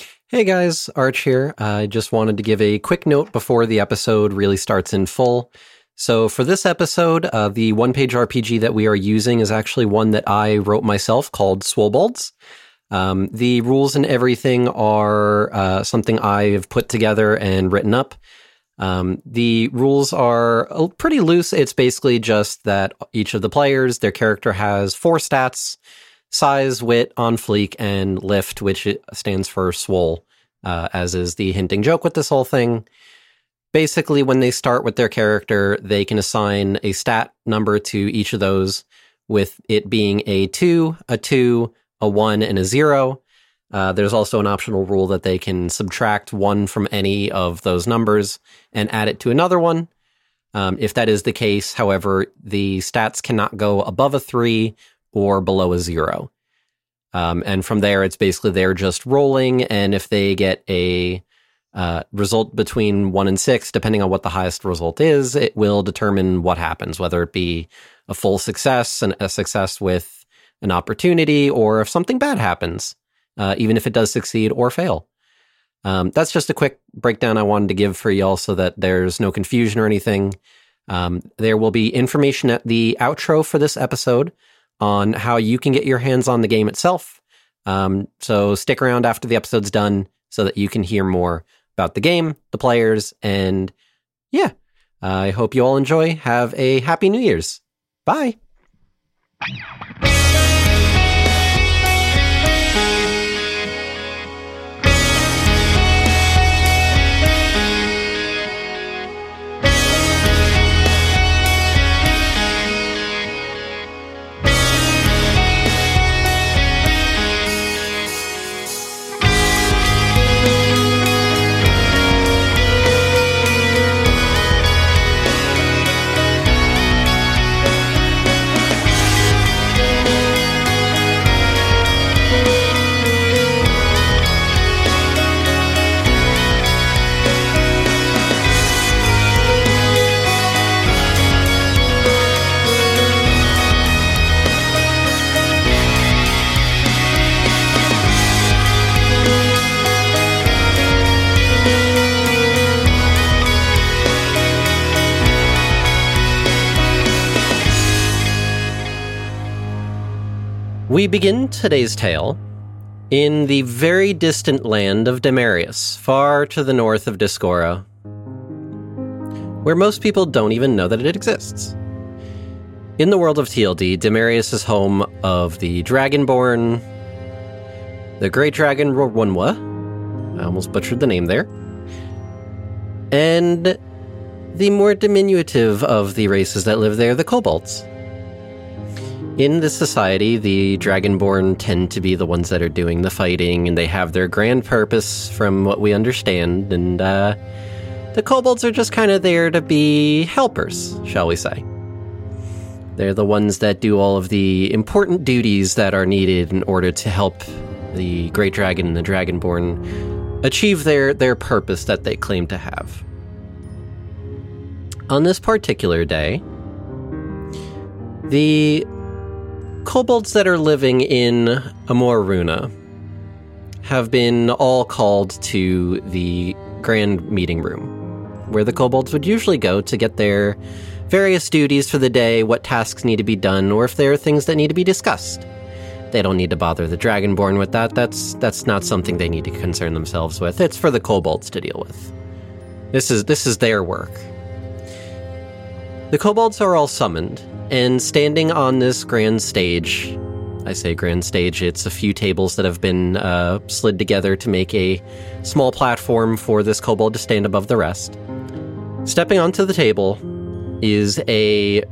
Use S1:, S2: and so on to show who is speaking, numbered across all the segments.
S1: Hey guys, Arch here. I just wanted to give a quick note before the episode really starts in full. So, for this episode, uh, the one page RPG that we are using is actually one that I wrote myself called Swobolds. Um, the rules and everything are uh, something I've put together and written up. Um, the rules are uh, pretty loose. It's basically just that each of the players, their character has four stats size, wit, on fleek, and lift, which it stands for swole, uh, as is the hinting joke with this whole thing. Basically, when they start with their character, they can assign a stat number to each of those, with it being a two, a two, a one, and a zero. Uh, there's also an optional rule that they can subtract one from any of those numbers and add it to another one. Um, if that is the case, however, the stats cannot go above a three or below a zero. Um, and from there, it's basically they're just rolling, and if they get a uh, result between one and six, depending on what the highest result is, it will determine what happens, whether it be a full success, and a success with an opportunity, or if something bad happens, uh, even if it does succeed or fail. Um, that's just a quick breakdown I wanted to give for y'all so that there's no confusion or anything. Um, there will be information at the outro for this episode on how you can get your hands on the game itself. Um, so stick around after the episode's done so that you can hear more about the game, the players, and yeah, I hope you all enjoy. Have a happy New Year's. Bye. We begin today's tale in the very distant land of Demarius, far to the north of Discora, where most people don't even know that it exists. In the world of TLD, Demarius is home of the Dragonborn, the Great Dragon Rorwunwa, I almost butchered the name there, and the more diminutive of the races that live there, the Kobolds. In this society, the Dragonborn tend to be the ones that are doing the fighting, and they have their grand purpose from what we understand, and uh, the kobolds are just kind of there to be helpers, shall we say. They're the ones that do all of the important duties that are needed in order to help the Great Dragon and the Dragonborn achieve their, their purpose that they claim to have. on this particular day, the kobolds that are living in Amoruna have been all called to the grand meeting room, where the kobolds would usually go to get their various duties for the day, what tasks need to be done, or if there are things that need to be discussed. They don't need to bother the dragonborn with that. That's that's not something they need to concern themselves with. It's for the kobolds to deal with. This is this is their work. The kobolds are all summoned, and standing on this grand stage, I say grand stage, it's a few tables that have been uh, slid together to make a small platform for this kobold to stand above the rest. Stepping onto the table is a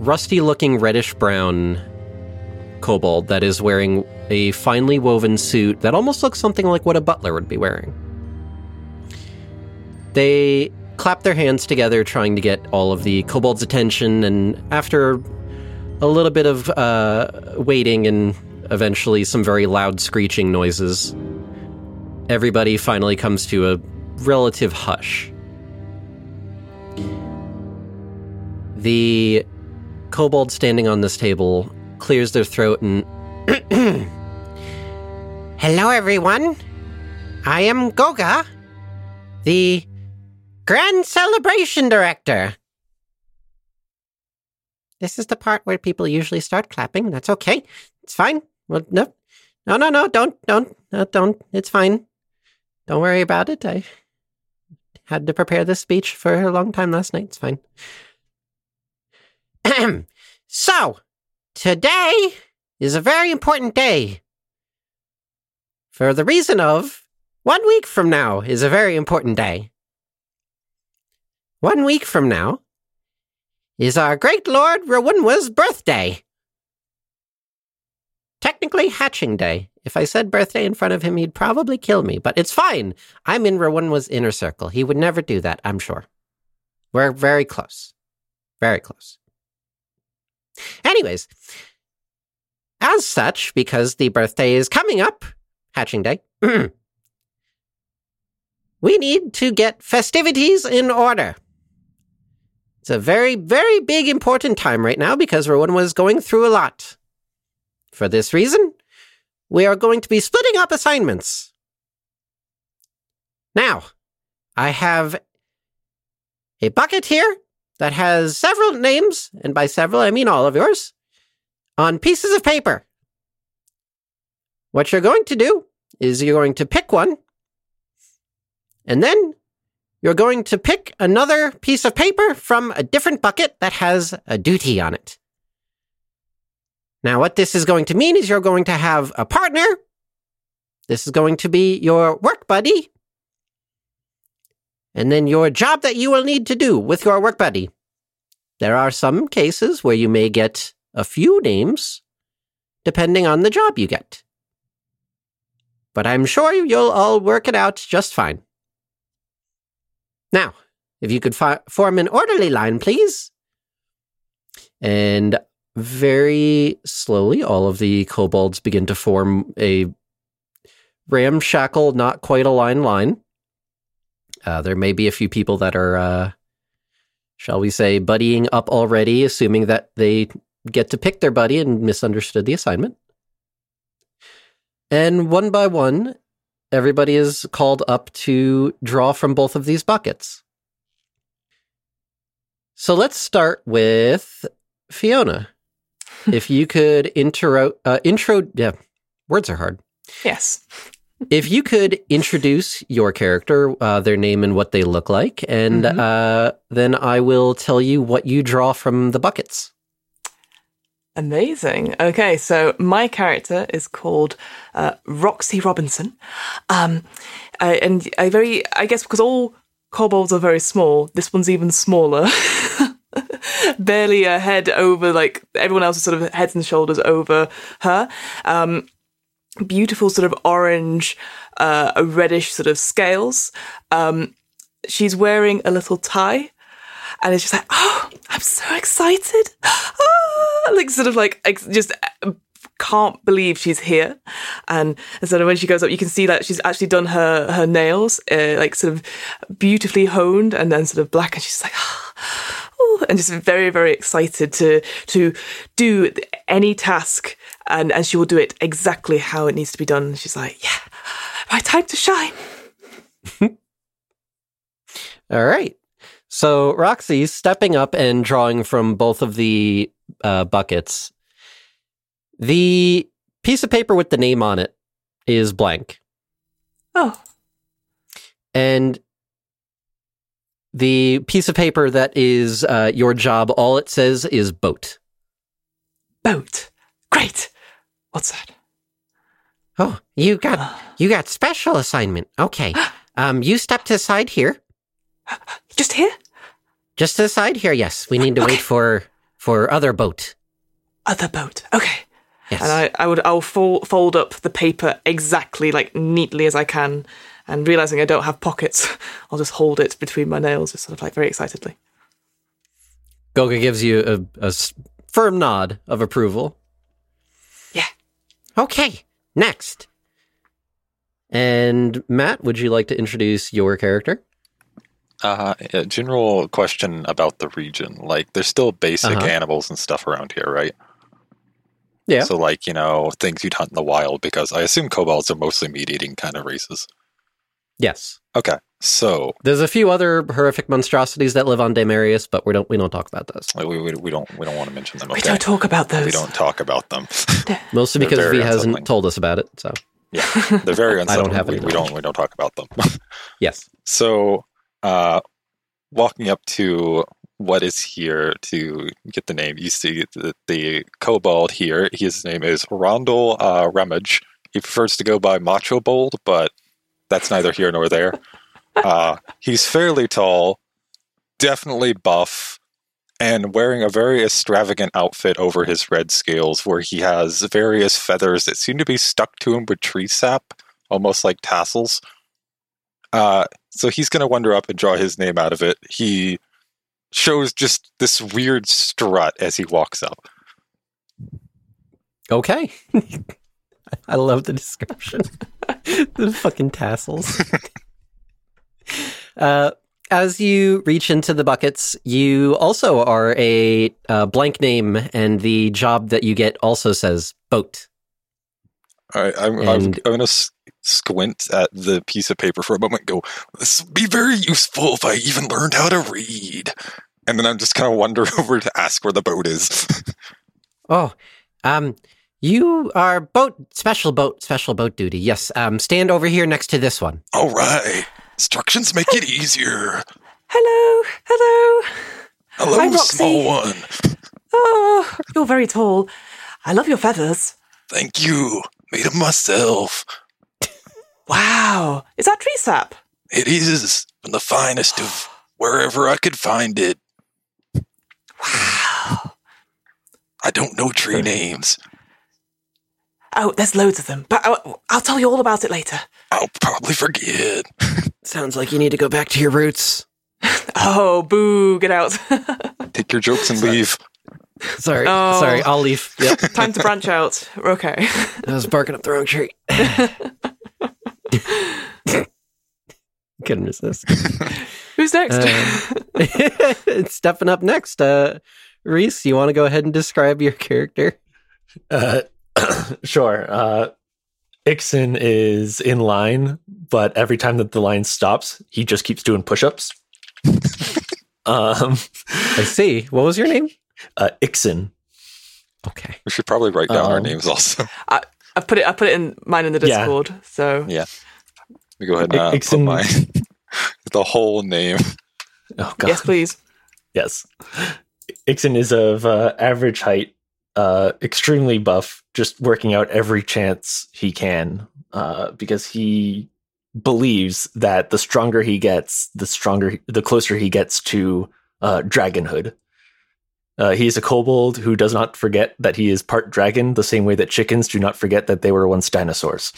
S1: rusty looking reddish brown kobold that is wearing a finely woven suit that almost looks something like what a butler would be wearing. They clap their hands together, trying to get all of the kobold's attention, and after a little bit of uh, waiting and eventually some very loud screeching noises, everybody finally comes to a relative hush. The kobold standing on this table clears their throat and.
S2: Hello, everyone. I am Goga, the Grand Celebration Director. This is the part where people usually start clapping. That's okay. It's fine. Well, no, no, no, no. Don't, don't, no, don't. It's fine. Don't worry about it. I had to prepare this speech for a long time last night. It's fine. Ahem. so, today is a very important day. For the reason of one week from now is a very important day. One week from now is our great lord Rawunwa's birthday. Technically, hatching day. If I said birthday in front of him, he'd probably kill me, but it's fine. I'm in Rawunwa's inner circle. He would never do that, I'm sure. We're very close. Very close. Anyways, as such, because the birthday is coming up, hatching day, we need to get festivities in order. It's a very, very big, important time right now because Rowan was going through a lot. For this reason, we are going to be splitting up assignments. Now, I have a bucket here that has several names, and by several I mean all of yours, on pieces of paper. What you're going to do is you're going to pick one, and then you're going to pick another piece of paper from a different bucket that has a duty on it. Now, what this is going to mean is you're going to have a partner. This is going to be your work buddy. And then your job that you will need to do with your work buddy. There are some cases where you may get a few names depending on the job you get. But I'm sure you'll all work it out just fine. Now, if you could fi- form an orderly line, please.
S1: And very slowly, all of the kobolds begin to form a ramshackle, not quite a line line. Uh, there may be a few people that are, uh, shall we say, buddying up already, assuming that they get to pick their buddy and misunderstood the assignment. And one by one, everybody is called up to draw from both of these buckets. So let's start with Fiona. if you could intro, uh, intro, yeah, words are hard.
S3: Yes.
S1: If you could introduce your character, uh, their name, and what they look like, and
S3: Mhm.
S1: uh, then I will tell you what you draw from the buckets.
S4: Amazing. Okay, so my character is called uh, Roxy Robinson, um, uh, and I very, I guess, because all kobolds are very small, this one's even smaller, barely a head over. Like everyone else is sort of heads and shoulders over her. Um, beautiful sort of orange, uh, reddish sort of scales. Um, she's wearing a little tie and it's just like, oh, I'm so excited. Ah, like, sort of like, ex- just uh, can't believe she's here. And, and sort of when she goes up, you can see that she's actually done her, her nails, uh, like, sort of beautifully honed and then sort of black. And she's like, "Ah, and just very very excited to to do any task, and and she will do it exactly how it needs to be done. And she's like, yeah, my time to shine.
S1: All right. So Roxy's stepping up and drawing from both of the uh, buckets. The piece of paper with the name on it is blank,
S4: Oh,
S1: and the piece of paper that is uh, your job, all it says is boat.
S4: boat, great. What's that? Uh.
S2: Oh, you got you got special assignment. Okay. Um, you step to the side here.
S4: Just here?
S2: Just to the side here. Yes, we need to
S4: Okay.
S2: wait for for other boat.
S4: Other boat. Okay.
S2: Yes.
S4: And I, I would I'll fold, fold up the paper exactly like neatly as I can, and realizing I don't have pockets, I'll just hold it between my nails, just sort of like very excitedly.
S1: Goga gives you a, a s- firm nod of approval.
S4: Yeah.
S2: okay. Next.
S1: And Matt, would you like to introduce your character?
S5: Uh, a general question about the region. Like, there's still basic
S1: Uh-huh.
S5: animals and stuff around here, right?
S1: Yeah.
S5: So, like, you know, things you'd hunt in the wild, because I assume kobolds are mostly meat eating kind of races.
S1: Yes.
S5: Okay. So,
S1: There's a few other horrific monstrosities that live on Damarius, but we don't we don't talk about those.
S5: like, we, we, we don't we don't want to mention them.
S4: We
S5: Okay.
S4: don't talk about those.
S5: We don't talk about them.
S1: Mostly
S5: They're
S1: because
S5: very
S1: V hasn't
S5: unsettling.
S1: told us about it. So
S5: yeah. They're very unsettling.
S1: have
S5: we,
S1: any
S5: we don't
S1: knowledge.
S5: we don't talk about them.
S1: yes.
S5: So, uh, walking up to what is here to get the name, you see the, the kobold here. His name is Rondel uh, Ramage. He prefers to go by Macho Bold, but that's neither here nor there. Uh, he's fairly tall, definitely buff, and wearing a very extravagant outfit over his red scales, where he has various feathers that seem to be stuck to him with tree sap, almost like tassels. Uh, so he's going to wander up and draw his name out of it. He shows just this weird strut as he walks up.
S1: Okay. I love the description. the fucking tassels. uh, as you reach into the buckets, you also are a uh, blank name, and the job that you get also says boat.
S5: All right, I'm, I'm, I'm
S1: And-
S5: going to s- squint at the piece of paper for a moment. And go, this would be very useful if I even learned how to read. And then I'm just going to wander over to ask where the boat is.
S2: Oh, um, you are boat special boat special boat duty. Yes. Um, stand over here next to this one.
S5: All right, instructions make it easier.
S4: Hello, hello.
S5: Hello,
S4: Hi, Roxy.
S5: small one.
S4: Oh, you're very tall. I love your feathers.
S5: Thank you. Made them myself.
S4: Wow, is that tree sap?
S5: It is from the finest of wherever I could find it.
S4: Wow.
S5: I don't know tree names.
S4: Oh, there's loads of them, but I'll, I'll tell you all about it later.
S5: I'll probably forget.
S2: Sounds like you need to go back to your roots.
S4: Oh, boo! Get out.
S5: Take your jokes and leave.
S2: Sorry.
S4: Oh.
S2: Sorry. I'll leave. Yep.
S4: Time to branch out. Okay.
S2: I was barking up the wrong tree.
S1: Couldn't resist.
S4: Who's next?
S1: Stepping Um, up next, uh, Reese, you want to go ahead and describe your character?
S6: Uh, sure. Uh, Ixon is in line, but every time that the line stops, he just keeps doing push-ups. um,
S1: I see. What was your name?
S6: uh, Ixon.
S1: Okay.
S5: We should probably write down our
S6: Um,
S5: names also.
S4: I put it. I put it in mine in the
S6: Yeah.
S4: Discord. So
S5: Let me go ahead and uh, put
S6: Ixon-
S5: my the whole name.
S6: Oh God.
S4: yes, please.
S6: Yes. Ixon is of uh, average height, uh, extremely buff, just working out every chance he can uh, because he believes that the stronger he gets, the stronger, the closer he gets to uh, dragonhood. Uh, he is a kobold who does not forget that he is part dragon, the same way that chickens do not forget that they were once dinosaurs.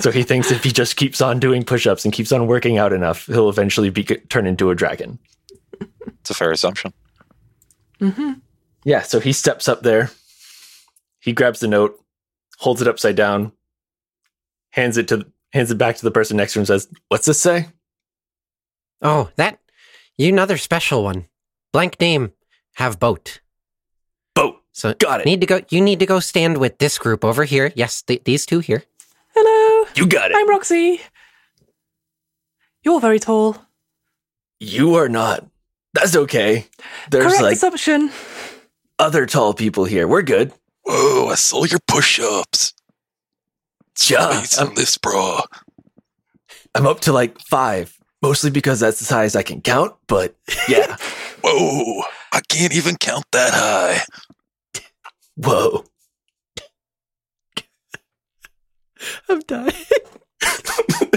S6: so he thinks if he just keeps on doing push-ups and keeps on working out enough, he'll eventually be, turn into a dragon.
S5: It's a fair assumption.
S1: Mm-hmm.
S4: hmm
S6: Yeah, so he steps up there. He grabs the note, holds it upside down, hands it to hands it back to the person next to him and says, "What's this say?"
S2: Oh, that you another special one. Blank name. Have boat.
S6: Boat.
S2: So
S6: Got it.
S2: need to go. You need to go stand with this group over here. Yes, th- these two here.
S4: Hello,
S6: You got it.
S4: I'm Roxy. You're very tall.
S6: You are not. That's okay. There's
S4: Correct
S6: like
S4: assumption.
S6: other tall people here. We're good.
S5: Whoa, I saw your push ups.
S6: Yeah,
S5: Nice
S6: I'm,
S5: on this, bro.
S6: I'm up to like five, mostly because that's as high as I can count. But yeah,
S5: Whoa, I can't even count that high.
S6: whoa.
S2: I'm dying.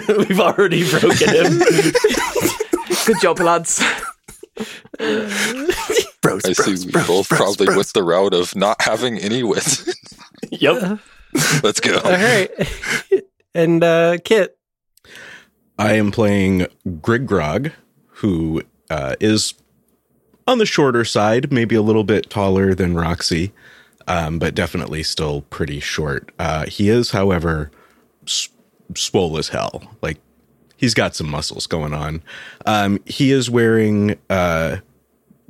S6: We've already broken him.
S4: Good job, lads.
S6: bros,
S5: I
S6: bros,
S5: see we
S6: bros,
S5: both
S6: bros,
S5: probably
S6: bros.
S5: went the route of not having any wit.
S4: Uh-huh.
S6: Yep.
S5: Let's go.
S1: All right. and uh, Kit.
S7: I am playing Grig Grog, who uh, is on the shorter side, maybe a little bit taller than Roxy, um, but definitely still pretty short. Uh, he is, however, s- swole as hell. Like, he's got some muscles going on. Um, he is wearing uh,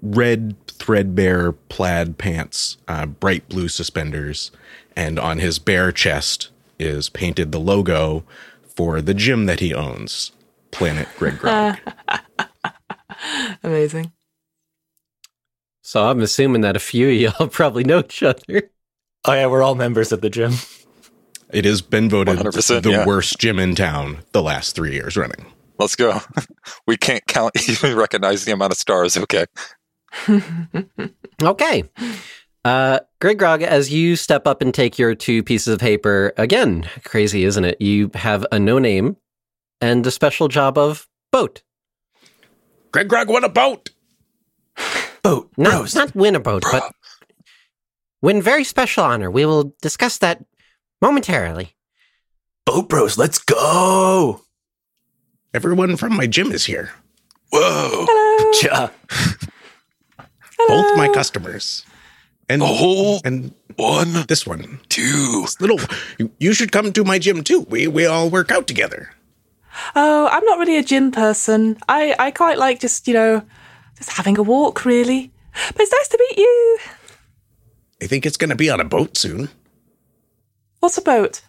S7: red, threadbare plaid pants, uh, bright blue suspenders, and on his bare chest is painted the logo for the gym that he owns, Planet Greg Grog.
S4: Amazing.
S1: So I'm assuming that a few of y'all probably know each other.
S8: Oh yeah, we're all members at the gym.
S7: it has been voted
S5: 100%,
S7: the
S5: yeah.
S7: worst gym in town the last three years running.
S5: Let's go. We can't count even recognize the amount of stars. Okay.
S1: Okay. Uh, Greg Grog, as you step up and take your two pieces of paper, again, crazy, isn't it? You have a no name and a special job of boat.
S6: Greg Grog won a boat. Boat.
S2: No,
S6: Bros.
S2: not win a boat,
S5: Bro.
S2: but win very special honor. We will discuss that momentarily.
S6: Boat bros. Let's go.
S7: Oh, Everyone from my gym is here,
S5: Whoa.
S6: Yeah.
S7: both my customers. And
S5: The whole
S7: and
S5: one,
S7: this one.
S5: two.
S7: This little you should come to my gym too. We we all work out together.
S4: Oh, I'm not really a gym person. I, I quite like just, you know, just having a walk, really. But it's nice to meet you.
S7: I think it's going to be on a boat soon.
S4: What's a boat?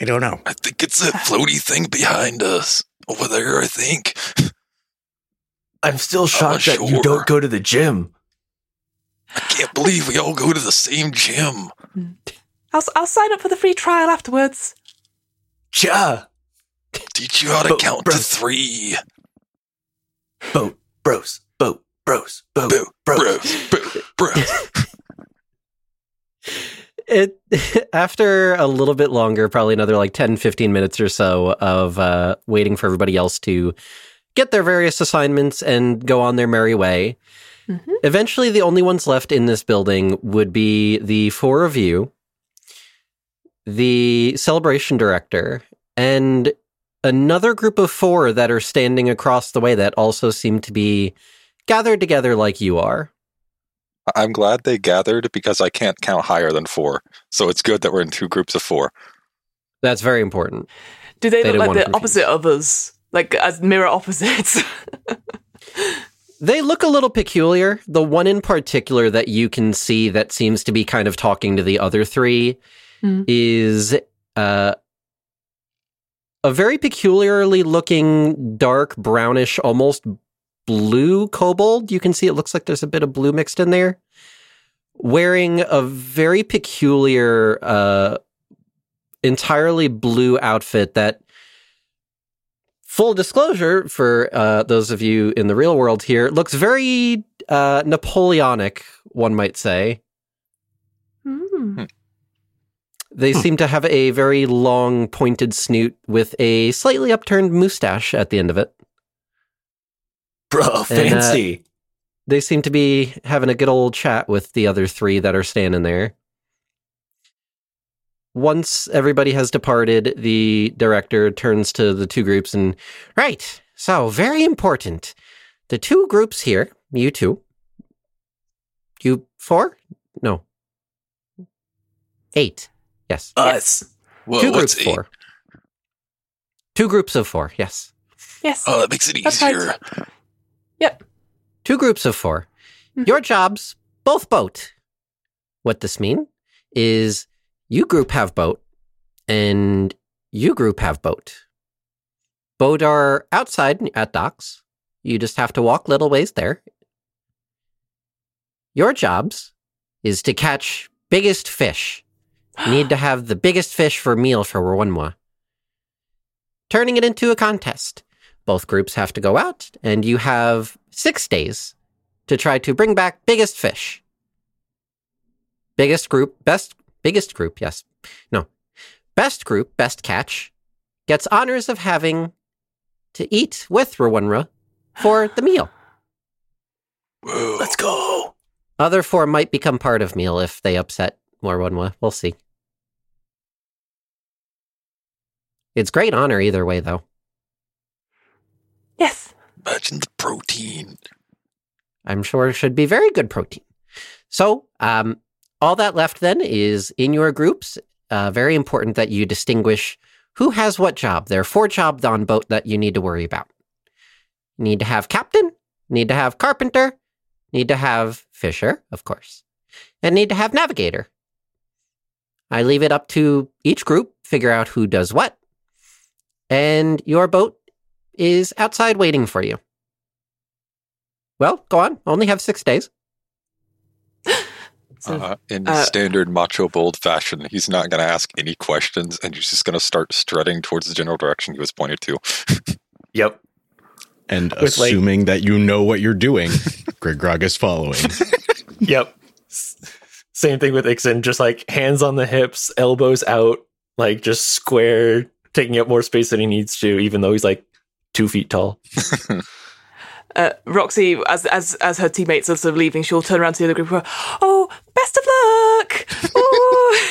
S7: I don't know.
S5: I think it's that floaty thing behind us over there. I think.
S6: I'm still shocked that you
S5: sure.
S6: don't go to the gym.
S5: I can't believe we all go to the same gym.
S4: I'll, I'll sign up for the free trial afterwards.
S6: Yeah.
S5: Teach you how to
S6: Bo-
S5: count to
S6: bros.
S5: three.
S6: Boat bros. Boat bros. Boat
S5: Boo,
S6: bros.
S5: bros, boo, bros.
S1: It after a little bit longer, probably another like 10, 15 minutes or so of uh, waiting for everybody else to get their various assignments and go on their merry way.
S4: Mhm.
S1: Eventually, the only ones left in this building would be the four of you, the celebration director, and another group of four that are standing across the way that also seem to be gathered together like you are.
S5: I'm glad they gathered because I can't count higher than four. So it's good that we're in two groups of four.
S1: That's very important.
S4: Do they,
S1: They don't
S4: look like
S1: want
S4: the
S1: to confuse.
S4: opposite of us? Like, as mirror opposites?
S1: They look a little peculiar. The one in particular that you can see that seems to be kind of talking to the other three
S4: Hmm.
S1: is uh, a very peculiarly looking dark brownish, almost blue kobold. You can see it looks like there's a bit of blue mixed in there. Wearing a very peculiar, uh, entirely blue outfit that full disclosure for uh, those of you in the real world here looks very uh, napoleonic one might say
S4: Hmm.
S1: they
S6: Hmm.
S1: seem to have a very long pointed snoot with a slightly upturned mustache at the end of it
S6: Bro,
S1: And, uh,
S6: fancy.
S1: they seem to be having a good old chat with the other three that are standing there once everybody has departed the director turns to the two groups and
S2: Right. So, very important. The two groups here, you two. You four? No. Eight. Yes.
S6: Us.
S5: Whoa,
S2: two
S5: what's
S2: groups
S5: eight?
S2: four. Two groups of four, yes.
S4: Yes.
S5: Oh, that makes it
S4: That's
S5: easier.
S4: Yep.
S1: Two groups of 4 Your jobs both boat. What this mean is you group have boat and you group have boat. Boat are outside at docks. You just have to walk little ways there. Your jobs is to catch biggest fish. You Need to have the biggest fish for meal for Rwanwa. Turning it into a contest. Both groups have to go out, and you have six days to try to bring back biggest fish. Biggest group, best, biggest group, yes. No. Best group, best catch, gets honors of having to eat with Rwanra for the meal.
S6: Let's go.
S1: Other four might become part of meal if they upset Warwanwa. We'll see. It's great honor either way, though.
S4: Yes.
S5: Imagine the protein.
S1: I'm sure it should be very good protein. So, um, all that left then is in your groups. Uh, very important that you distinguish who has what job. There are four jobs on boat that you need to worry about. You need to have captain, need to have carpenter, need to have fisher, of course, and need to have navigator. I leave it up to each group figure out who does what, and your boat is outside waiting for you. Well, go on. Only have six days.
S4: So,
S5: Uh, in
S4: uh,
S5: standard macho bold fashion, he's not going to ask any questions, and he's just going to start strutting towards the general direction he was pointed to.
S8: Yep.
S7: And
S8: With, like-
S7: assuming that you know what you're doing, Greg Grog is following.
S8: Yep. S- Same thing with Ixen, just like hands on the hips, elbows out, like just square, taking up more space than he needs to, even though he's like two feet tall.
S4: uh, Roxy, as as as her teammates are sort of leaving, she'll turn around to the other group. And go, oh, best of luck! Oh.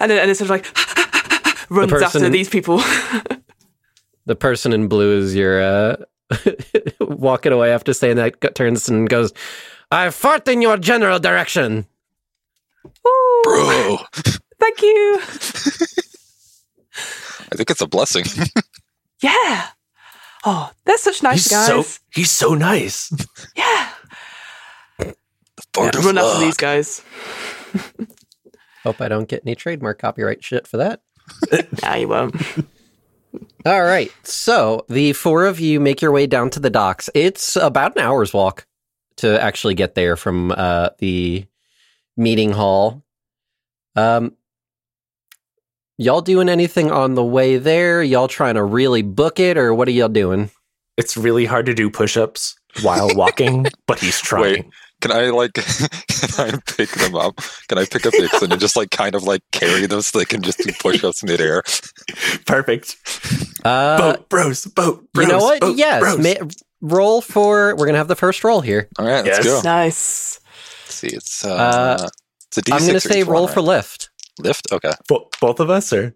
S4: and then and it's sort of like runs after
S1: person-
S4: these people.
S1: The person in blue is your uh, walking away after saying that gu- turns and goes, I fart in your general direction.
S4: Ooh,
S5: Bro,
S4: Thank you.
S5: I think it's a blessing.
S4: Yeah. Oh, they're such nice
S6: he's
S4: guys.
S6: so he's so nice.
S4: yeah.
S5: Part of
S4: Run after
S5: luck.
S4: these guys.
S1: Hope I don't get any trademark copyright shit for that.
S4: Nah, you won't.
S1: All right. So the four of you make your way down to the docks. It's about an hour's walk to actually get there from uh, the meeting hall. Um, y'all doing anything on the way there? Y'all trying to really book it, or what are y'all doing?
S8: It's really hard to do push ups while walking, but he's trying.
S5: Can I like? Can I pick them up? Can I pick up Ixon and just like kind of like carry them so they can just do push-ups midair?
S8: Perfect.
S1: Uh,
S6: boat bros, boat
S1: you
S6: bros.
S1: know what?
S5: Oh,
S6: Boat,
S1: yes.
S6: bros.
S1: Ma- roll for. We're gonna have the first roll here.
S5: All right,
S8: Yes.
S5: let's go.
S4: Nice.
S5: Let's see, it's uh,
S1: Uh,
S5: it's a D6
S1: i I'm gonna
S5: or
S1: say
S5: each one,
S1: roll
S5: right?
S1: for lift.
S5: lift. Okay.
S8: Bo- both of us are.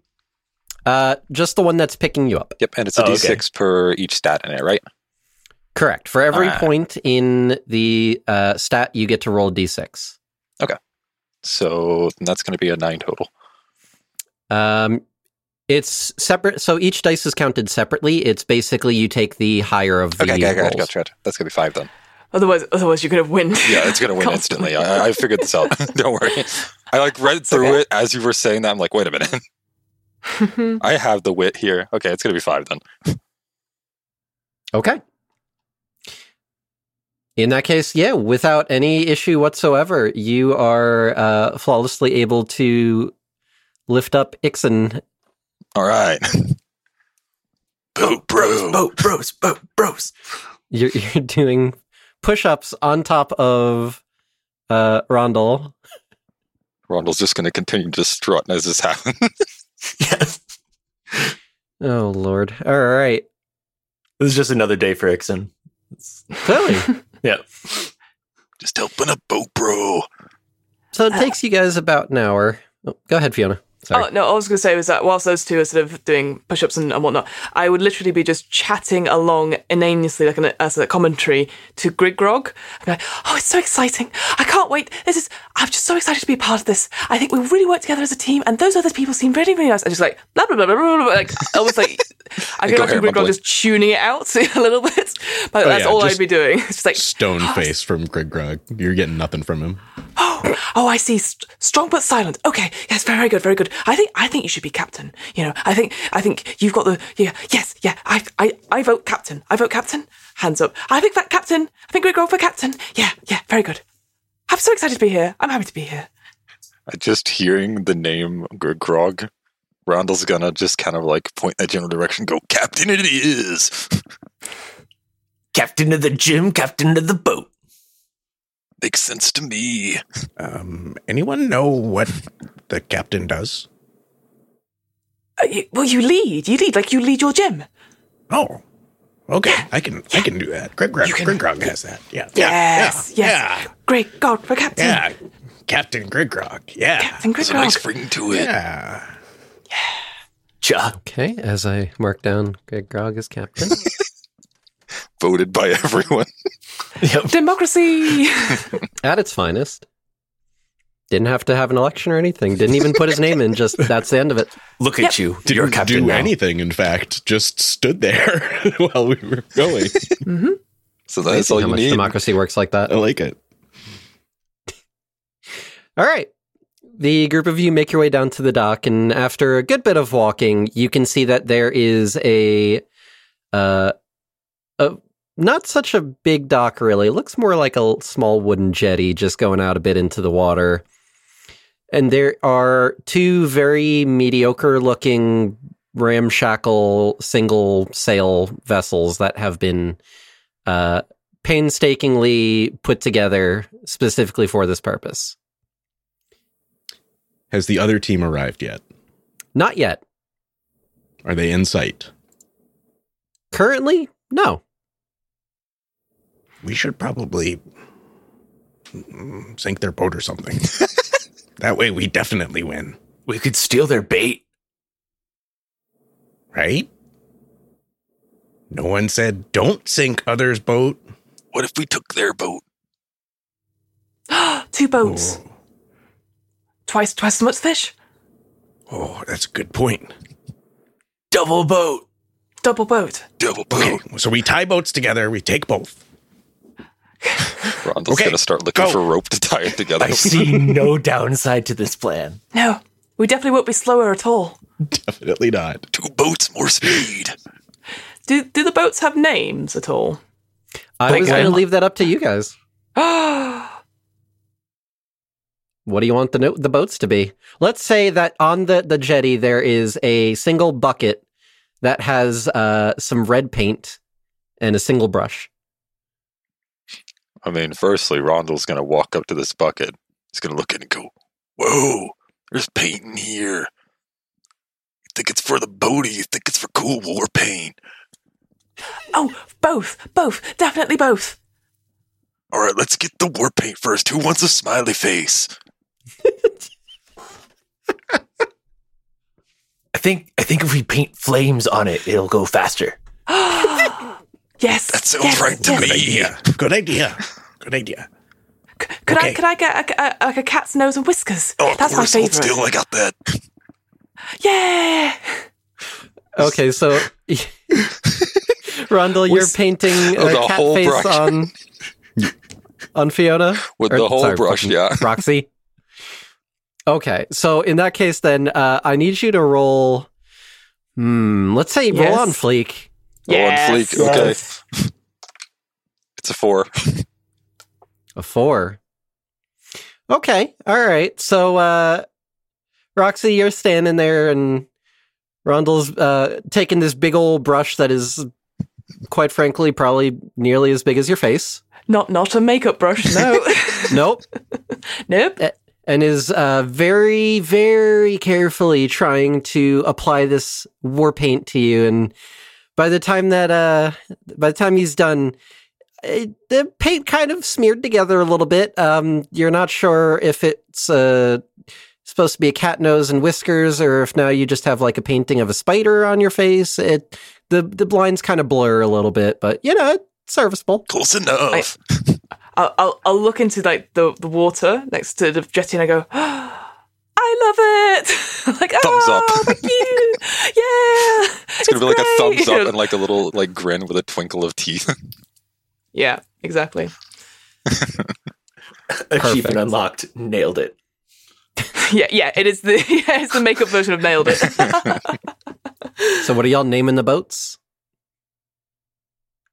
S1: Uh, just the one that's picking you up.
S5: Yep, and it's a
S8: Oh, okay.
S5: D6 per each stat in it, right?
S1: Correct. For every
S5: Alright.
S1: point in the uh, stat, you get to roll a d6.
S5: So that's going to be a nine total.
S1: Um, it's separate. So each dice is counted separately. It's basically you take the higher of the
S5: Okay, gotcha,
S1: rolls.
S5: gotcha, gotcha, gotcha. That's going to be five then.
S4: Otherwise, otherwise you could have win.
S5: Yeah, it's going to win
S4: Constantly.
S5: instantly. I, I figured this out. Don't worry. I like read through it as you were saying that. I'm like, wait a minute. I have the wit here. Okay, it's going to be five then.
S1: Okay. In that case, yeah, without any issue whatsoever, you are uh, flawlessly able to lift up Ixen.
S5: All right.
S6: Boat bros, boat bros, boat bros.
S1: You're, you're doing push ups on top of uh, Rondel.
S5: Rondell's just going to continue to strut as this happens.
S6: Yes.
S1: Oh, Lord. All right.
S8: This is just another day for Ixen. It's-
S1: Clearly.
S5: just helping a boat, bro.
S1: So it takes you guys about an hour. Oh, go ahead, Fiona. Sorry.
S4: Oh no, I was going to say was that whilst those two are sort of doing push-ups and, and whatnot, I would literally be just chatting along inanely, like an, as a commentary to Grigrog. I'm like, oh, it's so exciting! I can't wait. This is. I'm just so excited to be a part of this. I think we really work together as a team, and those other people seem really, really nice. And just like blah blah blah blah blah, blah like almost like I
S5: Go
S4: can imagine
S5: ahead,
S4: Grigrog
S5: mumbling.
S4: just tuning it out a little bit, but
S7: Oh,
S4: that's
S7: yeah,
S4: all I'd
S7: just
S4: be doing. It's just like
S7: Stone face from Grig Grog. You're getting nothing from him.
S4: Oh, I see. St- strong but silent. Okay, yes, very good, very good. I think I think you should be captain. You know, I think I think you've got the yeah, yes, yeah. I I, I vote captain. I vote captain. Hands up. I think that captain. I think Greg roll for captain. Yeah, yeah, very good. I'm so excited to be here. I'm happy to be here.
S5: Just hearing the name Gr- Grog, Rondell's gonna just kind of like point that general direction, and go, Captain, it is.
S6: Captain of the gym, captain of the boat.
S5: Makes sense to me.
S7: Um, anyone know what the captain does?
S4: Uh, you, well, you lead. You lead like you lead your gym.
S7: Oh, okay. I can I can do that. Grig Grog,
S4: You can-
S7: Grig Grog has that. Yeah.
S4: Yes,
S7: yeah,
S4: yes. Great God, for captain.
S7: Yeah. yeah. Captain Grig Grog. Yeah.
S4: Captain Greg
S5: There's a
S4: roll.
S5: nice ring to it.
S7: Yeah.
S6: Cha.
S1: Okay, as I mark down Greg Grog as captain.
S5: Voted by everyone.
S4: Democracy.
S1: At its finest. Didn't have to have an election or anything. Didn't even put his name in, just that's the end of it.
S6: Look at you.
S7: Didn't
S6: You're captain
S7: do
S6: now.
S7: anything. In fact, just stood there while we were going.
S5: So that's all
S1: Mm-hmm. How
S5: you
S1: much
S5: need.
S1: democracy works like that.
S7: I like it.
S1: All right. The group of you make your way down to the dock, and after a good bit of walking, you can see that there is a, uh, a not such a big dock really. It looks more like a l- small wooden jetty, just going out a bit into the water. And there are two very mediocre-looking ramshackle single sail vessels that have been uh, painstakingly put together specifically for this purpose.
S7: Has the other team arrived yet?
S1: Not yet.
S7: Are they in sight?
S1: Currently, no.
S7: We should probably sink their boat or something. that way we definitely win,
S6: We could steal their bait.
S7: right? No one said don't sink others' boat.
S5: What if we took their boat?
S4: Two boats. Twice, twice as much fish.
S7: Oh, that's a good point.
S6: Double boat.
S4: Double boat.
S5: Double
S7: Okay,
S5: boat.
S7: so we tie boats together, we take both.
S5: Rondell's
S7: Okay,
S5: gonna start looking
S7: go.
S5: for rope to tie it together.
S6: I see no downside to this plan.
S4: No, we definitely won't be slower at all.
S7: Definitely not.
S5: Two boats, more speed.
S4: Do do the boats have names at all?
S1: I was
S4: Okay.
S1: going to leave that up to you guys. What do you want the no- the boats to be? Let's say that on the the jetty there is a single bucket that has uh, some red paint and a single brush.
S5: I mean, firstly, Rondell's gonna walk up to this bucket. He's gonna look at it and go, "Whoa, there's paint in here. You think it's for the boat? Or you think it's for Cool War paint?
S4: oh, both, both, definitely both.
S5: All right, let's get the war paint first. Who wants a smiley face?
S6: I think I think if we paint flames on it, it'll go faster.
S4: Yes,
S5: That sounds
S4: yes,
S5: right to
S4: yes.
S7: Good
S5: me.
S7: idea. Good idea. Good idea.
S4: C- could I
S7: Okay.
S4: could I get a, a, like a cat's nose and whiskers?
S5: Oh, of
S4: That's my
S5: course, hold
S4: favorite.
S5: still. I got that.
S4: Yeah.
S1: Okay, so Rondell, you're
S5: With-
S1: painting
S5: with
S1: a
S5: a
S1: cat
S5: whole
S1: face
S5: brush.
S1: on on Fiona.
S5: With
S1: Or-
S5: the whole
S1: sorry,
S5: brush,
S1: fucking
S5: yeah.
S1: Roxy. Okay, so in that case, then uh, I need you to roll. Hmm, let's say roll
S4: Yes.
S1: on fleek.
S4: Yes.
S5: Oh, on fleek. Okay, it's a four.
S1: A four. Okay, all right. So, uh, Roxy, you're standing there, and Rondell's uh, taking this big old brush that is, quite frankly, probably nearly as big as your face.
S4: Not not a makeup brush. No.
S1: Nope.
S4: nope.
S1: and is uh, very, very carefully trying to apply this war paint to you. And by the time that, uh, by the time he's done, it, the paint kind of smeared together a little bit. Um, you're not sure if it's uh, supposed to be a cat nose and whiskers, or if now you just have like a painting of a spider on your face. It the the blinds kind of blur a little bit, but you know, it's serviceable.
S5: Close enough.
S4: I'll, I'll, I'll look into like the, the water next to the jetty and I go, I love it. like,
S5: Thumbs
S4: oh,
S5: up.
S4: thank you. Yeah.
S5: It's gonna be like a
S4: great.
S5: thumbs up and like a little like grin with a twinkle of teeth.
S4: yeah, exactly.
S1: Perfect.
S8: Achievement unlocked. Nailed it.
S4: Yeah, yeah. It is the yeah, it's the makeup version of nailed it.
S1: So what are y'all naming the boats?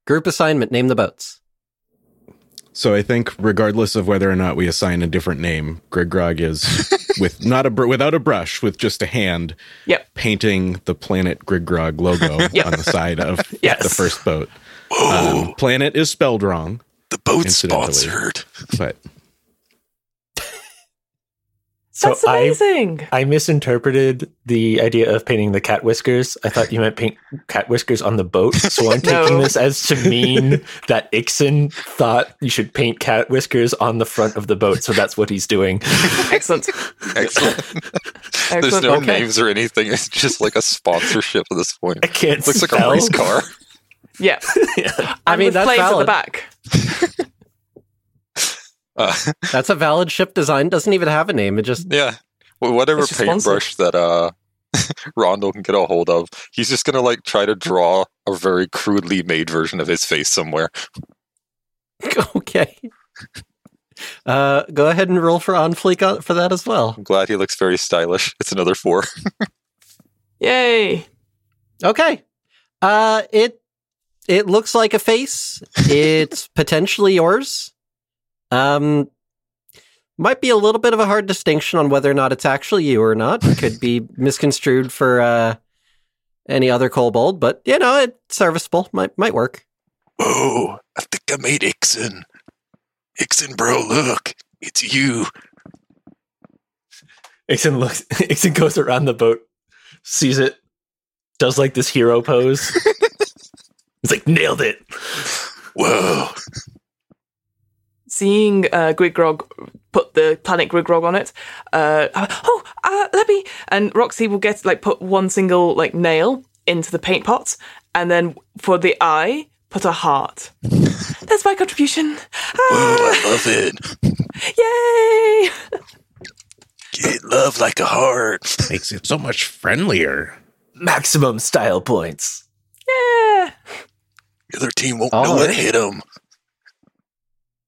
S1: Group assignment, name the boats.
S7: So I think, regardless of whether or not we assign a different name, Greg Grog is with not a br- without a brush, with just a hand,
S4: Yep.
S7: painting the Planet Greg Grog logo
S4: Yep.
S7: on the side of
S4: Yes.
S7: the first boat. Um, planet is spelled wrong,
S5: the boat's
S7: Incidentally.
S5: sponsored.
S7: but
S4: That's
S8: I-
S4: amazing.
S8: I misinterpreted the idea of painting the cat whiskers. I thought you meant paint cat whiskers on the boat. So I'm
S4: No.
S8: taking this as to mean that Ixon thought you should paint cat whiskers on the front of the boat. So that's what he's doing.
S4: Excellent.
S5: Excellent. There's
S4: Excellent.
S5: no
S4: Okay.
S5: names or anything. It's just like a sponsorship at this point.
S8: I can't
S5: Looks like
S8: spell.
S5: a race car.
S4: Yeah.
S8: Yeah.
S4: I
S1: mean,
S4: mean,
S1: that's
S4: that's at the
S1: valid.
S4: back.
S5: Uh,
S1: That's a valid ship design. Doesn't even have a name. It just
S5: yeah. Well, whatever
S4: It's just sponsored.
S5: paintbrush that uh Rondell can get a hold of, he's just gonna like try to draw a very crudely made version of his face somewhere.
S1: okay. Uh, go ahead and roll for on fleek on- for that as well.
S5: I'm glad he looks very stylish. It's another four.
S4: Yay.
S1: Okay. Uh, it it looks like a face. It's potentially yours. Um, might be a little bit of a hard distinction on whether or not it's actually you or not. It could be misconstrued for uh, any other kobold, but you know, it's serviceable. Might might work.
S5: Whoa, I think I made Ixon. Ixon, bro, look, it's you.
S8: Ixon looks. Ixon goes around the boat, sees it, does like this hero pose. It's like nailed it.
S5: Whoa.
S4: Seeing uh, Grigrog put the planet Grigrog on it. Uh, oh, uh, let me. And Roxy will get like put one single like nail into the paint pot, and then for the eye, put a heart. That's my contribution. Ah,
S5: love it.
S4: yay!
S5: Get love like a heart.
S7: makes it so much friendlier.
S8: Maximum style points.
S4: Yeah.
S5: The other team won't
S1: All right.
S5: hit them.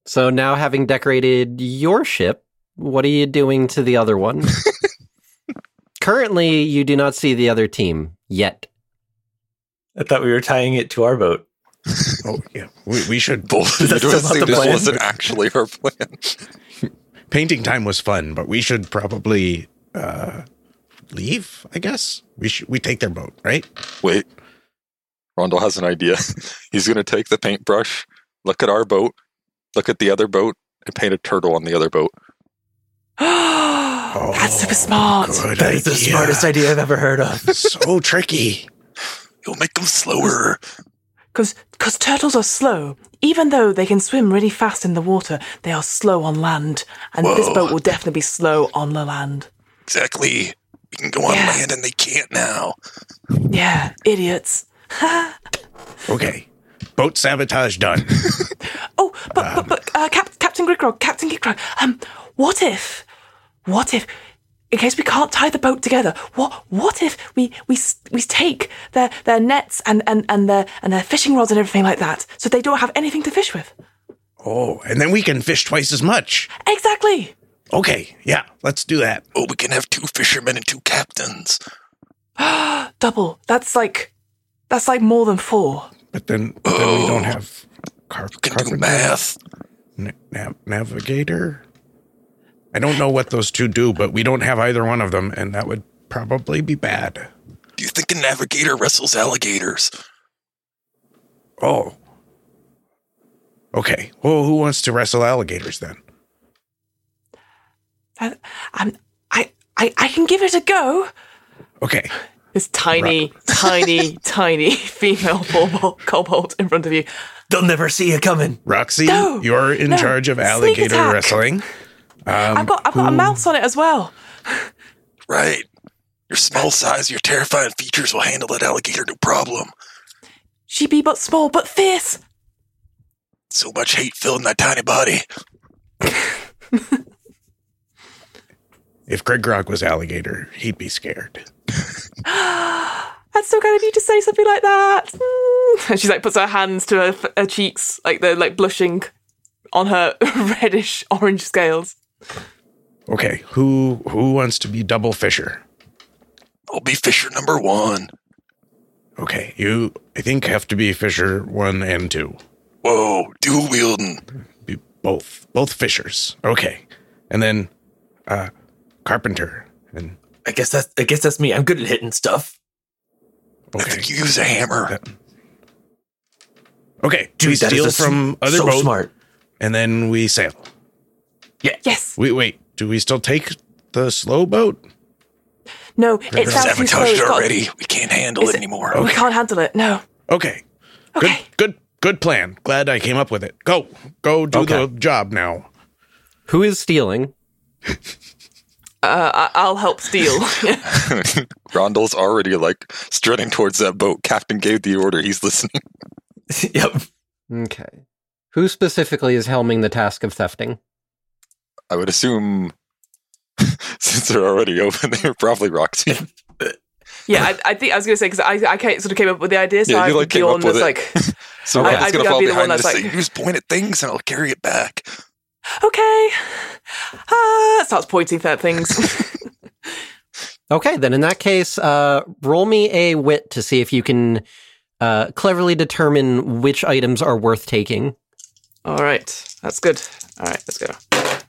S1: So now, having decorated your ship, what are you doing to the other one? Currently, you do not see the other team yet.
S8: I thought we were tying it to our boat.
S7: Oh yeah, we, we should.
S5: Both of
S8: That's
S5: you
S8: still not the
S5: this
S8: plan.
S5: wasn't actually her plan.
S7: Painting time was fun, but we should probably uh, leave. I guess we should. We take their boat, right?
S5: Wait. Rondell has an idea. He's going to take the paintbrush, look at our boat, look at the other boat, and paint a turtle on the other boat.
S4: That's super smart.
S7: Good
S8: That is the
S7: idea.
S8: smartest idea I've ever heard of.
S7: so tricky.
S5: You'll make them slower.
S4: Because because turtles are slow. Even though they can swim really fast in the water, they are slow on land. And this
S5: Whoa.
S4: boat will definitely be slow on the land.
S5: Exactly. We can go on
S4: Yeah.
S5: and they can't now.
S4: Yeah, idiots.
S7: Okay, boat sabotage done.
S4: Oh, but but, but uh, Cap- Captain Grigrog, Captain Grigrog. Um, what if, what if, in case we can't tie the boat together, what what if we we s- we take their their nets and and and their and their fishing rods and everything like that, so they don't have anything to fish with.
S7: Oh, and then we can fish twice as much.
S4: Exactly.
S7: Okay, yeah, let's do that.
S5: Oh, we can have two fishermen and two captains.
S4: Double. That's like, that's like more than four.
S7: But then, but then we don't
S5: Oh,
S7: have car- carpenter, na- nav- navigator. I don't know what those two do, but we don't have either one of them, and that would probably be bad.
S5: Do you think a navigator wrestles alligators?
S7: Oh. Okay. Well, who wants to wrestle alligators then?
S4: I, I'm, I, I, I can give it a go.
S7: Okay.
S4: This tiny, tiny, tiny female kobold, kobold in front of you.
S8: They'll never see you coming.
S7: Roxy,
S4: No,
S7: you're in
S4: no,
S7: charge of
S4: sneak
S7: alligator
S4: attack.
S7: wrestling.
S4: I've got, I've got a mouse on it as well.
S5: Right. Your small size, your terrifying features will handle that alligator no problem.
S4: She be but small, but fierce.
S5: So much hate filled in that tiny body.
S7: If Greg Grog was alligator, he'd be scared.
S4: That's so kind of you to say something like that. Mm. And she's like puts her hands to her, f- her cheeks, like they're like blushing on her reddish orange scales.
S7: Okay, who who wants to be double fisher?
S5: I'll be Fisher number one.
S7: Okay, you I think have to be fisher one and two.
S5: Whoa, dual wielding.
S7: Be both both fishers. Okay, and then uh, carpenter and
S6: I guess that's I guess that's me. I'm good at hitting stuff.
S5: I
S7: okay
S5: think you use a hammer.
S7: okay. we
S6: Dude, that is
S7: steal
S6: a s-
S7: from other
S6: so
S7: boat
S6: smart.
S7: and then we sail.
S4: Yes.
S7: Wait, wait. Do we still take the slow boat?
S4: No,
S7: They've
S4: it
S5: We've
S4: sounds too slow.
S5: sabotaged
S4: It's
S5: it
S4: got-
S5: already. We can't handle
S4: Is
S5: it
S4: it-
S5: anymore.
S4: We can't handle it. No.
S7: Okay.
S4: Okay.
S7: Good. Good. Good plan. Glad I came up with it. Go. Go do the job now.
S1: Who is stealing?
S4: Uh, I- I'll help steal.
S5: Rondell's already like strutting towards that boat. Captain gave the order. He's listening.
S6: yep.
S1: Okay. Who specifically is helming the task of thefting?
S5: I would assume since they're already open, they're probably Roxy.
S4: yeah, I, I think I was going to say because I, I ca- sort of came up with the idea, so
S5: Yeah,
S4: I
S5: you, like,
S4: would be
S5: came
S4: the
S5: up
S4: one that's
S5: with it.
S4: like,
S5: So
S4: I-
S5: Roxy's
S4: I'd-
S5: gonna
S4: I'd
S5: fall
S4: be the one
S5: behind and
S4: that's
S5: say,
S4: like-
S5: "You just point at things, and I'll carry it back."
S4: okay, ah, starts pointing at things.
S1: Okay, then in that case, uh, roll me a wit to see if you can uh, cleverly determine which items are worth taking.
S4: All right, that's good. All right, let's go.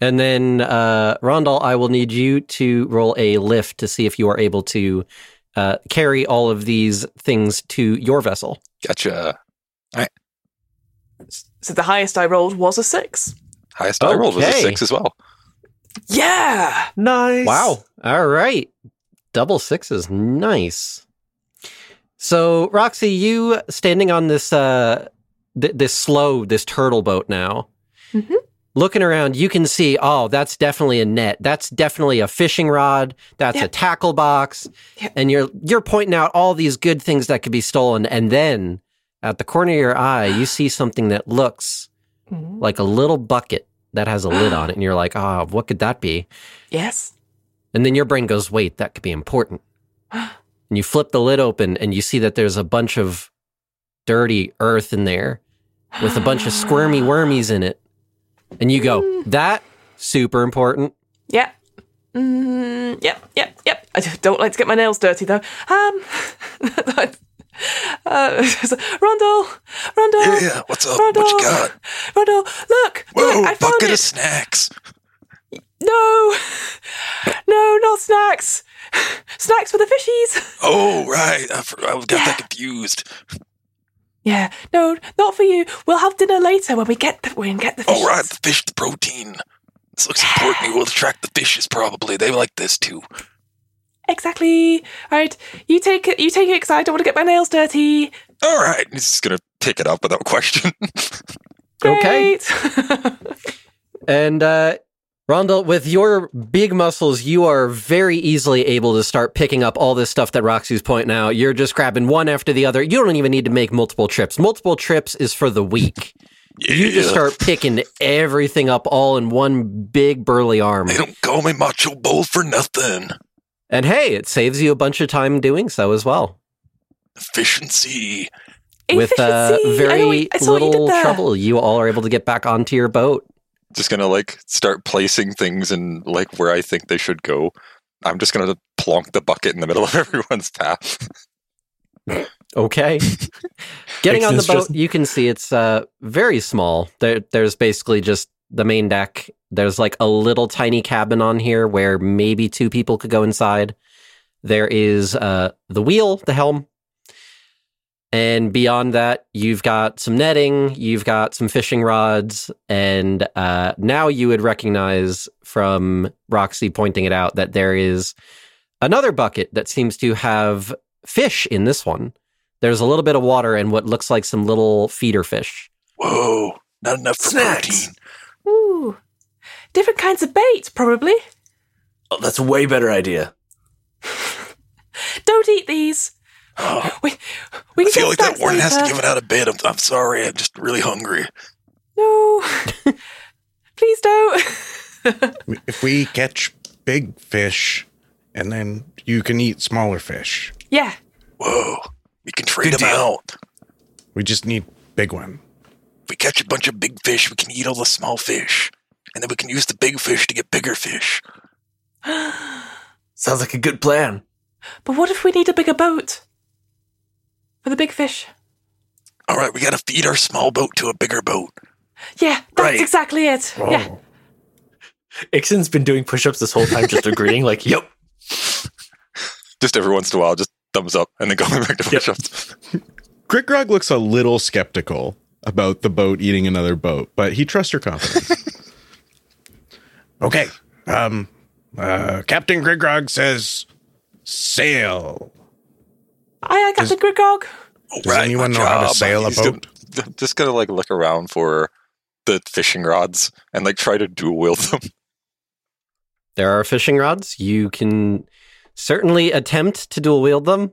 S1: And then, uh, Rondal, I will need you to roll a lift to see if you are able to uh, carry all of these things to your vessel.
S5: Gotcha.
S4: So the highest I rolled was a six.
S5: Highest I rolled was a
S1: Okay.
S5: six as well.
S4: Yeah.
S6: Nice.
S1: Wow. All right. Double sixes. Nice. So, Roxy, you standing on this uh, th- this slow, this turtle boat now.
S4: Mhm.
S1: Looking around, you can see. Oh, that's definitely a net. That's definitely a fishing rod. That's
S4: Yeah.
S1: a tackle box.
S4: Yeah.
S1: And you're you're pointing out all these good things that could be stolen, and then at the corner of your eye, you see something that looks like a little bucket that has a lid on it, and you're like, "Ah, what could that be?"
S4: Yes.
S1: And then your brain goes, wait, that could be important. and you flip the lid open and you see that there's a bunch of dirty earth in there with a bunch of squirmy wormies in it. And you go,
S4: Mm.
S1: that super important.
S4: Yep. Mm, yep. Yep. Yep. I just don't like to get my nails dirty though. Um. uh, Rondell, Rondell,
S5: Yeah, what's up? What you got?
S4: Rondell, look,
S5: Whoa,
S4: look, I found
S5: bucket
S4: it.
S5: of snacks.
S4: No, no, not snacks. Snacks for the fishies.
S5: Oh, right. I, for- I got
S4: Yeah.
S5: that confused.
S4: Yeah, no, not for you. We'll have dinner later when we get the when we get the fishies.
S5: Oh, right. The fish, the protein. This looks important. It will attract the fishes, probably. They like this too.
S4: Exactly. All right, you take it. You take it because I don't want to get my nails dirty.
S5: All right. He's just going to pick it up without question.
S1: Okay.
S4: Great.
S1: And uh, Rondell, with your big muscles, you are very easily able to start picking up all this stuff that Roxy's pointing out. You're just grabbing one after the other. You don't even need to make multiple trips. Multiple trips is for the weak. You just
S5: Yeah.
S1: start picking everything up all in one big burly arm.
S5: They don't call me Macho Bull for nothing.
S1: And hey, it saves you a bunch of time doing so as well.
S5: Efficiency.
S1: With uh,
S4: Efficiency. I
S1: very
S4: know what- I saw what you did
S1: little
S4: there.
S1: trouble, you all are able to get back onto your boat.
S5: Just going to like start placing things in like where I think they should go. I'm just going to plonk the bucket in the middle of everyone's path.
S1: Okay. Getting on the
S6: Makes sense,
S1: boat,
S6: Tristan.
S1: you can see it's uh, very small. There, there's basically just the main deck. There's like a little tiny cabin on here where maybe two people could go inside. There is uh, the wheel, the helm. And beyond that, you've got some netting, you've got some fishing rods, and uh, now you would recognize from Roxy pointing it out that there is another bucket that seems to have fish in this one. There's a little bit of water and what looks like some little feeder fish.
S5: Whoa, not enough for
S6: Snacks.
S5: protein.
S4: Ooh, different kinds of bait, probably.
S6: Oh, that's a way better idea.
S4: Don't eat these. We, we
S9: I
S4: can
S9: feel
S4: get
S9: like that
S4: snacks
S9: warden has to
S4: later.
S9: give it out of bed. I'm, I'm sorry. I'm just really hungry.
S4: No. Please don't.
S7: If we catch big fish, and then you can eat smaller fish.
S4: yeah.
S9: Whoa. We can trade them out.
S7: We just need big one.
S9: If we catch a bunch of big fish, we can eat all the small fish. And then we can use the big fish to get bigger fish.
S6: Sounds like a good plan.
S4: But what if we need a bigger boat for the big fish?
S9: All right, we got to feed our small boat to a bigger boat.
S4: Yeah, that's
S9: Right.
S4: exactly it.
S7: Oh.
S4: Yeah.
S8: Ixen's been doing push-ups this whole time, just agreeing, like, "Yep,
S5: Just every once in a while, just thumbs up and then going back to push ups.
S7: Grog looks a little skeptical about the boat eating another boat, but he trusts your confidence. okay. Um uh Captain Grog says sail.
S4: Aye, aye, Captain Grigog.
S9: All
S7: Does anyone
S9: my
S7: know how to
S5: Ah,
S9: job.
S7: sail a
S5: He's gonna-
S7: boat?
S5: just gonna like look around for the fishing rods and like try to dual wield them.
S1: There are fishing rods. You can certainly attempt to dual wield them.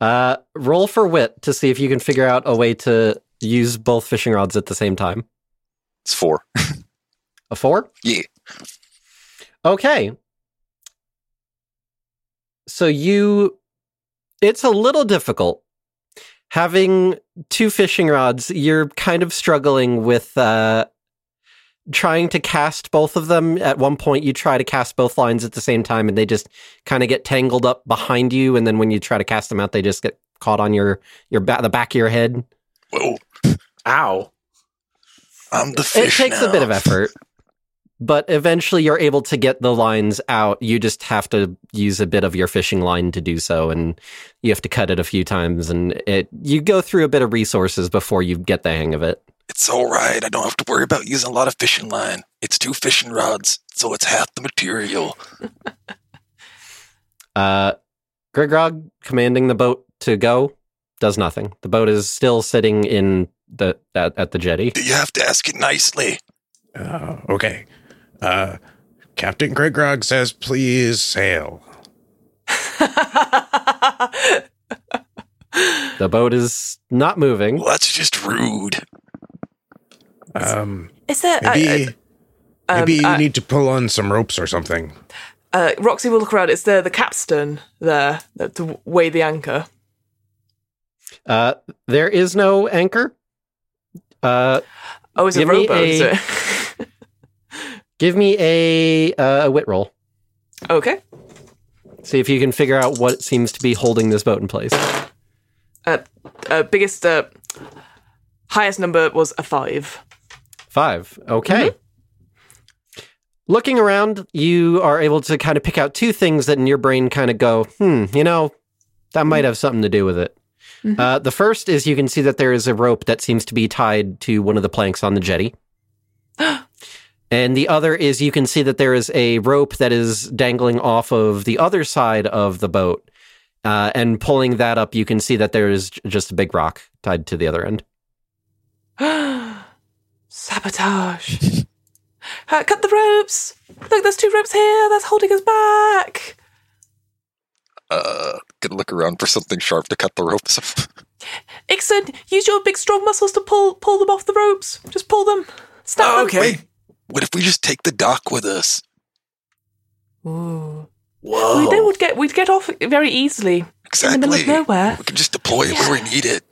S1: Uh, roll for wit to see if you can figure out a way to use both fishing rods at the same time.
S5: It's four.
S1: A four?
S9: Yeah.
S1: Okay. So you. It's a little difficult. Having two fishing rods, you're kind of struggling with uh, trying to cast both of them. At one point, you try to cast both lines at the same time, and they just kind of get tangled up behind you. And then when you try to cast them out, they just get caught on your your ba- the back of your head.
S9: Whoa,
S8: ow."
S9: I'm the
S1: It
S9: fish.
S1: takes a
S9: now.
S1: bit of effort, but eventually you're able to get the lines out. You just have to use a bit of your fishing line to do so, and you have to cut it a few times. And it you go through a bit of resources before you get the hang of it.
S9: It's all right. I don't have to worry about using a lot of fishing line. It's two fishing rods, so it's half the material.
S1: Uh, Grigrog commanding the boat to go does nothing. The boat is still sitting in the at, at the jetty.
S9: You have to ask it nicely.
S7: Uh, okay. Uh Captain Grog says please sail.
S1: The boat is not moving.
S9: Well, that's just rude.
S7: Um
S4: Is there. I-
S7: maybe
S4: I- um,
S7: maybe you
S4: I-
S7: need to pull on some ropes or something.
S4: uh, Roxy will look around. It's there, the capstan there that- to weigh the anchor.
S1: Uh, there is no anchor. Uh,
S4: Oh, is it
S1: Give me
S4: rowboat? Is
S1: a-
S4: it?
S1: give me a uh, a wit roll.
S4: okay.
S1: See if you can figure out what seems to be holding this boat in place.
S4: Uh, uh, biggest, uh, highest number was a five.
S1: Five. Okay. Looking around, you are able to kind of pick out two things that in your brain kind of go, hmm, you know, that might have something to do with it. Uh, the first is you can see that there is a rope that seems to be tied to one of the planks on the jetty. and the other is you can see that there is a rope that is dangling off of the other side of the boat. Uh, and pulling that up, you can see that there is j- just a big rock tied to the other end.
S4: Sabotage. uh, cut the ropes. Look, there's two ropes here. That's holding us back.
S5: Uh, could look around for something sharp to cut the ropes.
S4: Ixon, use your big strong muscles to pull pull them off the ropes. Just pull them. Snap them.
S6: okay.
S9: What if we just take the dock with us?
S4: Ooh.
S9: Whoa.
S4: We then would get we'd get off very easily.
S9: exactly.
S4: middle of nowhere.
S9: We can just deploy it where we need it.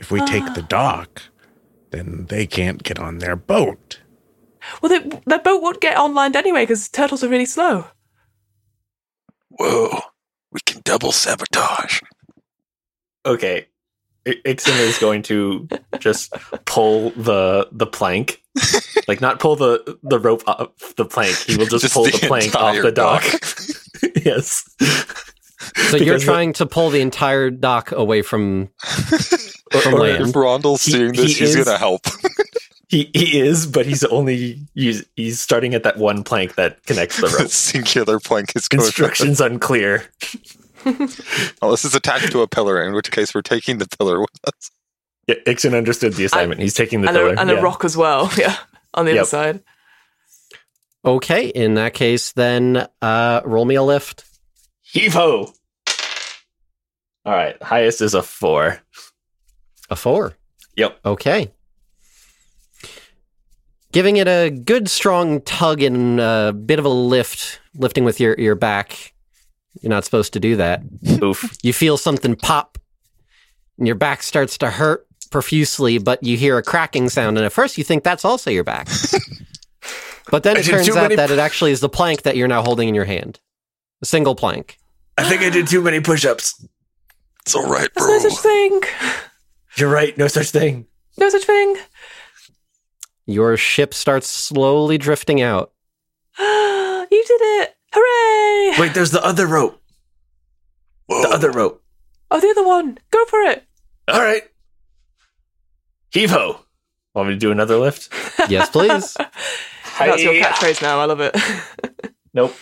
S7: If we
S4: Uh.
S7: take the dock, then they can't get on their boat.
S4: Well, the, the boat would get on land anyway because turtles are really slow.
S9: Whoa. We can double sabotage.
S8: Okay, I- Ixen is going to just pull the the plank, like not pull the the rope off the plank. He will just, pull the, plank off
S5: entire
S8: the dock. yes.
S1: So you're
S8: Because the-
S1: trying to pull the entire dock away from from
S5: Or
S1: land.
S5: if Rondell's
S8: He-
S5: seeing
S8: he
S5: this, he's
S8: is-
S5: gonna help.
S8: He he is, but he's only he's, he's starting at that one plank that connects the
S5: the
S8: rope.
S5: singular plank is going
S8: Instructions unclear.
S5: Unless it's attached to a pillar, in which case we're taking the pillar with us.
S8: Yeah, Ixen understood the assignment. he's taking the
S4: and
S8: pillar
S4: a, and
S8: yeah.
S4: a rock as well. Yeah, on the
S8: Yep.
S4: other side.
S1: Okay, in that case, then uh, roll me a lift.
S8: Heave ho! All right, highest is a four.
S1: A four.
S8: Yep.
S1: Okay. Giving it a good strong tug and a bit of a lift, lifting with your, your back. You're not supposed to do that.
S8: Oof.
S1: You feel something pop, and your back starts to hurt profusely, but you hear a cracking sound, and at first you think that's also your back. but then
S6: I
S1: it
S6: did
S1: turns
S6: too
S1: out
S6: many-
S1: that it actually is the plank that you're now holding in your hand. A single plank.
S6: I think I did too many push ups.
S9: It's all right,
S4: There's
S9: bro.
S4: no such thing.
S8: You're right. No such thing.
S4: No such thing.
S1: Your ship starts slowly drifting out.
S4: you did it. Hooray!
S6: Wait, there's the other rope.
S9: Whoa.
S6: The other rope.
S4: Oh, the other one. Go for it.
S8: All right. Heave ho! Want me to do another lift?
S1: Yes, please.
S4: That's your
S8: Hi-ya.
S4: catchphrase now. I love it.
S8: Nope.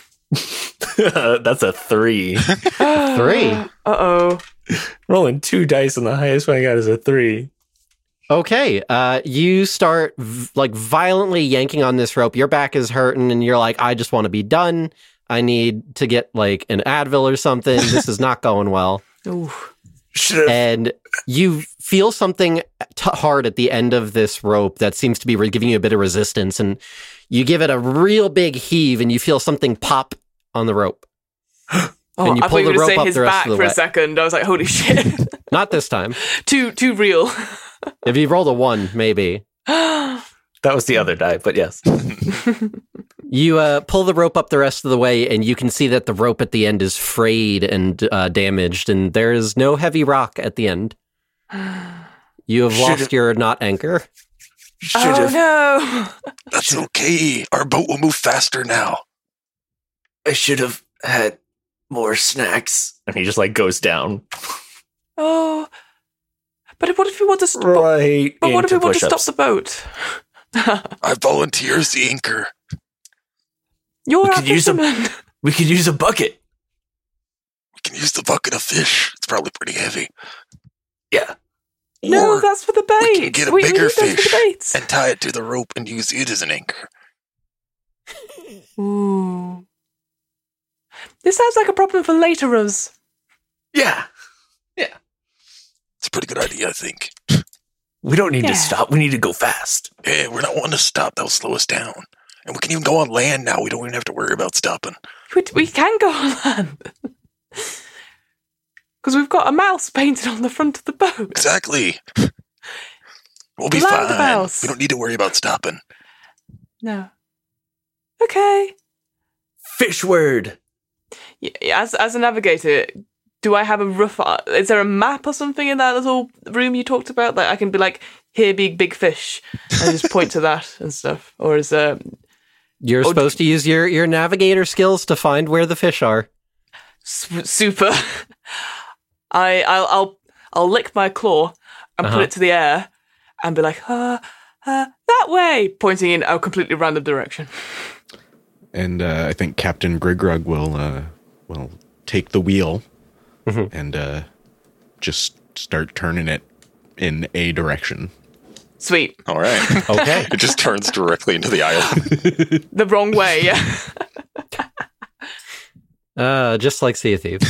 S8: That's a three.
S1: Three.
S4: Uh oh.
S8: Rolling two dice, and the highest one I got is a three.
S1: Okay, uh, you start v- like violently yanking on this rope. Your back is hurting, and you're like, "I just want to be done. I need to get like an Advil or something. This is not going well."
S4: Ooh.
S6: Should have.
S1: And you feel something t- hard at the end of this rope that seems to be re- giving you a bit of resistance, and you give it a real big heave, and you feel something pop on the rope.
S4: Oh,
S1: And you
S4: I thought
S1: pull
S4: you
S1: the
S4: were going
S1: rope
S4: to say
S1: up
S4: his
S1: the rest
S4: back
S1: of the
S4: for a
S1: way.
S4: second. I was like, holy shit.
S1: Not this time.
S4: too too real.
S1: If you roll a one, maybe.
S4: Oh,
S8: That was the other die, but yes.
S1: You uh, pull the rope up the rest of the way, and you can see that the rope at the end is frayed and uh, damaged, and there is no heavy rock at the end. You have
S6: Should've-
S1: lost your knot anchor.
S6: Should
S4: oh
S6: have.
S4: no.
S9: That's okay. Our boat will move faster now.
S6: I should have had more snacks.
S8: And he just like goes down.
S4: Oh. But what if we want to stop?
S8: Right.
S4: But what if we
S8: into
S4: want to stop
S8: push-ups.
S4: the boat?
S9: I volunteer as the anchor.
S4: You're
S6: We
S4: our
S6: could use some-
S4: fisherman.
S6: We could use a bucket.
S9: We can use the bucket of fish. It's probably pretty heavy.
S6: Yeah.
S4: No,
S9: Or-
S4: that's for the
S9: we can
S4: bait.
S9: get a
S4: we,
S9: bigger
S4: need those for
S9: fish.
S4: the baits.
S9: and tie it to the rope and use it as an anchor.
S4: Ooh. This sounds like a problem for later us.
S6: Yeah.
S9: It's a pretty good idea, I think.
S6: We don't need
S4: Yeah.
S6: to stop. We need to go fast.
S9: Hey, we're not wanting to stop. That'll slow us down. And we can even go on land now. We don't even have to worry about stopping.
S4: We, we can go on land. Because we've got a mouse painted on the front of the boat.
S9: Exactly. We'll be
S4: Land the
S9: fine.
S4: mouse.
S9: We don't need to worry about stopping.
S4: No. Okay.
S6: Fish word.
S4: Y- As as a navigator, do I have a rough? Is there a map or something in that little room you talked about? Like I can be like, here be big fish, and just point to that and stuff. Or is uh,
S1: You're
S4: Oh,
S1: supposed to use your, your navigator skills to find where the fish are.
S4: su- super? I I'll I'll I'll lick my claw and
S1: Uh-huh.
S4: put it to the air and be like, uh, uh, that way, pointing in a completely random direction.
S7: And uh, I think Captain Grigrug will uh, will take the wheel and uh, just start turning it in a direction.
S4: Sweet.
S5: All right.
S1: Okay.
S5: it just turns directly into the island.
S4: the wrong way. Yeah.
S1: uh, just like Sea of Thieves.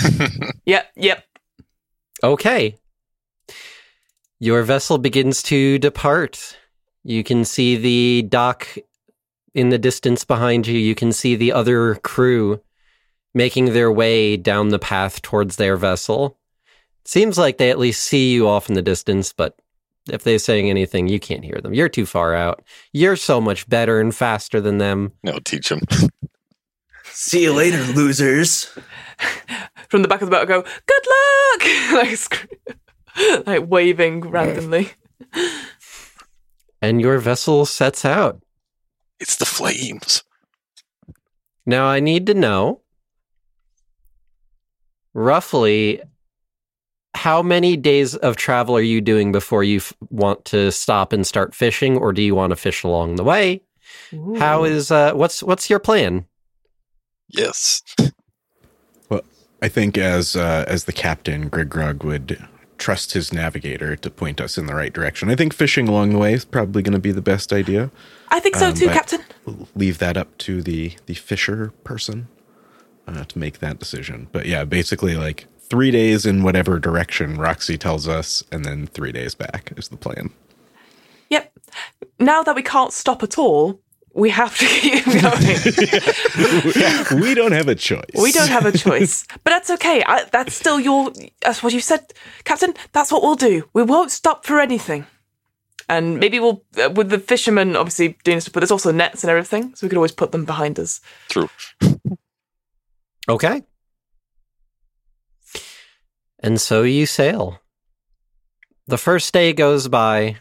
S4: yep. Yep.
S1: Okay. Your vessel begins to depart. You can see the dock in the distance behind you. You can see the other crew making their way down the path towards their vessel. Seems like they at least see you off in the distance, but if they're saying anything, you can't hear them. You're too far out. You're so much better and faster than them.
S5: No, teach him.
S6: See you later, losers.
S4: From the back of the boat, I go, good luck! like, sc- like waving randomly.
S1: And your vessel sets out.
S9: It's the flames.
S1: Now I need to know roughly how many days of travel are you doing before you f- want to stop and start fishing, or do you want to fish along the way? How is uh, what's what's your plan?
S9: Yes.
S7: I think as uh, as the captain, Grigrug would trust his navigator to point us in the right direction. I think fishing along the way is probably going to be the best idea.
S4: I think so
S7: Um,
S4: too,
S7: but-
S4: Captain.
S7: We'll leave that up to the the fisher person. uh, to make that decision. But yeah, basically like three days in whatever direction Roxy tells us, and then three days back is the plan.
S4: Yep. Now that we can't stop at all, we have to keep going.
S7: we don't have a choice.
S4: we don't have a choice, but that's okay. I, that's still your. That's what you said, Captain. That's what we'll do. We won't stop for anything. And maybe we'll uh, with the fishermen obviously doing stuff, but there's also nets and everything, so we could always put them behind us.
S5: True.
S1: Okay. And so you sail. The first day goes by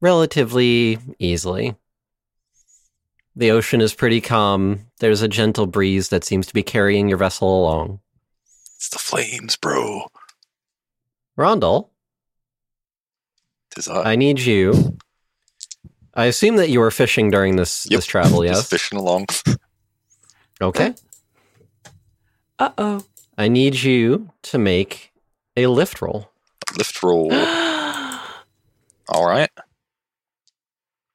S1: relatively easily. The ocean is pretty calm. There's a gentle breeze that seems to be carrying your vessel along.
S9: It's the flames, bro.
S1: Rondell,
S9: Tis I.
S1: I need you. I assume that you were fishing during this
S5: Yep.
S1: this travel, yes?
S5: Just fishing along.
S1: Okay.
S4: Uh oh.
S1: I need you to make a lift roll.
S5: Lift roll. All right.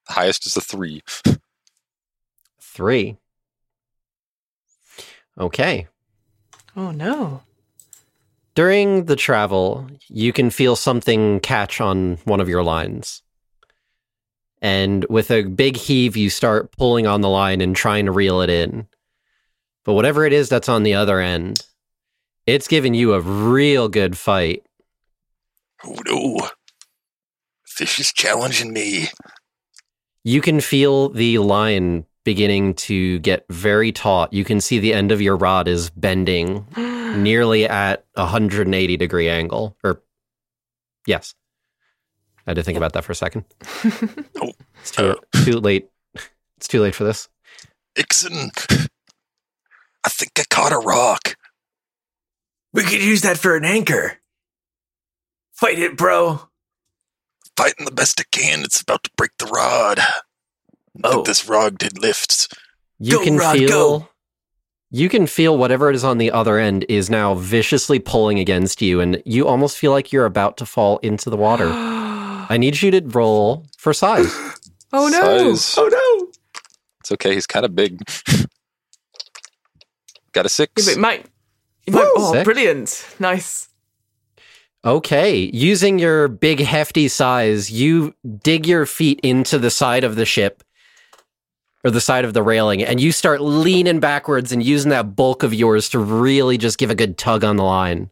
S5: Highest is a three.
S1: Three. Okay.
S4: Oh no.
S1: During the travel, you can feel something catch on one of your lines. And with a big heave, you start pulling on the line and trying to reel it in. But whatever it is that's on the other end, it's giving you a real good fight.
S9: Oh no. Fish is challenging me.
S1: You can feel the line beginning to get very taut. You can see the end of your rod is bending nearly at a 180 degree angle. Or, yes. I had to think about that for a second.
S9: Oh.
S1: It's too, too late. It's too late for this.
S9: Ixon. I think I caught a rock.
S6: We could use that for an anchor. Fight it, bro.
S9: Fighting the best I can. It's about to break the rod.
S6: Oh.
S9: But this rod did lift.
S1: You
S6: Go,
S1: can
S6: Rod,
S1: feel.
S6: go.
S1: You can feel whatever is on the other end is now viciously pulling against you, and you almost feel like you're about to fall into the water.
S4: oh
S1: I need you to roll for size.
S4: no.
S5: Size.
S6: Oh no!
S5: It's okay. He's kind of big. Got
S4: Yeah,
S5: a six.
S4: but it might. it might-
S6: Woo!
S4: oh,
S1: Sick.
S4: brilliant! Nice.
S1: Okay, using your big hefty size, you dig your feet into the side of the ship or the side of the railing and you start leaning backwards and using that bulk of yours to really just give a good tug on the line.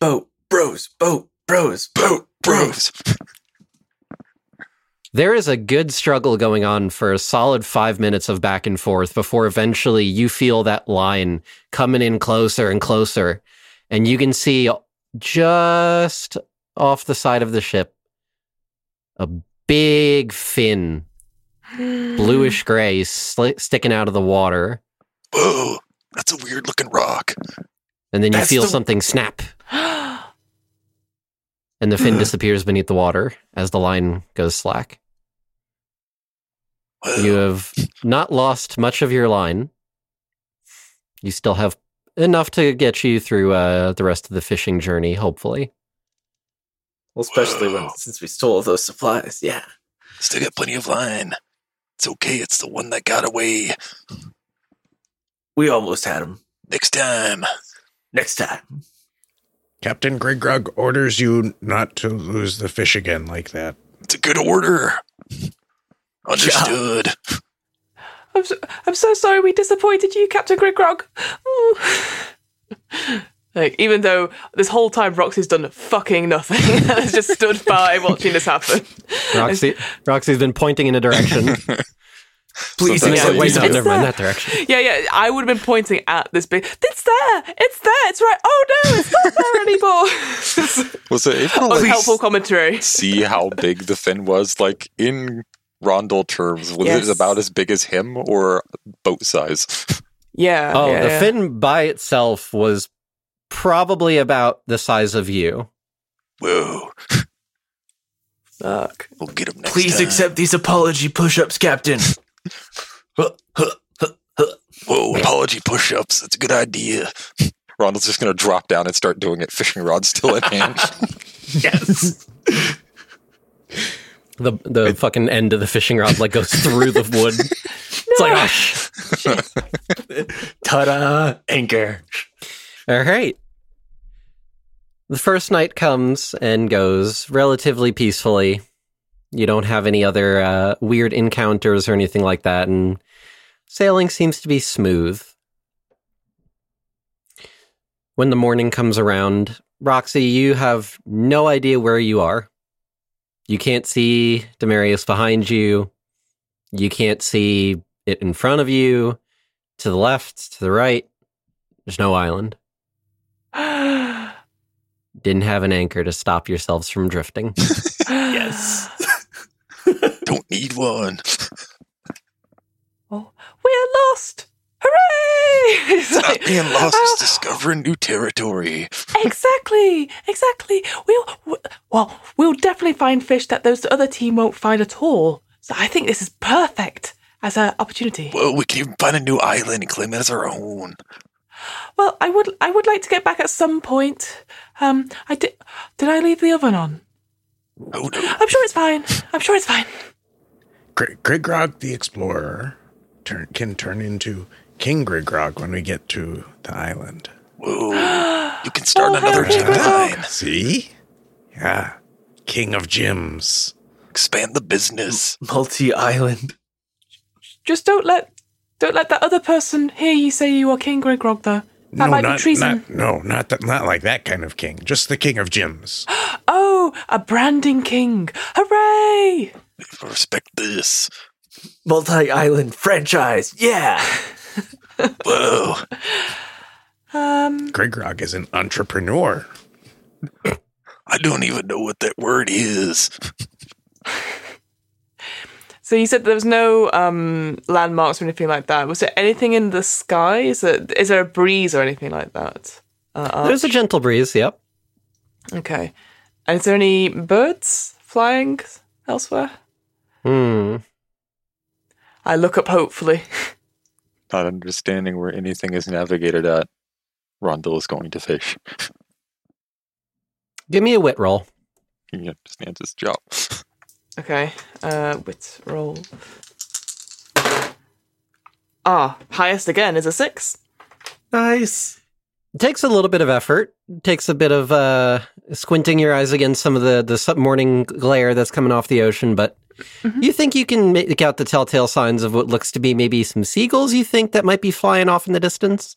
S6: Boat, bros, boat, bros, boat, bros.
S9: Bros.
S1: There is a good struggle going on for a solid 5 minutes of back and forth before eventually you feel that line coming in closer and closer and you can see just off the side of the ship a big fin
S9: Mm.
S1: bluish gray sli sticking out of the water,
S9: Whoa. That's a weird looking rock.
S1: and then you
S6: That's
S1: feel
S6: the-
S1: something snap, and the fin disappears beneath the water as the line goes slack.
S9: Well,
S1: You have not lost much of your line. You still have enough to get you through uh, the rest of the fishing journey, hopefully.
S6: Well, especially when since we stole those supplies, yeah.
S9: Still got plenty of line. It's okay. It's the one that got away.
S6: We almost had them.
S9: Next time.
S6: Next time.
S7: Captain Grigrug orders you not to lose the fish again like that.
S9: It's a good order. Understood.
S4: I'm so, I'm so sorry we disappointed you, Captain Grigrog. Ooh. like, even though this whole time Roxy's done fucking nothing and has just stood by watching this happen.
S1: Roxy, Roxy's been pointing in a direction.
S6: Please
S5: Sometimes
S6: accept
S5: I
S1: Wait,
S6: these
S1: no,
S4: it's
S1: never mind
S4: that.
S1: that direction.
S4: Yeah, yeah, I would have been pointing at this big. It's there! It's there! It's right! Oh no, it's not there anymore!
S5: Was it able to
S4: oh,
S5: like,
S4: helpful commentary.
S5: see how big the fin was? Like in Rondel terms, was
S4: Yes.
S5: it about as big as him or boat size?
S4: Yeah.
S1: Oh,
S4: yeah,
S1: the
S4: yeah.
S1: fin by itself was probably about the size of you.
S9: Whoa.
S4: Fuck.
S9: We'll get him next
S6: Please
S9: time.
S6: accept these apology push-ups, Captain. Huh, huh, huh, huh.
S9: Whoa, apology push ups. That's a good idea.
S5: Rondel's just gonna drop down and start doing it, fishing rod still in hand.
S6: yes.
S1: The the fucking end of the fishing rod like goes through the wood. It's like, oh, "Ah, sh-
S8: Ta-da! Anchor.
S1: All right. The first night comes and goes relatively peacefully. You don't have any other uh, weird encounters or anything like that, and sailing seems to be smooth. When the morning comes around, Roxy, you have no idea where you are. You can't see Demarius behind you. You can't see it in front of you, to the left, to the right. There's no island. Didn't have an anchor to stop yourselves from drifting.
S8: Yes.
S9: Don't need one.
S4: Oh, we're lost! Hooray! It's
S9: Not
S4: like-
S9: being lost
S4: Oh,
S9: is discovering new territory.
S4: exactly, exactly. We'll w- well, we'll definitely find fish that those other team won't find at all. So I think this is perfect as an opportunity.
S9: Whoa, we can even find a new island and claim it as our own.
S4: Well, I would I would like to get back at some point. Um, I did did I leave the oven on?
S9: Oh no.
S4: I'm sure it's fine. I'm sure it's fine.
S7: Gr- Grigrog the Explorer turn, can turn into King Grigrog when we get to the island.
S9: Whoa. You can start
S4: Oh,
S9: another
S4: hello, Grigrog.
S9: time.
S7: See? Yeah. King of Gyms.
S9: Expand the business.
S6: Multi island.
S4: Just don't let don't let that other person hear you say you are King Grog though. That might
S7: not,
S4: be treason.
S7: not- no, not that, not like that kind of king. Just the king of gyms.
S4: Oh, a branding king. Hooray!
S9: Respect this.
S6: Multi island franchise. Yeah.
S9: Whoa.
S4: Um
S7: Grigrog is an entrepreneur.
S9: I don't even know what that word is.
S4: so you said there was no um landmarks or anything like that. Was there anything in the sky? Is there is there a breeze or anything like that? Uh, uh,
S1: There's a gentle breeze, yep.
S4: okay. And is there any birds flying elsewhere?
S1: Hmm.
S4: I look up hopefully.
S5: Not understanding where anything is navigated at. Rondell is going to fish.
S1: Give me a wit roll.
S5: He understands his job.
S4: Okay. Uh, wit roll. Ah, highest again is a six.
S6: Nice.
S1: It takes a little bit of effort. It takes a bit of uh, squinting your eyes against some of the the sub- morning glare that's coming off the ocean, but you think you can make out the telltale signs of what looks to be maybe some seagulls. You think that might be flying off in the distance.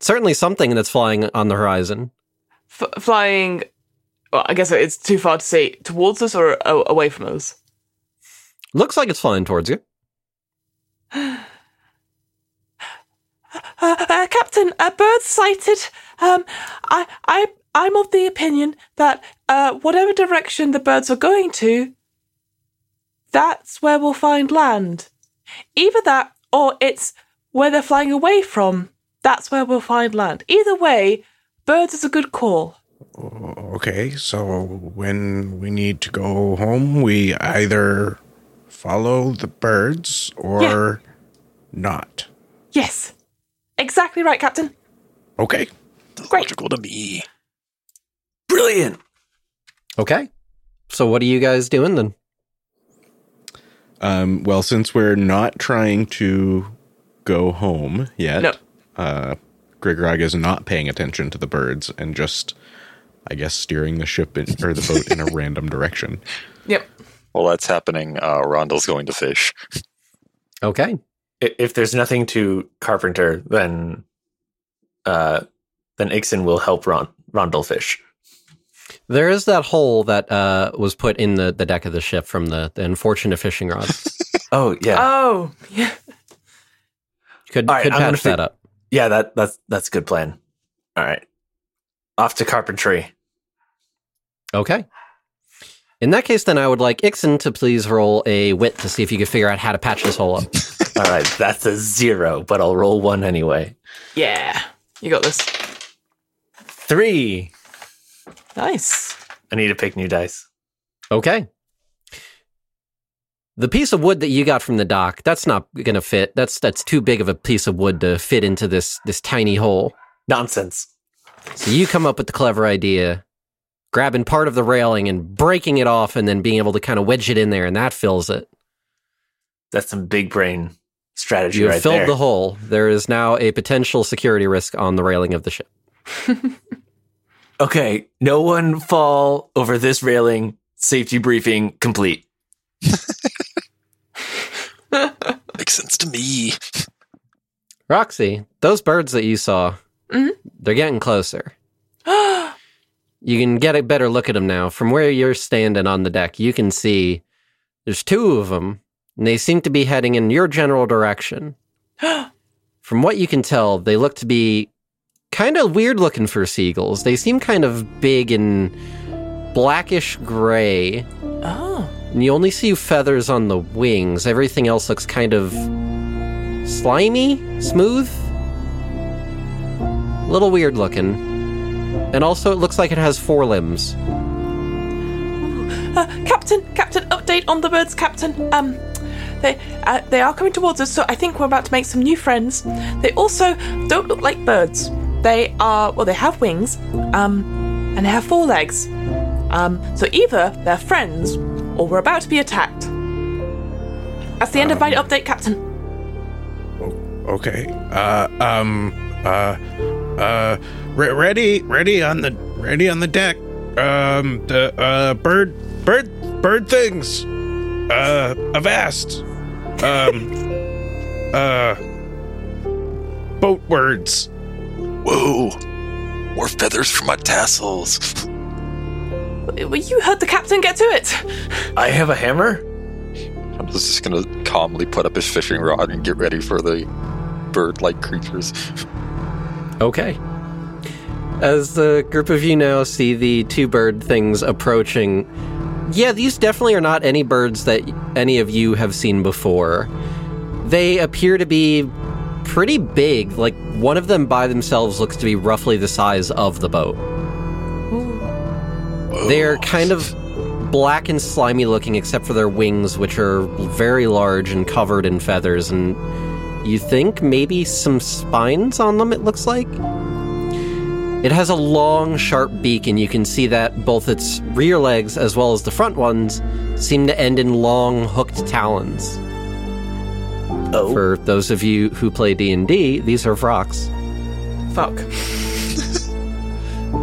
S1: Certainly something that's flying on the horizon.
S4: F- flying. Well, I guess it's too far to see towards us or a- away from us.
S1: Looks like it's flying towards you.
S4: Uh, uh, Captain, a bird sighted. Um, I, I, I'm of the opinion that uh, whatever direction the birds are going to, that's where we'll find land. Either that, or it's where they're flying away from. That's where we'll find land. Either way, birds is a good call.
S7: Okay, so when we need to go home, we either follow the birds or not.
S4: Yes, exactly right, Captain.
S7: Okay.
S9: Logical to me.
S6: Brilliant.
S1: Okay. So what are you guys doing then?
S7: Um, well, since we're not trying to go home yet,
S4: No.
S7: uh, Grigrog is not paying attention to the birds and just, I guess, steering the ship in, or the boat in a random direction.
S4: Yep.
S5: While that's happening, uh, Rondell's going to fish.
S1: Okay.
S8: I- If there's nothing to Carpenter, then uh, then Ixon will help Ron Rondel fish.
S1: There is that hole that uh, was put in the, the deck of the ship from the, the unfortunate fishing rod.
S6: Oh yeah.
S4: Oh, yeah.
S1: Could
S6: All right,
S1: could
S6: I'm gonna
S1: patch that
S6: fi-
S1: up.
S6: yeah, that that's that's a good plan. All right. Off to carpentry.
S1: Okay. In that case, then I would like Ixon to please roll a wit to see if you can figure out how to patch this hole up.
S6: All right, that's a zero, but I'll roll one anyway.
S4: Yeah. You got this.
S6: Three.
S4: Nice.
S8: I need to pick new dice.
S1: Okay. The piece of wood that you got from the dock, that's not going to fit. That's that's too big of a piece of wood to fit into this this tiny hole.
S6: Nonsense.
S1: So you come up with the clever idea, grabbing part of the railing and breaking it off and then being able to kind of wedge it in there and that fills it.
S6: That's some big brain
S8: strategy
S1: You have
S8: right
S1: filled
S8: there.
S1: the hole. There is now a potential security risk on the railing of the ship.
S8: okay, no one fall over this railing. Safety briefing complete.
S9: Makes sense to me.
S1: Roxy, those birds that you saw,
S4: Mhm.
S1: they're getting closer. You can get a better look at them now. From where you're standing on the deck, you can see there's two of them, and they seem to be heading in your general direction. From what you can tell, they look to be kind of weird looking for seagulls. They seem kind of big and blackish gray.
S4: oh.
S1: And you only see feathers on the wings. Everything else looks kind of slimy, smooth, a little weird looking. And also, it looks like it has four limbs.
S4: Uh, Captain, Captain, update on the birds, Captain. Um, they uh, they are coming towards us, so I think we're about to make some new friends. They also don't look like birds. They are well, they have wings, um, and they have four legs. Um, so either they're friends, or we're about to be attacked. That's the end of my update, Captain.
S7: Okay. Uh, um, uh, uh, re- ready, ready on the, ready on the deck. Um, the, uh, bird, bird, bird things. Uh, avast. Um, uh, boat words.
S9: Whoa. More feathers for my tassels.
S4: Well, you heard the captain. Get to it.
S8: I have a hammer.
S5: I'm just gonna calmly put up his fishing rod and get ready for the bird-like creatures.
S1: Okay. As the group of you now see the two bird things approaching, yeah, these definitely are not any birds that any of you have seen before. They appear to be pretty big. Like, one of them by themselves looks to be roughly the size of the boat. They're kind of black and slimy looking, except for their wings, which are very large and covered in feathers, and you think maybe some spines on them, it looks like? It has a long, sharp beak, and you can see that both its rear legs as well as the front ones seem to end in long, hooked talons.
S8: Oh.
S1: For those of you who play D&D, these are Vrox.
S8: Fuck.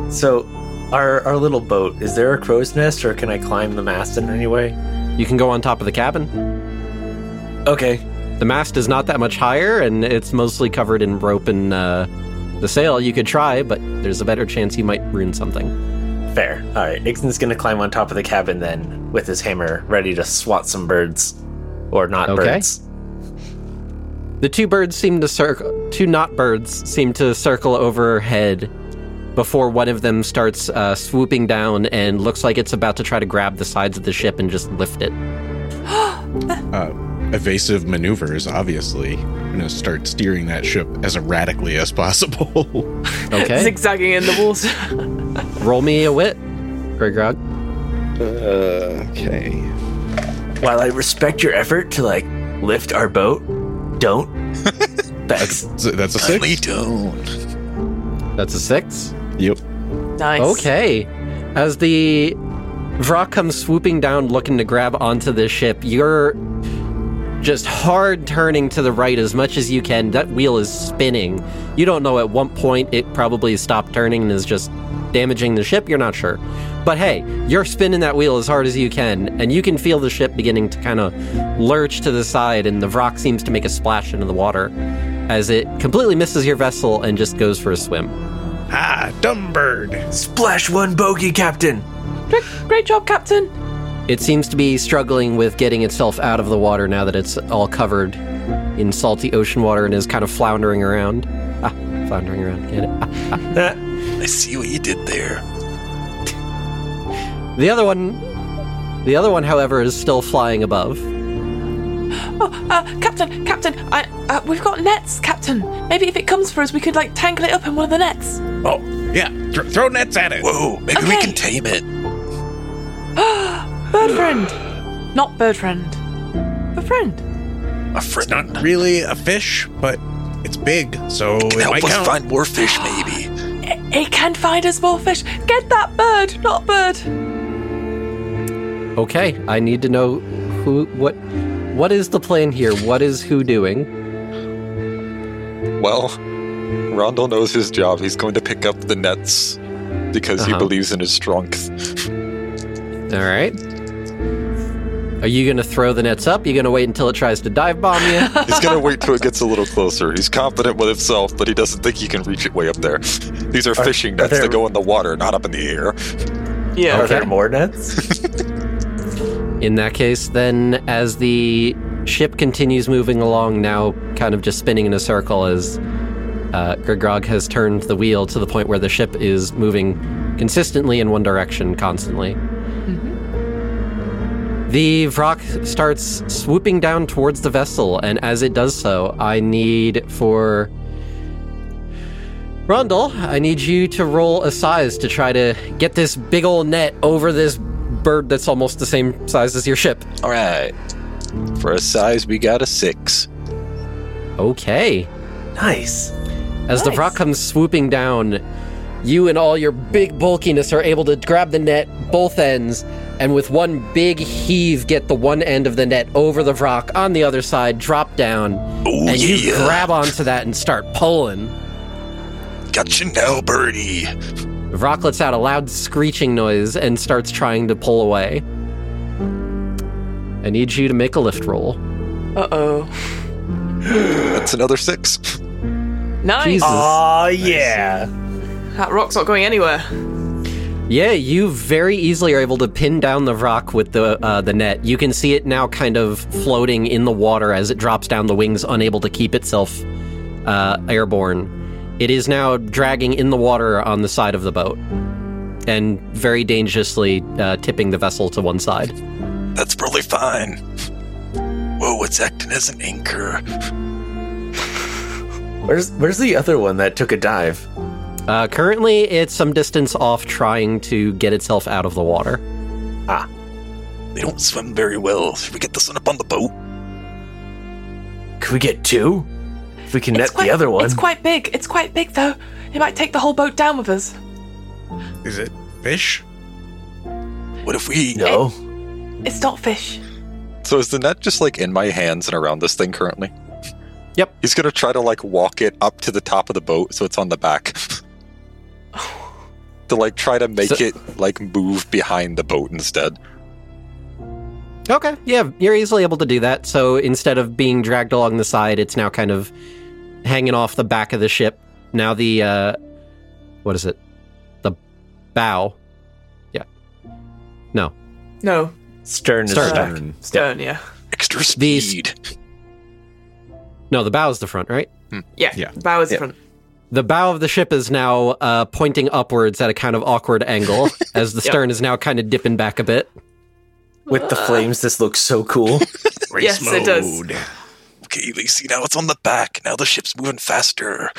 S8: so, our our little boat. Is there a crow's nest, or can I climb the mast in any way?
S1: You can go on top of the cabin.
S8: Okay.
S1: The mast is not that much higher, and it's mostly covered in rope and uh, the sail. You could try, but there's a better chance you might ruin something.
S8: Fair. All right. Ixon's going to climb on top of the cabin then with his hammer, ready to swat some birds. Or not
S1: Okay.
S8: birds.
S1: The two birds seem to circle. Two not birds seem to circle overhead before one of them starts uh, swooping down and looks like it's about to try to grab the sides of the ship and just lift it.
S7: Uh, evasive maneuvers, obviously. I'm gonna start steering that ship as erratically as possible.
S1: Okay,
S4: Zigzagging in the water.
S1: roll me a wit, Grigrog.
S7: Uh, okay.
S8: While I respect your effort to like lift our boat, don't. Thanks.
S7: that's a
S9: Kindly
S7: six.
S9: don't.
S1: That's a six.
S7: Yep.
S4: nice.
S1: Okay. As the Vrock comes swooping down looking to grab onto the ship, you're just hard turning to the right as much as you can. That wheel is spinning. You don't know at what point it probably stopped turning and is just damaging the ship. You're not sure. But hey, you're spinning that wheel as hard as you can, and you can feel the ship beginning to kind of lurch to the side, and the Vrock seems to make a splash into the water as it completely misses your vessel and just goes for a swim.
S7: Ah, dumb bird.
S8: Splash one bogey, Captain.
S4: Great, great job, Captain.
S1: It seems to be struggling with getting itself out of the water now that it's all covered in salty ocean water and is kind of floundering around. Ah, floundering around. Get it? Ah.
S9: I see what you did there.
S1: The other one, the other one, however, is still flying above.
S4: Oh, uh, Captain, Captain, I, uh, we've got nets, Captain. Maybe if it comes for us, we could like tangle it up in one of the nets.
S7: Oh, yeah. Th- throw nets at it.
S9: Whoa, maybe we
S4: Okay.
S9: can tame it.
S4: Bird friend, not bird friend, but friend.
S9: My friend.
S7: Not really a fish, but it's big, so it
S9: can
S7: might
S9: help us
S7: count.
S9: find more fish, maybe.
S4: It, it can find us more fish. Get that bird, not bird.
S1: Okay, I need to know who, what, what is the plan here? What is who doing?
S5: Well, Rondell knows his job. He's going to pick up the nets because he
S1: Uh-huh.
S5: believes in his strength.
S1: All right. Are you going to throw the nets up? You going to wait until it tries to dive bomb you?
S5: He's going to wait till it gets a little closer. He's confident with himself, but he doesn't think he can reach it way up there. These are, fishing nets
S8: there-
S5: that go in the water, not up in the air.
S4: Yeah.
S8: Are there more nets?
S1: In that case, then as the ship continues moving along, now kind of just spinning in a circle as uh, Grigrog has turned the wheel to the point where the ship is moving consistently in one direction constantly. The Vrock starts swooping down towards the vessel, and as it does so, I need for. Rondell, I need you to roll a size to try to get this big old net over this bird that's almost the same size as your ship.
S5: All right. For a size, we got a six.
S1: Okay.
S8: nice.
S1: As the rock comes swooping down, you and all your big bulkiness are able to grab the net both ends, and with one big heave, get the one end of the net over the rock on the other side, drop down,
S5: Oh,
S1: and you
S9: yeah.
S1: grab onto that and start pulling.
S9: Gotcha now, birdie.
S1: The rock lets out a loud screeching noise and starts trying to pull away. I need you to make a lift roll.
S4: Uh oh.
S5: That's another six.
S4: Nice.
S1: Jesus.
S8: Oh yeah.
S4: That rock's not going anywhere.
S1: Yeah, you very easily are able to pin down the rock with the uh, the net. You can see it now, kind of floating in the water as it drops down the wings, unable to keep itself uh, airborne. It is now dragging in the water on the side of the boat, and very dangerously uh, tipping the vessel to one side.
S9: That's probably fine. Whoa, it's acting as an anchor.
S6: Where's where's the other one that took a dive?
S1: Uh, currently, it's some distance off, trying to get itself out of the water.
S6: Ah.
S9: They don't swim very well. Should we get this one up on the boat?
S6: Could we get two? If we can net
S4: quite,
S6: the other one.
S4: It's quite big. It's quite big though. It might take the whole boat down with us.
S7: Is it fish?
S9: What if we
S6: no.
S4: It's not fish.
S5: So is the net just like in my hands and around this thing currently?
S1: Yep.
S5: He's going to try to like walk it up to the top of the boat so it's on the back. to like try to make
S1: So-
S5: it like move behind the boat instead.
S1: Okay, yeah, you're easily able to do that. So instead of being dragged along the side, it's now kind of hanging off the back of the ship. Now the uh what is it? The bow. Yeah. No.
S4: No.
S8: Stern is
S1: Stern.
S8: back.
S4: Stone. Yeah.
S9: extra
S1: The-
S9: speed?
S1: No, the bow is the front, right?
S6: Hmm.
S4: Yeah.
S7: Yeah.
S4: Bow is front.
S1: The bow of the ship is now uh pointing upwards at a kind of awkward angle as the
S4: Yep.
S1: stern is now kind of dipping back a bit.
S6: With the flames, this looks so cool.
S9: Race
S4: yes, it does.
S7: Mode.
S9: Okay, Lacey, now it's on the back. Now the ship's moving faster.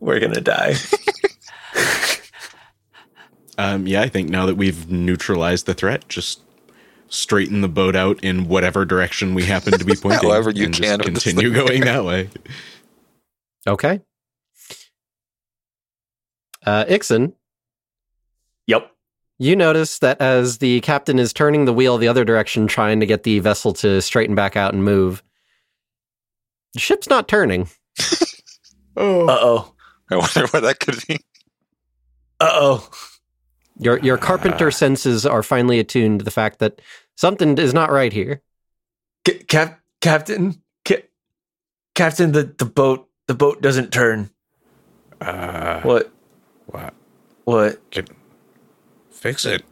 S8: We're gonna die.
S7: Um, yeah, I think now that we've neutralized the threat, just straighten the boat out in whatever direction we happen to be pointing.
S5: However you
S7: and
S5: can
S7: just
S5: with this
S7: continue
S5: thing.
S7: going that way.
S1: Okay. Uh Ixon,
S8: yep.
S1: You notice that as the captain is turning the wheel the other direction, trying to get the vessel to straighten back out and move, the ship's not turning.
S4: Oh.
S6: Uh oh.
S5: I wonder what that could be.
S6: Uh oh.
S1: Your your
S8: Ah.
S1: carpenter senses are finally attuned to the fact that something is not right here.
S6: Cap Captain Ca- Captain the, the boat the boat doesn't turn.
S7: Uh,
S6: What
S7: what?
S6: what?
S7: Fix it.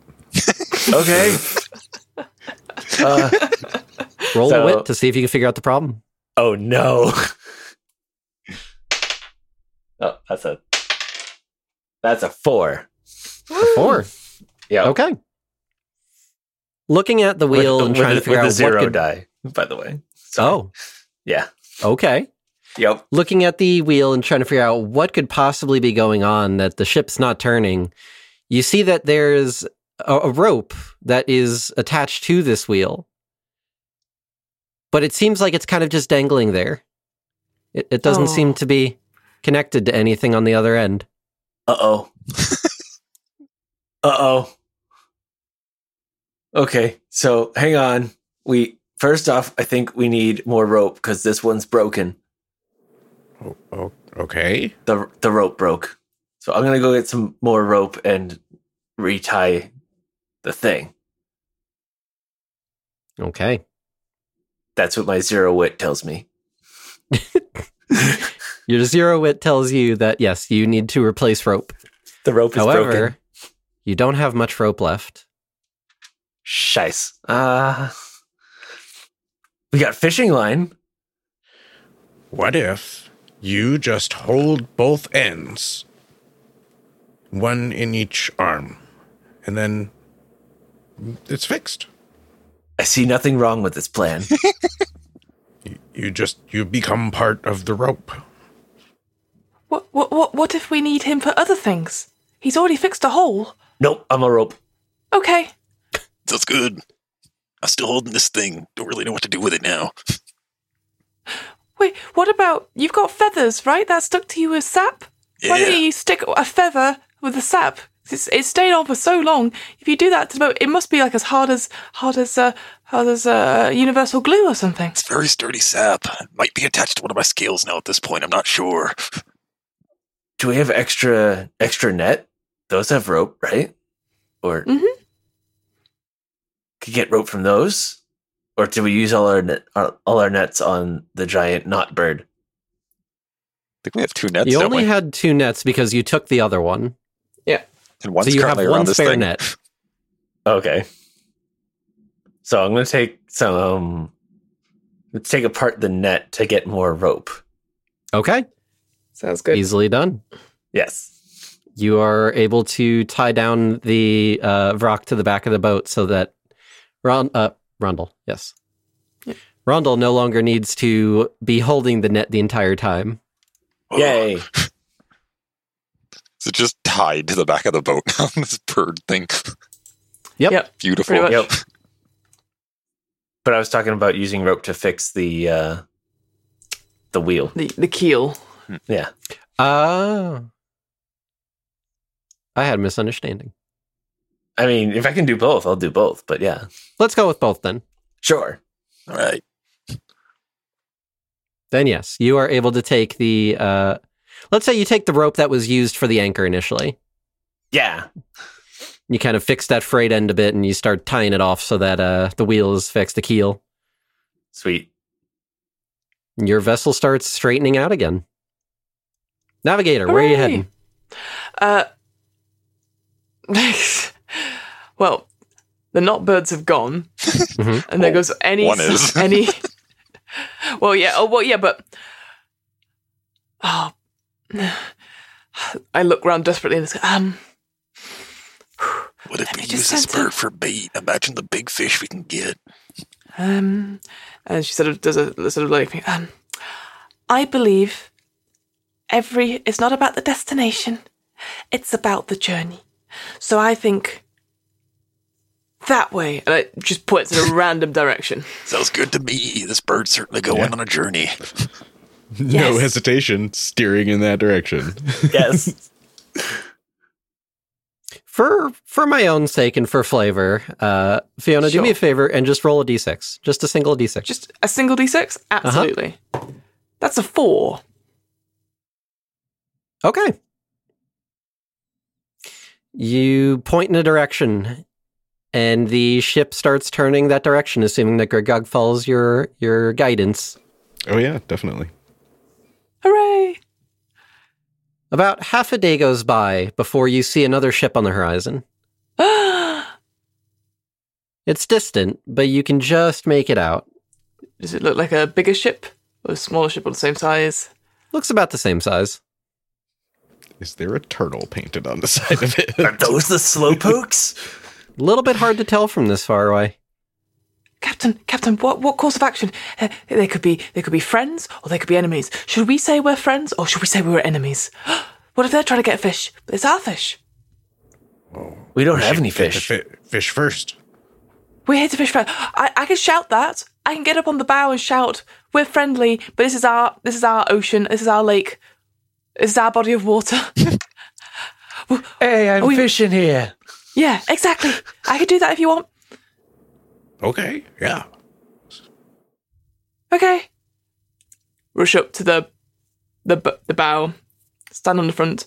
S6: Okay. uh,
S1: Roll
S8: So-
S1: a wit to see if you can figure out the problem.
S8: Oh no. oh, that's a that's a four.
S1: Four.
S8: Yeah.
S1: Okay. Looking at the
S8: With-
S1: wheel and
S8: with
S1: trying
S8: the-
S1: to figure
S8: with
S1: out
S8: the zero
S1: what could.
S8: die. By the way.
S1: Oh,
S8: Yeah.
S1: okay.
S8: Yep.
S1: looking at the wheel and trying to figure out what could possibly be going on that the ship's not turning, you see that there's a, a rope that is attached to this wheel. But it seems like it's kind of just dangling there. It, it doesn't
S4: Oh.
S1: seem to be connected to anything on the other end.
S6: Uh oh. uh oh. Okay, so hang on. We first off, I think we need more rope because this one's broken.
S7: O- o- Okay.
S6: The the rope broke. So I'm gonna go get some more rope and retie the thing.
S1: Okay.
S6: That's what my zero wit tells me.
S1: Your zero wit tells you that yes, you need to replace rope.
S8: The rope is
S1: However,
S8: broken.
S1: you don't have much rope left.
S6: Scheiße. Uh we got fishing line.
S7: What if you just hold both ends, one in each arm, and then it's fixed?
S6: I see nothing wrong with this plan.
S7: You just you become part of the rope.
S4: What, what, what, what if we need him for other things? He's already fixed a hole.
S6: nope, I'm a rope.
S4: Okay.
S9: Sounds good. I'm still holding this thing. Don't really know what to do with it now.
S4: Wait, what about. You've got feathers, right? That's stuck to you with sap? Why
S9: Yeah.
S4: don't you stick a feather with the sap? It's, it stayed on for so long. If you do that to the boat, it must be like as hard as hard as uh, hard as uh, universal glue or something.
S9: It's very sturdy sap. It might be attached to one of my scales now at this point. I'm not sure.
S6: Do we have extra extra net? Those have rope, right? Or
S4: Mhm.
S1: Mm-hmm.
S6: could get rope from those, or do we use all our, net, our all our nets on the giant knot bird?
S5: think we have two nets,
S1: you
S5: don't
S1: only
S5: we?
S1: had two nets because you took the other one.
S5: and one's
S1: so you have
S5: currently
S1: one
S5: around this
S1: spare
S5: thing.
S1: net.
S6: Okay. So I'm going to take some. Um, let's take apart the net to get more rope.
S1: Okay.
S4: Sounds good.
S1: Easily done.
S6: Yes.
S1: You are able to tie down the uh, rock to the back of the boat so that Ron, uh, Rondel, yes. Rondel no longer needs to be holding the net the entire time.
S9: Oh,
S6: Yay.
S5: So just tied to the back of the boat on this bird thing.
S1: Yep.
S4: Yep.
S5: Beautiful.
S4: Pretty much.
S6: Yep. But I was talking about using rope to fix the uh, the wheel.
S4: The, the keel.
S6: Yeah.
S1: Oh. I had a misunderstanding.
S6: I mean, if I can do both, I'll do both. But yeah,
S1: Let's go with both then.
S6: sure.
S9: All right.
S1: Then, yes, you are able to take the. Uh, let's say you take the rope that was used for the anchor initially.
S6: Yeah.
S1: You kind of fix that freight end a bit and you start tying it off so that uh, the wheel is fixed, the keel.
S6: Sweet.
S1: And your vessel starts straightening out again. Navigator, where are you
S4: Hooray!
S1: heading?
S4: Uh, well, the knot birds have gone,
S1: Mhm.
S4: and there
S5: Oh,
S4: goes any
S5: one is.
S4: any. Well, yeah. Oh, well, yeah, but oh, I look round desperately and it's um.
S9: What if
S4: Let
S9: we
S4: me just
S9: use this
S4: sense it.
S9: bird for bait? Imagine the big fish we can get.
S4: Um, and she sort of does a sort of like, um, I believe every it's not about the destination, it's about the journey. So I think that way, and it just points in a random direction.
S9: Sounds good to me. This bird's certainly going
S7: Yeah.
S9: on a journey.
S7: No
S4: Yes.
S7: hesitation, steering in that direction.
S6: Yes.
S1: For for my own sake and for flavor, uh, Fiona, do me a
S4: Sure.
S1: favor and just roll a d6, just a single Uh-huh. d6.
S4: Just a single d6, absolutely. That's a four.
S1: Okay. You point in a direction, and the ship starts turning that direction, assuming that Gregog follows your your guidance.
S7: oh yeah, definitely.
S4: Hooray!
S1: About half a day goes by before you see another ship on the horizon. It's distant, but you can just make it out.
S4: Does it look like a bigger ship or a smaller ship or the same size?
S1: Looks about the same size.
S7: Is there a turtle painted on the side of it?
S6: Are those the slowpokes?
S1: A little bit hard to tell from this far away.
S4: Captain, Captain, what, what course of action? Uh, they could be they could be friends or they could be enemies. Should we say we're friends or should we say we were enemies? what if they're trying to get a fish? But it's our fish.
S6: we don't have any
S7: Get the
S6: fish.
S7: fi- fish first.
S4: We're here to fish friends. I, I can shout that. I can get up on the bow and shout, "We're friendly, but this is our this is our ocean. This is our lake. This is our body of water."
S6: Hey, I'm
S4: we-
S6: fishing here.
S4: yeah, exactly. I could do that if you want.
S7: Okay, yeah.
S4: Okay. Rush up to the the b- the bow, stand on the front,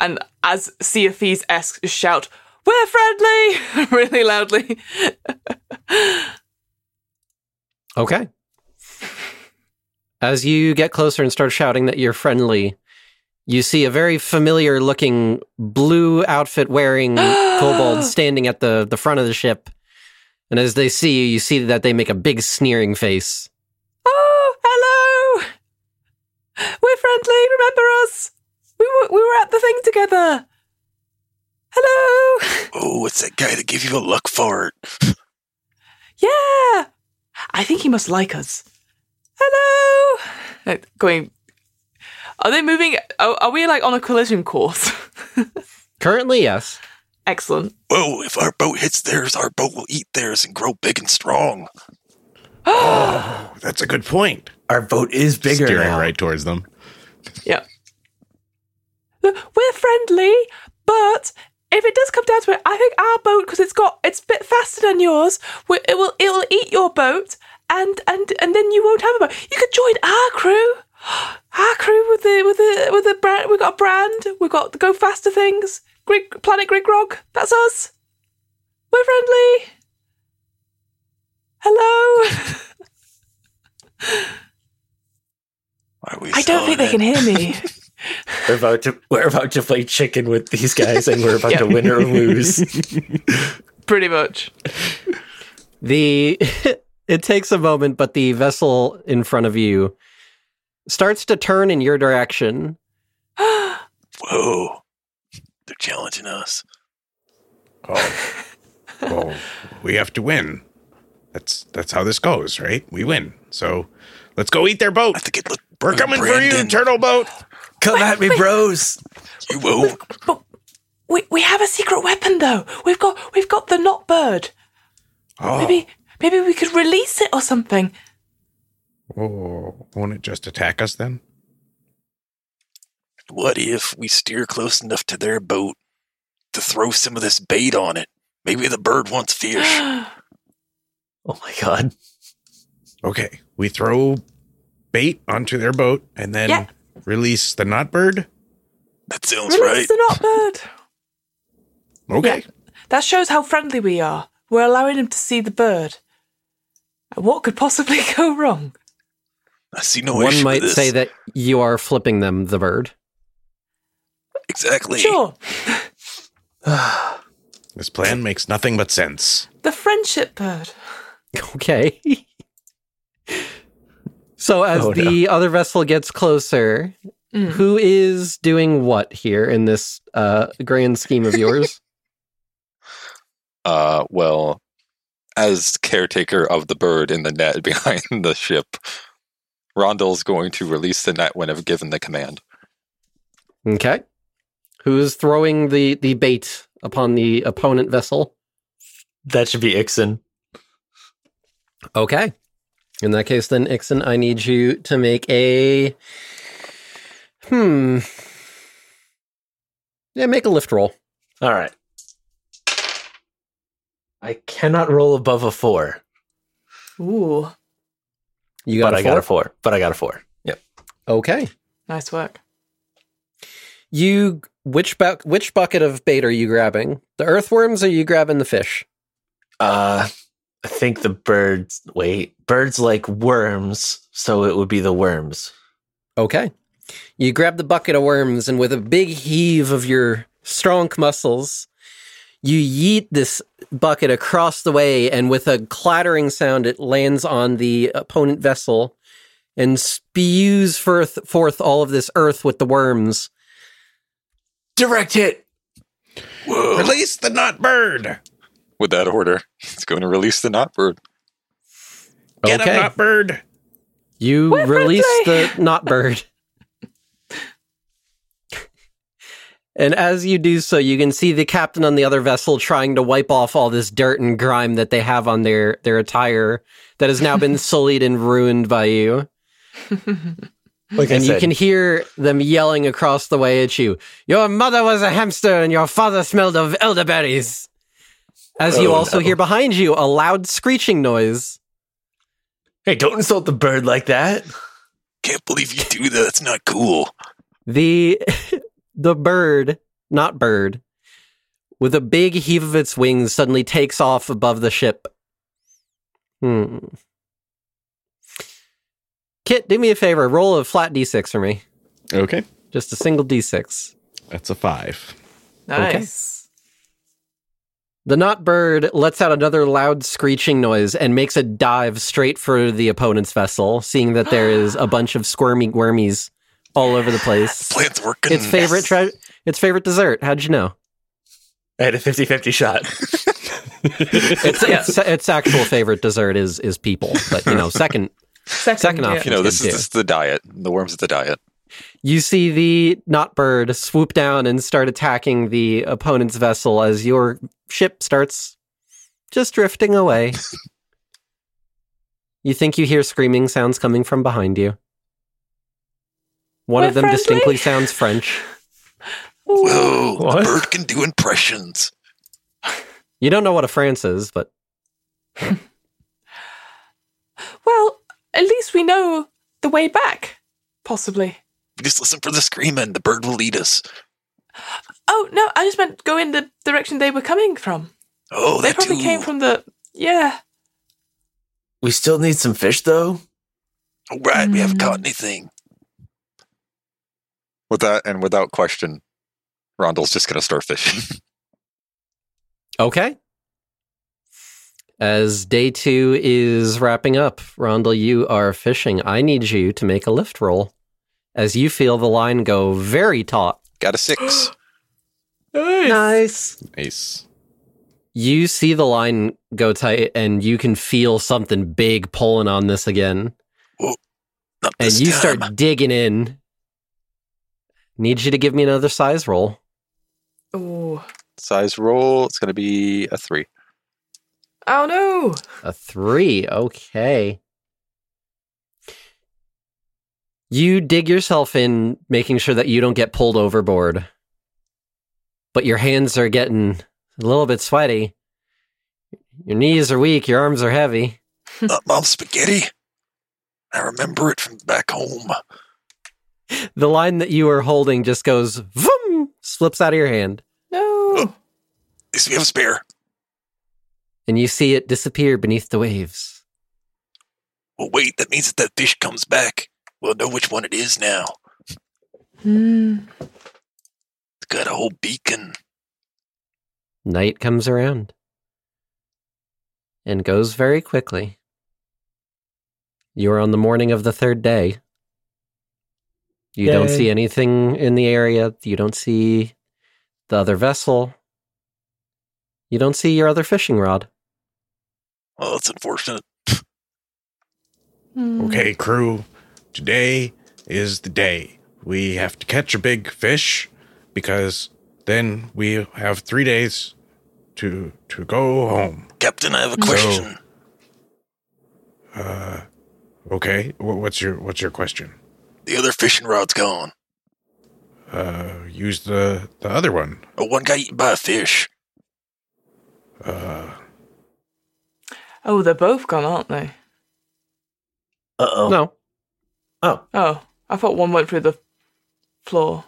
S4: and as Sea of Thieves esque shout, "We're friendly!" really loudly.
S1: Okay. As you get closer and start shouting that you're friendly, you see a very familiar looking blue outfit wearing kobold standing at the, the front of the ship. And as they see you, you see that they make a big sneering face.
S4: Oh, hello! We're friendly. Remember us? We were we were at the thing together. Hello.
S9: Oh, it's that guy that gave you a look for it.
S4: Yeah. I think he must like us. Hello. Uh, Going. Are they moving? Are, are we like on a collision course?
S1: Currently, yes.
S4: Excellent.
S9: Whoa, if our boat hits theirs, our boat will eat theirs and grow big and strong.
S4: Oh,
S7: That's a good point.
S6: Our boat is bigger
S7: Steering
S6: now.
S7: right towards them.
S4: Yeah. We're friendly, but if it does come down to it, I think our boat, because it's got it's a bit faster than yours, we, it will it will eat your boat, and and and then you won't have a boat. You could join our crew. Our crew with the with the with the brand. We got a brand. We got the go faster things. Grig, Planet Grigrog. That's us. We're friendly. Hello.
S9: Are we
S4: I don't
S9: still
S4: think
S9: in
S4: they can hear
S9: it?
S4: me.
S6: We're about to we're about to play chicken with these guys, and we're about to win or lose.
S4: Pretty much.
S1: The it takes a moment, but the vessel in front of you starts to turn in your direction.
S9: Whoa. They're challenging us.
S7: Oh. well, we have to win. That's that's how this goes, right? We win. So let's go eat their boat.
S9: I think it looked.
S7: We're coming for you,
S9: Brandon,
S7: turtle boat.
S6: Come at me, bros.
S9: You owe.
S4: But we we have a secret weapon though. We've got we've got the knot bird.
S7: Oh,
S4: Maybe maybe we could release it or something.
S7: oh, won't it just attack us then?
S9: What if we steer close enough to their boat to throw some of this bait on it? Maybe the bird wants fish.
S6: Oh my god.
S7: Okay, we throw bait onto their boat and then
S4: Yeah.
S7: release the knot bird.
S9: That sounds right.
S4: Release the knot bird.
S7: Okay,
S4: That shows how friendly we are. We're allowing him to see the bird. And What could possibly go wrong?
S9: I see no issue
S1: One
S9: with
S1: might
S9: this.
S1: say that you are flipping them the bird.
S9: Exactly.
S4: Sure,
S7: this plan makes nothing but sense.
S4: the friendship bird.
S1: Okay. so as
S6: Oh, no.
S1: the other vessel gets closer,
S4: Mm.
S1: who is doing what here in this uh, grand scheme of yours?
S5: Uh, well, as caretaker of the bird in the net behind the ship, Rondell's going to release the net whenever given the command.
S1: okay. Who's throwing the the bait upon the opponent vessel?
S6: That should be Ixon.
S1: Okay. In that case, then Ixon, I need you to make a hmm. Yeah, make a lift roll.
S6: All right. I cannot roll above a four,
S4: Ooh,
S1: You got
S6: but
S1: a
S6: I
S1: four.
S6: got a four. But I got a four. Yep.
S1: okay.
S4: nice work.
S1: You which bu- which bucket of bait are you grabbing? The earthworms or you grabbing the fish?
S6: Uh, I think the birds. Wait, birds like worms, so it would be the worms.
S1: Okay. You grab the bucket of worms and with a big heave of your strong muscles, you yeet this bucket across the way and with a clattering sound it lands on the opponent vessel and spews forth, forth all of this earth with the worms.
S6: Direct hit.
S9: Whoa.
S7: Release the knot bird.
S5: With that order, he's going to release the knot bird.
S7: Get
S1: Okay.
S7: him, knot bird.
S1: You
S4: We're
S1: release
S4: friendly.
S1: the knot bird. and as you do so, you can see the captain on the other vessel trying to wipe off all this dirt and grime that they have on their, their attire that has now been sullied and ruined by you.
S6: Like
S1: and you can hear them yelling across the way at you Your mother was a hamster and your father smelled of elderberries. As you
S6: Oh,
S1: also
S6: no.
S1: hear behind you a loud screeching noise.
S6: Hey, don't insult the bird like that.
S9: Can't believe you do that. That's not cool.
S1: The the bird, not bird, with a big heave of its wings suddenly takes off above the ship. Hmm. Kit, do me a favor, roll a flat d6 for me.
S7: Okay.
S1: Just a single d6.
S7: That's a five.
S4: Nice.
S1: The not bird lets out another loud screeching noise and makes a dive straight for the opponent's vessel, seeing that there is a bunch of squirmy wormies all over the place.
S9: Plan's working.
S1: Its favorite tre- its favorite dessert. How'd you know?
S6: I had a 50 50 shot.
S1: It's, it's its actual favorite dessert is is people, but you know, second
S4: Second,
S1: second option.
S5: You know, this is,
S1: Yeah.
S5: this is the diet. The worm's the diet.
S1: You see the not bird swoop down and start attacking the opponent's vessel as your ship starts just drifting away. you think you hear screaming sounds coming from behind you. One of
S4: We're
S1: them distinctly
S4: friendly.
S1: sounds French.
S4: Ooh.
S9: Whoa,
S6: What?
S9: the bird can do impressions.
S1: You don't know what a France is, but
S4: Well, at least we know the way back, possibly.
S9: We just listen for the screaming. The bird will lead us.
S4: Oh no, I just meant go in the direction they were coming from.
S9: Oh,
S4: they
S9: that
S4: probably
S9: too.
S4: came from the yeah.
S6: we still need some fish, though.
S9: All right, we haven't
S4: Mm.
S9: caught anything.
S5: With that and without question, Rondell's just gonna start fishing.
S1: okay. As day two is wrapping up, Rondell, you are fishing. I need you to make a lift roll as you feel the line go very taut.
S5: Got a six.
S1: Nice.
S7: Nice.
S1: you see the line go tight and you can feel something big pulling on this again
S9: Not
S1: and
S9: this
S1: you
S9: time.
S1: start digging in need you to give me another size roll
S4: Oh.
S5: Size roll. It's gonna be a three.
S4: Oh no.
S1: a three okay you dig yourself in making sure that you don't get pulled overboard but your hands are getting a little bit sweaty your knees are weak your arms are heavy
S9: Not mom's spaghetti. I remember it from back home.
S1: the line that you were holding just goes vroom, slips out of your hand
S4: No.
S9: At least Oh. we have a spare.
S1: and you see it disappear beneath the waves.
S9: Well, wait, that means that that fish comes back. We'll know which one it is now.
S4: Hmm.
S9: It's got a whole beacon.
S1: Night comes around and goes very quickly. You are on the morning of the third day. You don't
S8: Yay.
S1: see anything in the area. You don't see the other vessel. You don't see your other fishing rod.
S9: Well, it's Oh, unfortunate.
S7: Okay, crew. Today is the day. We have to catch a big fish because then we have three days to to go home.
S9: Captain, I have a question.
S7: uh, Okay. Wh- What's your What's your question?
S9: The other fishing rod's gone.
S7: Uh, use the the other one.
S9: Oh, one got eaten by a fish.
S7: Uh,
S4: Oh, they're both gone, aren't they?
S6: Uh oh.
S1: No.
S6: Oh,
S4: Oh, I thought one went through the floor.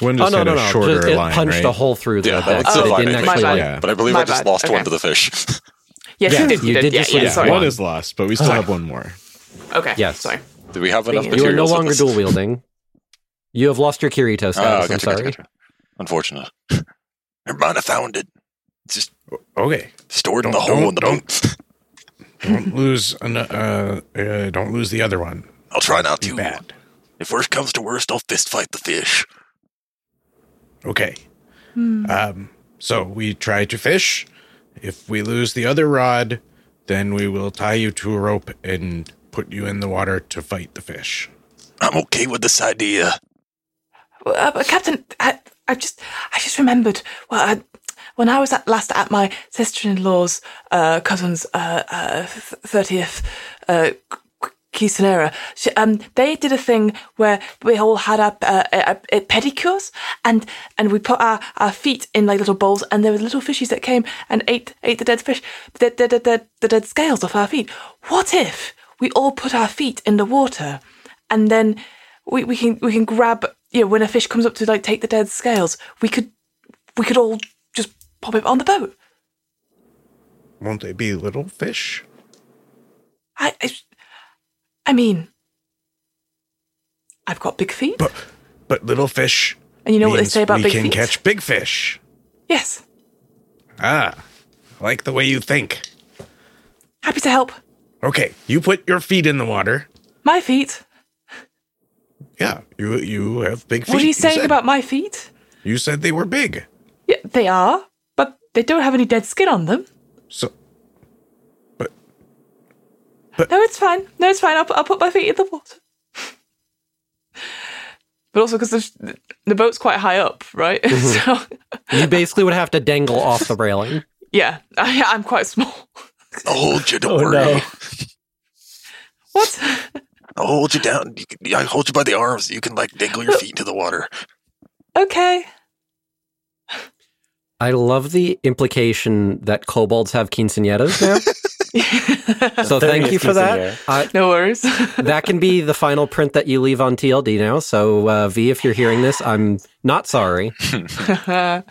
S7: One
S1: Oh
S7: just
S1: no
S7: had
S1: no
S7: a
S1: no!
S7: shorter
S1: Just- it
S7: line,
S1: punched
S7: right?
S1: a hole through the
S5: Yeah, that
S1: deck,
S5: was
S1: but
S4: the
S1: it didn't
S4: vibe,
S1: actually
S4: my
S1: like
S7: yeah.
S5: But I believe
S4: My
S5: I just
S4: bad.
S5: lost
S4: Okay.
S5: one to the fish.
S4: Yes,
S1: Yeah,
S4: you did.
S1: you
S4: You
S1: did
S4: did.
S1: just
S4: yeah, yeah,
S1: leave
S7: Yeah,
S4: sorry.
S7: one is lost, but we still have one more.
S4: Okay.
S1: Yes.
S4: Sorry.
S5: Do we have enough
S4: You are no
S1: You are no
S5: materials? for
S1: longer
S5: this?
S1: dual wielding. You have lost your Kirito status.
S5: Oh,
S1: I'm
S5: gotcha,
S1: sorry.
S5: gotcha, gotcha. Unfortunate.
S9: Never mind, I found it. It's just
S7: Okay.
S9: stored in the
S7: Don't-
S9: hole in the
S7: don't-
S9: boat.
S7: Don't lose an, uh, uh, don't lose the other one.
S9: I'll try not
S7: Too
S9: to.
S7: bad.
S9: If worst comes to worst, I'll fist fight the fish.
S7: Okay. Um, so we try to fish. If we lose the other rod, then we will tie you to a rope and put you in the water to fight the fish.
S9: I'm okay with this idea.
S4: Well, Uh, but Captain, I, I just, I just remembered. Well, I, when I was at, last at my sister-in-law's uh, cousin's thirtieth uh, uh, qu- quinceanera, she, um, they did a thing where we all had up uh, uh, uh, pedicures, and and we put our, our feet in like little bowls, and there were little fishies that came and ate ate the dead fish, the dead, the dead, the dead scales off our feet. What if we all put our feet in the water? and then we, we can we can grab you know when a fish comes up to like take the dead scales we could we could all just pop it on the boat
S7: Won't they be little fish?
S4: I, I, I mean, I've got big feet,
S7: But but little fish.
S4: and you know what they
S7: means
S4: say about
S7: we
S4: big
S7: can
S4: feet.
S7: catch big fish.
S4: yes,
S7: Ah, I like the way you think.
S4: happy to help.
S7: Okay, you put your feet in the water.
S4: My feet.
S7: Yeah, you you have big feet.
S4: what are you saying
S7: said-
S4: about my feet?
S7: You said they were big.
S4: Yeah, they are, but they don't have any dead skin on them.
S7: So
S4: No, it's fine. No, it's fine. I'll, pu- I'll put my feet in the water. but also because the, the boat's quite high up, right?
S1: Mm-hmm.
S4: so
S1: You basically would have to dangle off the railing.
S4: yeah, I, I'm quite small.
S9: I'll hold you. Don't
S8: Oh,
S9: worry.
S8: no.
S4: What?
S9: I'll hold you down. You can, I hold you by the arms. You can like dangle your feet into the water.
S4: Okay.
S1: I love the implication that kobolds have quinceañeras now. so thank you for that. Uh,
S4: No worries.
S1: that can be the final print that you leave on TLD now. So uh, V, if you're hearing this, I'm not sorry.
S4: That's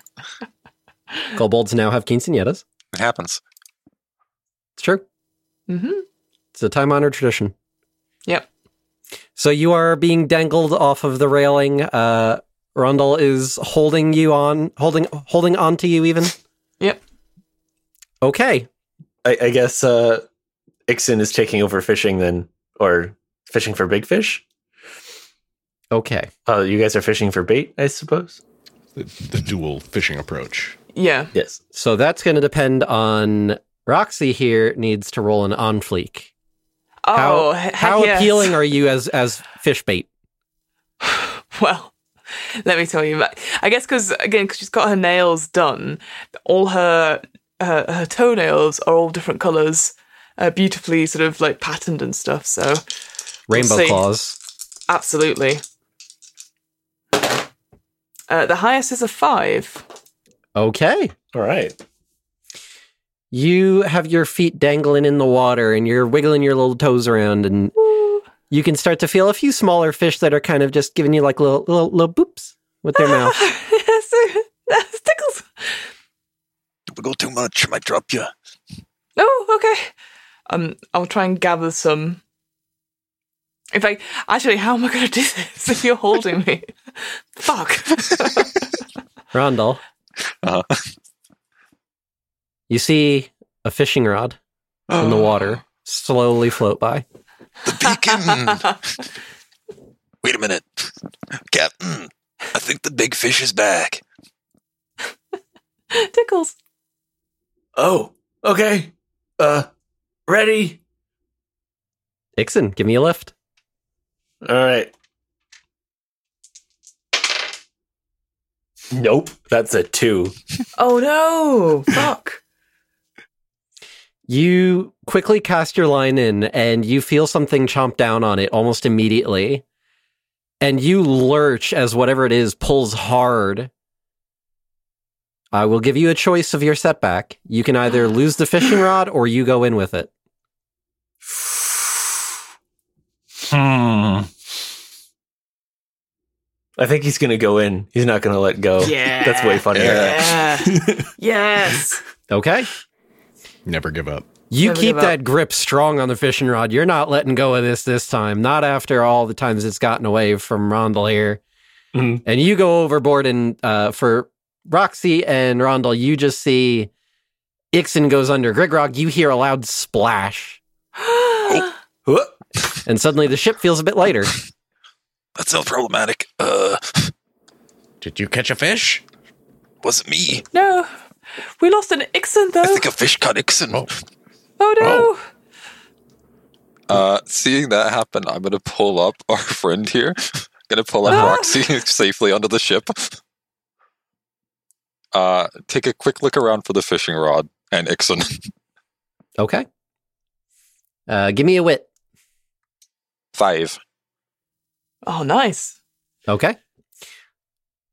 S1: Kobolds now have quinceañeras.
S5: It happens.
S1: It's true.
S4: Mhm.
S1: It's a time honored tradition.
S4: Yep.
S1: So you are being dangled off of the railing. Uh, Rondell is holding you on, holding holding on to you even.
S4: Yep.
S1: Okay.
S6: I, I guess uh, Ixon is taking over fishing then, or fishing for big fish.
S1: Okay.
S6: Oh, you guys are fishing for bait, I suppose.
S7: the, the dual fishing approach.
S4: yeah.
S6: Yes.
S1: So that's going to depend on Roxy here needs to roll an on fleek.
S4: Oh,
S1: how,
S4: he- heck
S1: how
S4: yes.
S1: appealing are you as as fish bait?
S4: Well, let me tell you. but I guess because again, because she's got her nails done, all her her, her toenails are all different colours, uh, beautifully sort of like patterned and stuff. So
S1: Rainbow
S4: see.
S1: claws.
S4: absolutely. Uh, the highest is a five.
S1: Okay.
S6: All right.
S1: You have your feet dangling in the water and you're wiggling your little toes around and you can start to feel a few smaller fish that are kind of just giving you like little little, little boops with their mouth.
S4: That's tickles.
S9: Don't wiggle too much. Might drop you.
S4: Oh, okay. Um, I'll try and gather some. In fact, actually, how am I going to do this if you're holding me? Fuck.
S1: Rondell,
S5: Uh-huh.
S1: you see a fishing rod in the water slowly float by.
S9: The beacon. Wait a minute, Captain. I think the big fish is back.
S4: Tickles.
S6: Oh, okay. Uh, ready.
S1: Ixon, give me a lift.
S6: All right. Nope, that's a two.
S4: Oh no! Fuck.
S1: You quickly cast your line in and you feel something chomp down on it almost immediately. And you lurch as whatever it is pulls hard. I will give you a choice of your setback. You can either lose the fishing rod or you go in with it.
S8: Hmm.
S6: I think he's gonna go in. He's not gonna let go.
S4: Yeah.
S6: that's way funnier.
S4: Yeah. yes.
S1: Okay.
S7: Never give up.
S1: You
S4: Never
S1: keep
S4: give up.
S1: that grip strong on the fishing rod. You're not letting go of this this time. Not after all the times it's gotten away from Rondell here.
S6: Mhm.
S1: And you go overboard, and uh, for Roxy and Rondell, you just see Ixon goes under. Grigrog, you hear a loud splash,
S6: Whoop.
S1: and suddenly the ship feels a bit lighter.
S9: That sounds problematic. Uh,
S7: Did you catch a fish?
S9: wasn't me.
S4: no. We lost an Ixon
S9: I
S4: though.
S9: think a fish caught Ixon.
S4: Oh no.
S5: Uh, seeing that happen, I'm gonna pull up our friend here. gonna pull up Roxy safely onto the ship. Uh, take a quick look around for the fishing rod and Ixon.
S1: Okay. Uh, give me a wit.
S5: Five.
S4: Oh, nice.
S1: Okay.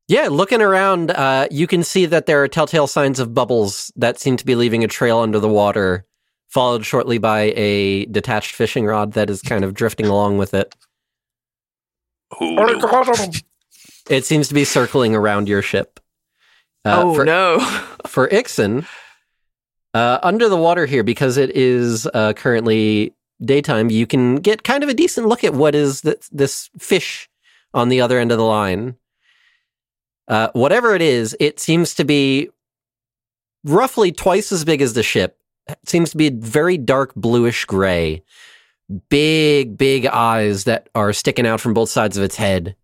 S1: Yeah, looking around, uh, you can see that there are telltale signs of bubbles that seem to be leaving a trail under the water, followed shortly by a detached fishing rod that is kind of drifting along with it.
S9: Oh, no.
S1: It seems to be circling around your ship. Uh,
S4: oh
S1: for,
S4: no.
S1: for Ixon, uh, under the water here, because it is uh, currently daytime, you can get kind of a decent look at what is th- this fish on the other end of the line. Uh, whatever it is, it seems to be roughly twice as big as the ship. It seems to be very dark bluish gray. Big, big eyes that are sticking out from both sides of its head.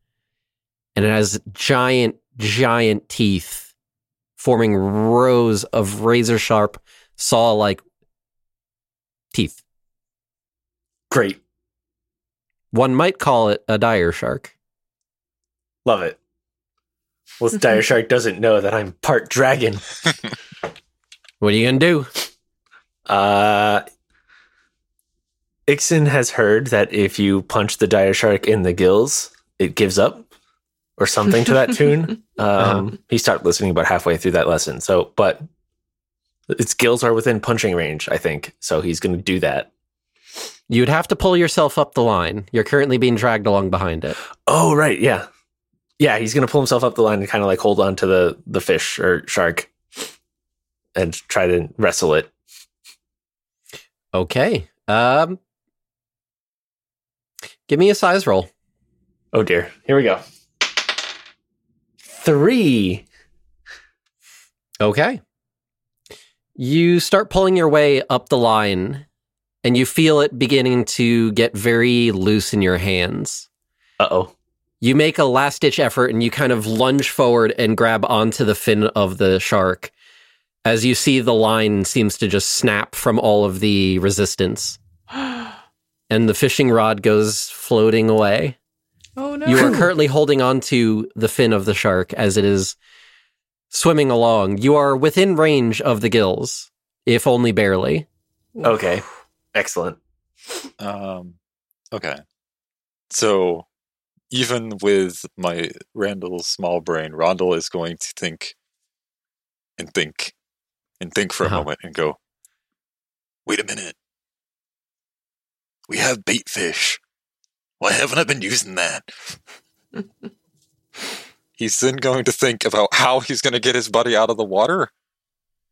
S1: And it has giant, giant teeth forming rows of razor sharp saw like teeth.
S6: Great.
S1: One might call it a dire shark.
S6: Love it. Well, this dire shark doesn't know that I'm part dragon.
S1: What are you going to do?
S6: Uh, Ixon has heard that if you punch the dire shark in the gills, it gives up or something to that tune. Um,
S1: Uh-huh.
S6: He started listening about halfway through that lesson. So, but its gills are within punching range, I think. So he's going to do that.
S1: You'd have to pull yourself up the line. You're currently being dragged along behind it.
S6: Oh, right. Yeah. Yeah. He's going to pull himself up the line and kind of like hold on to the, the fish or shark and try to wrestle it.
S1: Okay. Um, give me a size roll.
S6: Oh, dear. Here we go. Three.
S1: Okay. You start pulling your way up the line and you feel it beginning to get very loose in your hands.
S6: Uh oh.
S1: you make a last ditch effort and you kind of lunge forward and grab onto the fin of the shark as you see the line seems to just snap from all of the resistance and the fishing rod goes floating away
S4: Oh no.
S1: you are currently holding on to the fin of the shark as it is swimming along you are within range of the gills if only barely
S6: Okay. Excellent.
S5: Um, okay. So even with my Randall's small brain, Randall is going to think and think and think for a
S1: Uh-huh.
S5: moment and go,
S9: Wait a minute. We have bait fish. Why haven't I been using that?
S5: he's then going to think about how he's going to get his buddy out of the water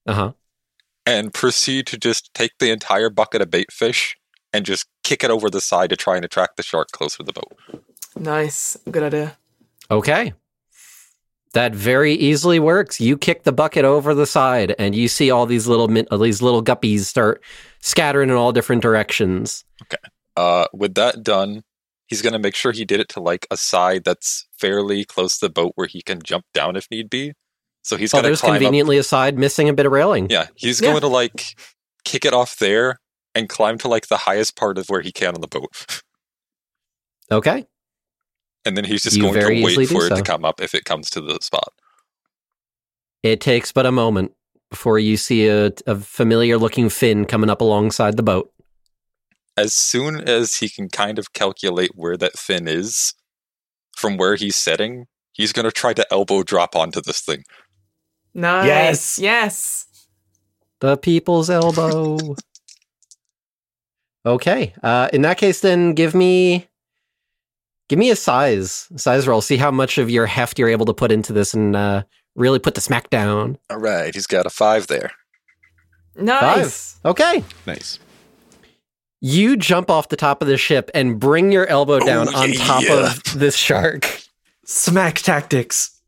S1: uh-huh
S5: and proceed to just take the entire bucket of bait fish and just kick it over the side to try and attract the shark closer to the boat.
S4: Nice. Good idea.
S1: Okay. That very easily works. You kick the bucket over the side, and you see all these little min- uh, these little guppies start scattering in all different directions.
S5: Uh, with that done, he's going to make sure he did it to like a side that's fairly close to the boat where he can jump down if need be. So he's
S1: Oh,
S5: going to
S1: there's
S5: climb up
S1: conveniently a side missing a bit of railing.
S5: Yeah, he's
S4: Yeah.
S5: going to like kick it off there and climb to like the highest part of where he can on the boat.
S1: Okay.
S5: And then he's just
S1: You
S5: going
S1: very
S5: to
S1: easily
S5: wait
S1: do
S5: for it
S1: so.
S5: to come up if it comes to the spot.
S1: It takes but a moment before you see a, a familiar looking fin coming up alongside the boat.
S5: As soon as he can kind of calculate where that fin is from where he's setting, he's going to try to elbow drop onto this thing.
S4: Nice.
S6: Yes.
S4: Yes.
S1: The people's elbow. okay. Uh, in that case, then give me give me a size size roll. See how much of your heft you're able to put into this, and uh, really put the smack down.
S5: All right, he's got a five there.
S4: Nice.
S1: Okay.
S8: Nice.
S1: You jump off the top of the ship and bring your elbow down on top of this shark,
S6: Smack tactics.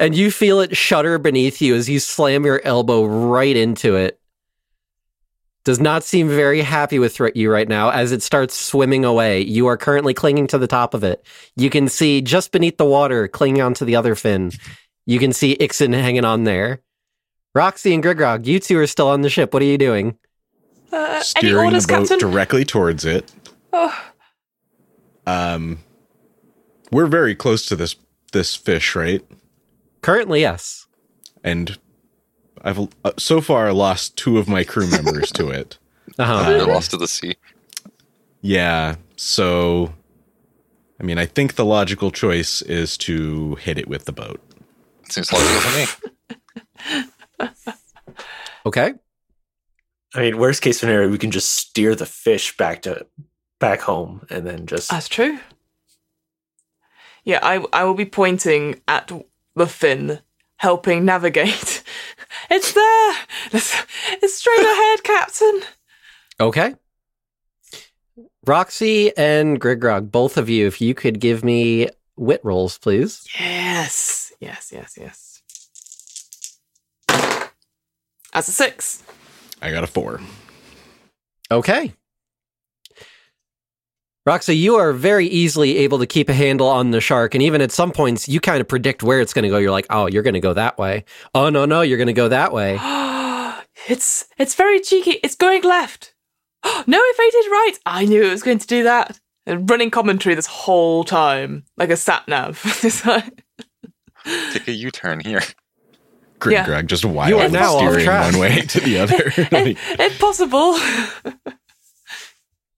S1: and you feel it shudder beneath you as you slam your elbow right into it. Does not seem very happy with ri- you right now as it starts swimming away. You are currently clinging to the top of it. You can see just beneath the water, clinging onto the other fin. You can see Ixon hanging on there. Roxy and Grigrog, you two are still on the ship. What are you doing?
S4: Uh, any
S8: Steering
S4: orders,
S8: the boat
S4: Captain?
S8: directly towards it.
S4: Oh,
S8: Um, we're very close to this this fish, right?
S1: Currently, yes.
S8: And I've uh, so far lost two of my crew members to it. Um,
S1: Uh-huh.
S5: They're lost to the sea.
S8: Yeah. So, I mean, I think the logical choice is to hit it with the boat.
S5: Seems logical to me.
S1: Okay.
S6: I mean, worst case scenario, we can just steer the fish back to back home and then just
S4: that's true. Yeah, I I will be pointing at the fin, helping navigate. it's there. It's, it's straight ahead, Captain.
S1: Okay. Roxy and Grigrog, both of you, if you could give me wit rolls, please.
S4: Yes, yes, yes, yes. That's a six.
S7: I got a four.
S1: Okay. Roxy, you are very easily able to keep a handle on the shark. And even at some points, you kind of predict where it's going to go. You're like, oh, you're going to go that way. Oh, no, no, you're going to go that way.
S4: it's it's very cheeky. It's going left. no, it faded right. I knew it was going to do that. And running commentary this whole time, like a sat nav. It's like-
S5: Take a U turn here.
S7: Grig
S4: Yeah.
S7: Grog just wild
S1: are now off
S7: steering
S1: track.
S7: one way to the other.
S4: I-
S7: Like,
S4: impossible.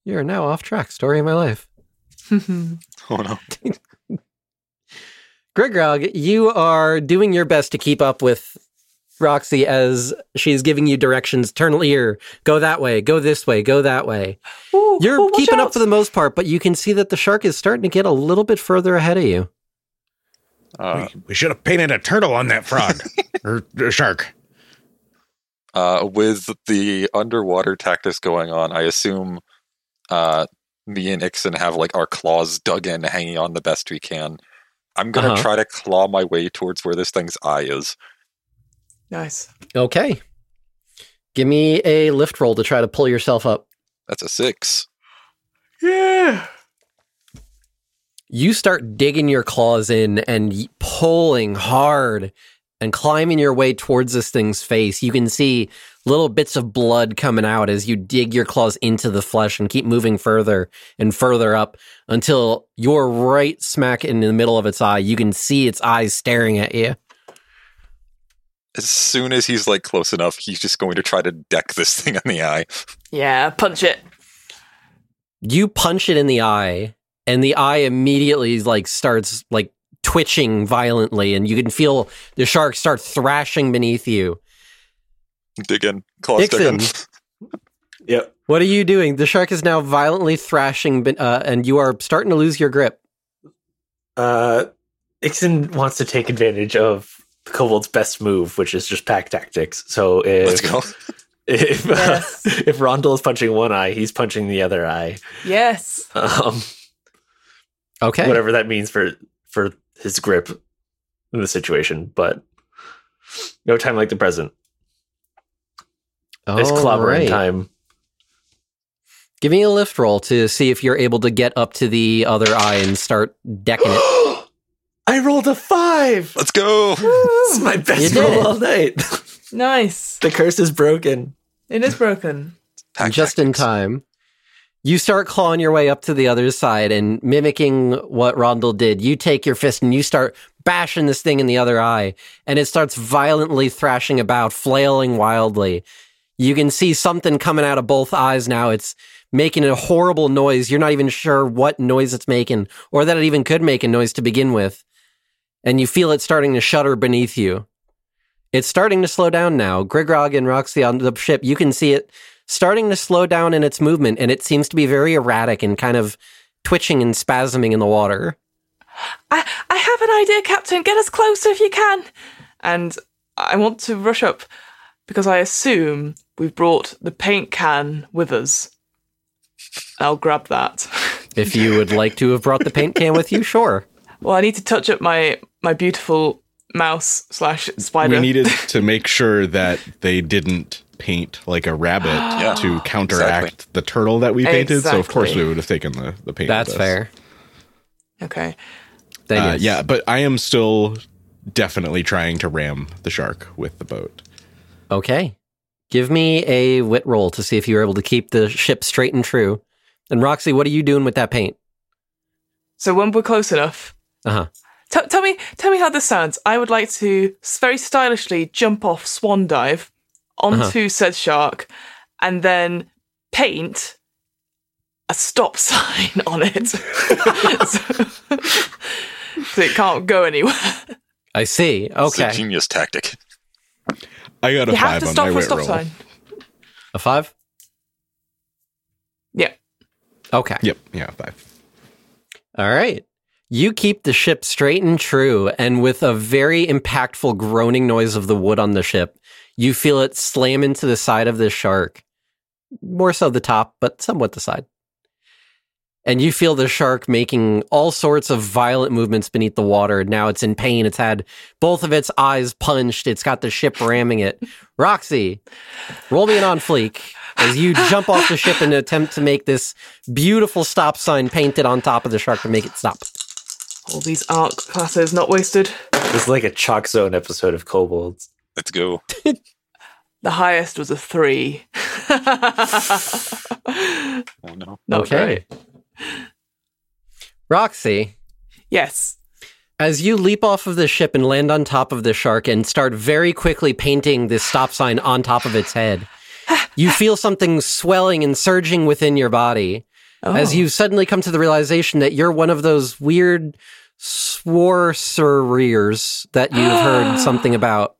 S1: You're now off track. Story of my life.
S5: Oh no.
S1: Grigrog, you are doing your best to keep up with Roxy as she's giving you directions. Turn here, go that way, go this way, go that way.
S4: Ooh,
S1: You're
S4: ooh, watch
S1: keeping
S4: out.
S1: up for the most part, but you can see that the shark is starting to get a little bit further ahead of you.
S5: Uh,
S7: we we should have painted a turtle on that frog or, or shark.
S5: uh, with the underwater tactics going on, I assume uh, me and Ixon have like our claws dug in, hanging on the best we can. I'm gonna
S1: Uh-huh.
S5: try to claw my way towards where this thing's eye is.
S4: Nice.
S1: Okay. Give me a lift roll to try to pull yourself up.
S5: That's a six.
S4: Yeah.
S1: You start digging your claws in and y- pulling hard and climbing your way towards this thing's face. You can see little bits of blood coming out as you dig your claws into the flesh and keep moving further and further up until you're right smack in the middle of its eye. You can see its eyes staring at you.
S5: As soon as he's like close enough, he's just going to try to deck this thing in the eye.
S4: Yeah, punch it.
S1: you punch it in the eye and the eye immediately like starts like twitching violently and you can feel the shark start thrashing beneath you
S5: Dig in, claws dig in.
S1: Ixon.
S6: Yep.
S1: what are you doing the shark is now violently thrashing ben- uh, and you are starting to lose your grip
S6: Uh, Ixon wants to take advantage of the kobold's best move, which is just pack tactics. So if
S5: Let's go.
S6: if uh,
S4: Yes.
S6: if Rondell is punching one eye, he's punching the other eye.
S4: Yes.
S6: Um,
S1: okay
S6: whatever that means for for his grip in the situation, but no time like the present. It's clobbering
S1: Alright.
S6: time.
S1: give me a lift roll to see if you're able to get up to the other eye and start decking it
S6: I rolled a five.
S5: Let's go.
S6: This is my best
S1: You did
S6: roll
S1: it.
S6: all night.
S4: Nice.
S6: the curse is broken.
S4: It is broken.
S5: Pack
S1: just in
S5: tactics.
S1: time. You start clawing your way up to the other side and mimicking what Rondell did. You take your fist and you start bashing this thing in the other eye, and it starts violently thrashing about, flailing wildly. You can see something coming out of both eyes now. It's making a horrible noise. You're not even sure what noise it's making or that it even could make a noise to begin with. And you feel it starting to shudder beneath you. It's starting to slow down now. Grigrog and Roxy on the ship, you can see it starting to slow down in its movement, and it seems to be very erratic and kind of twitching and spasming in the water.
S4: I, I have an idea, Captain. Get us closer if you can. And I want to rush up because I assume we've brought the paint can with us. I'll grab that.
S1: If you would like to have brought the paint can with you, sure.
S4: well, I need to touch up my my beautiful mouse slash spider.
S7: We needed to make sure that they didn't paint like a rabbit to counteract the turtle that we painted. So of course
S4: Exactly.
S7: we would have taken the the paint.
S1: That's
S7: with us.
S1: fair.
S4: okay.
S1: Then
S7: Uh,
S1: yes.
S7: yeah, but I am still definitely trying to ram the shark with the boat.
S1: Okay. Give me a wit roll to see if you were able to keep the ship straight and true. And Roxy, what are you doing with that paint?
S4: So when we're close enough,
S1: Uh-huh.
S4: T- tell me, tell me how this sounds. I would like to s- very stylishly jump off swan dive
S7: Uh-huh.
S4: onto said shark, and then paint a stop sign on it, so, so it can't go anywhere.
S1: I see.
S5: It's a
S1: Okay.
S5: genius tactic.
S7: I got a
S4: You have
S7: five
S4: to
S7: on
S4: stop
S7: my
S4: for a
S7: wit
S4: stop
S7: roll.
S4: sign.
S1: A five?
S4: Yeah.
S1: Okay.
S7: Yep, yeah, five.
S1: All right. You keep the ship straight and true, and with a very impactful groaning noise of the wood on the ship, you feel it slam into the side of the shark. More so the top, but somewhat the side. And you feel the shark making all sorts of violent movements beneath the water. Now it's in pain. It's had both of its eyes punched. It's got the ship ramming it. Roxy, roll me an on fleek as you jump off the ship and attempt to make this beautiful stop sign painted on top of the shark to make it stop.
S4: All these art classes not wasted.
S6: It's like a chalk zone episode of Kobolds.
S5: Let's go.
S4: The highest was a three.
S5: Oh no.
S4: Not great.
S1: Roxy,
S4: Yes.
S1: As you leap off of the ship and land on top of the shark and start very quickly painting this stop sign on top of its head, you feel something swelling and surging within your body as you suddenly come to the realization that you're one of those weird sorcerers that you've heard something about.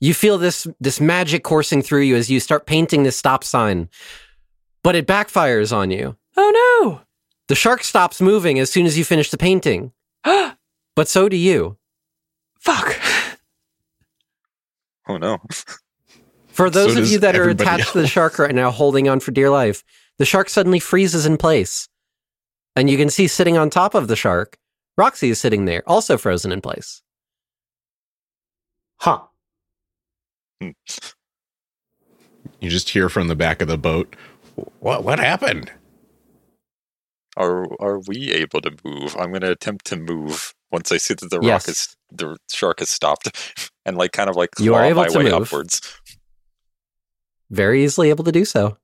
S1: You feel this this magic coursing through you as you start painting this stop sign, but it backfires on you.
S4: Oh
S1: The shark stops moving as soon as you finish the painting,
S4: no!
S1: but so do you.
S4: Fuck!
S5: Oh no.
S1: For those
S7: So
S1: of
S7: does
S1: you that are
S7: everybody
S1: attached to the
S7: else.
S1: shark right now, holding on for dear life, the shark suddenly freezes in place. And you can see sitting on top of the shark, Roxy is sitting there, also frozen in place.
S6: Huh.
S7: You just hear from the back of the boat. What what happened?
S5: Are are we able to move? I'm gonna attempt to move once I see that the rock
S1: Yes.
S5: is the shark has stopped, and like kind of like claw
S1: You are able
S5: my
S1: to
S5: way
S1: move.
S5: upwards
S1: Very easily able to do so.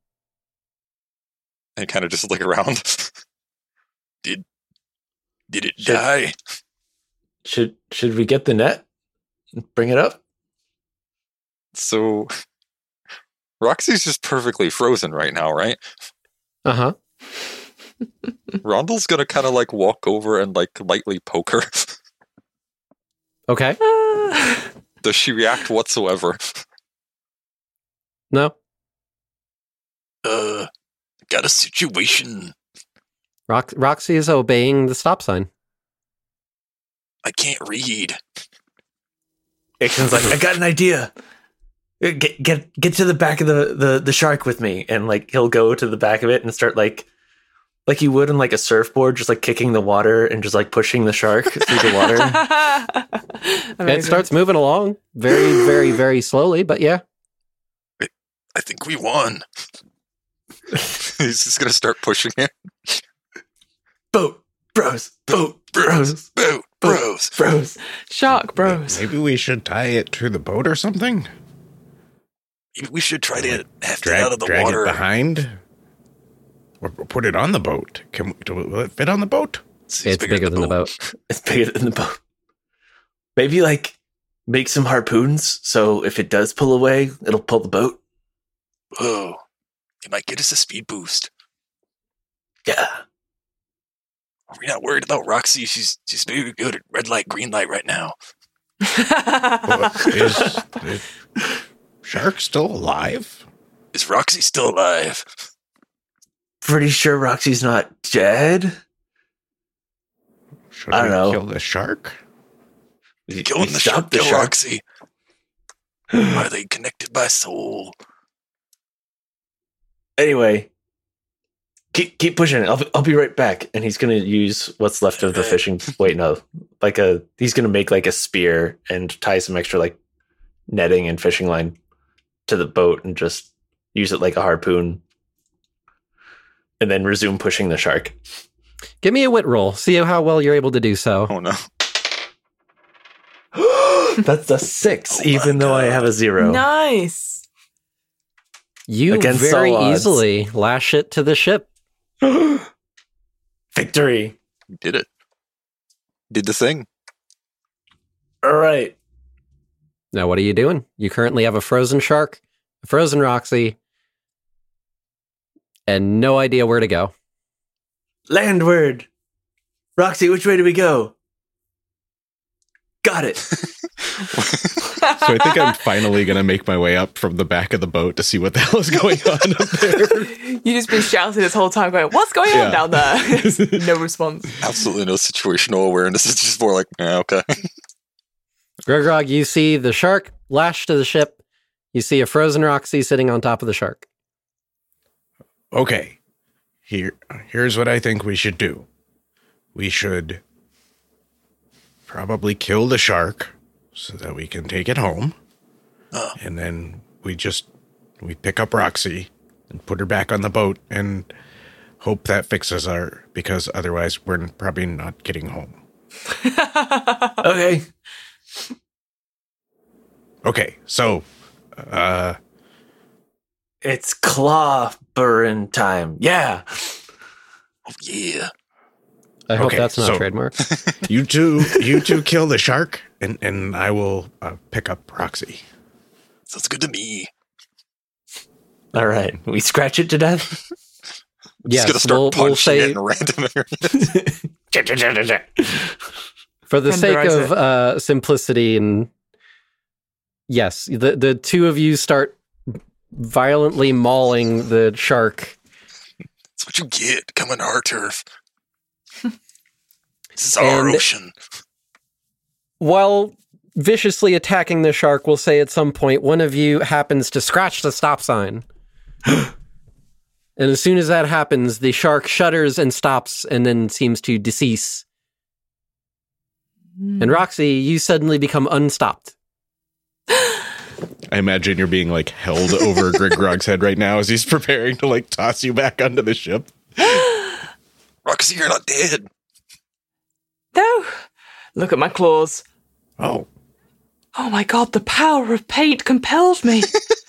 S5: and kind of just look around.
S9: Did it
S6: Shit.
S9: die?
S6: Should should we get the net? Bring it up?
S5: so Roxy's just perfectly frozen right now, right?
S1: Uh
S6: Uh-huh.
S1: huh. Mm.
S5: Rondell's gonna kind of like walk over and like lightly poke her.
S1: Okay.
S4: Ah.
S5: Does she react whatsoever?
S1: No.
S9: Uh, got a situation.
S1: Rox- Roxy is obeying the stop sign.
S9: I can't read. Hmm.
S6: Ixion's like, I got an idea. Uh, Get get get to the back of the, the the shark with me, and like he'll go to the back of it and start like like you would in like a surfboard, just like kicking the water and just like pushing the shark through the water.
S1: It starts moving along very, very, very slowly, but yeah.
S9: I think we won.
S5: He's just gonna start pushing her.
S6: boat bros, boat bros,
S9: Boo, bros.
S6: bros.
S4: Shark Bros.
S7: Maybe we should tie it to the boat or something.
S9: We should try to heft it
S7: Drag,
S9: out of the
S7: drag
S9: water.
S7: it behind, or p- put it on the boat. Can we, do- will it fit on the boat?
S9: Seems
S1: It's bigger, than the boat.
S6: It's bigger than the boat. Maybe like make some harpoons, so if it does pull away, it'll pull the boat.
S9: Whoa. It might get us a speed boost.
S6: Yeah.
S9: Are we not worried about Roxy? She's she's very good at red light, green light right now.
S7: Well, is the shark still alive?
S9: Is Roxy still alive?
S6: Pretty sure Roxy's not dead.
S7: Should
S6: I don't
S7: we
S6: know.
S7: kill the shark?
S9: Killing the
S6: Stop
S9: shark,
S6: the
S9: kill
S6: shark.
S9: Roxy. Are they connected by soul?
S6: anyway, keep keep pushing. I'll be- I'll be right back. And he's gonna use what's left of the fishing. Wait, no, like a he's gonna make like a spear and tie some extra like netting and fishing line to the boat and just use it like a harpoon, and then resume pushing the shark.
S1: Give me a wit roll. See how well you're able to do so.
S5: Oh no.
S6: That's a six,
S9: Oh my
S6: even though I
S9: God.
S6: have a zero.
S4: nice.
S1: You
S6: Against
S1: very
S6: all odds.
S1: easily lash it to the ship.
S6: Victory!
S5: Did it. Did the thing.
S6: All right.
S1: Now, what are you doing? You currently have a frozen shark, a frozen Roxy, and no idea where to go.
S6: landward. Roxy, which way do we go? Got it.
S7: So I think I'm finally going to make my way up from the back of the boat to see what the hell is going on up there.
S4: You just been shouting this whole time, going, "What's going on down there?" no response.
S5: Absolutely no situational awareness. It's just more like, eh, okay.
S1: Grogrog, you see the shark lashed to the ship. You see a frozen Roxy sitting on top of the shark.
S7: Okay. Here here's what I think we should do. We should probably kill the shark so that we can take it home. And then we just we pick up Roxy and put her back on the boat and hope that fixes her because otherwise we're probably not getting home.
S6: Okay.
S7: Okay. So uh
S6: It's claw burn time. Yeah.
S9: Oh, yeah.
S1: I hope
S7: Okay,
S1: that's not
S7: so-
S1: trademark.
S7: You two, you two kill the shark, and and I will uh, pick up Roxy.
S9: Sounds good to me.
S6: All right. We scratch it to death.
S1: yes,
S5: just gonna start
S1: we'll,
S5: punching
S1: we'll
S5: it
S1: say
S5: in random areas.
S1: for the sake
S4: Tenderize
S1: of
S4: it.
S1: uh, simplicity and yes, the the two of you start violently mauling the shark.
S9: That's what you get coming to our turf. This is our
S1: And-
S9: ocean.
S1: While viciously attacking the shark, we'll say at some point one of you happens to scratch the stop sign. and as soon as that happens, the shark shudders and stops and then seems to decease. And Roxy, you suddenly become unstopped.
S7: I imagine you're being like held over Greg Grog's head right now as he's preparing to like toss you back onto the ship.
S9: Roxy, you're not dead.
S4: No. Look at my claws.
S7: Oh,
S4: Oh my god, the power of paint compelled me. that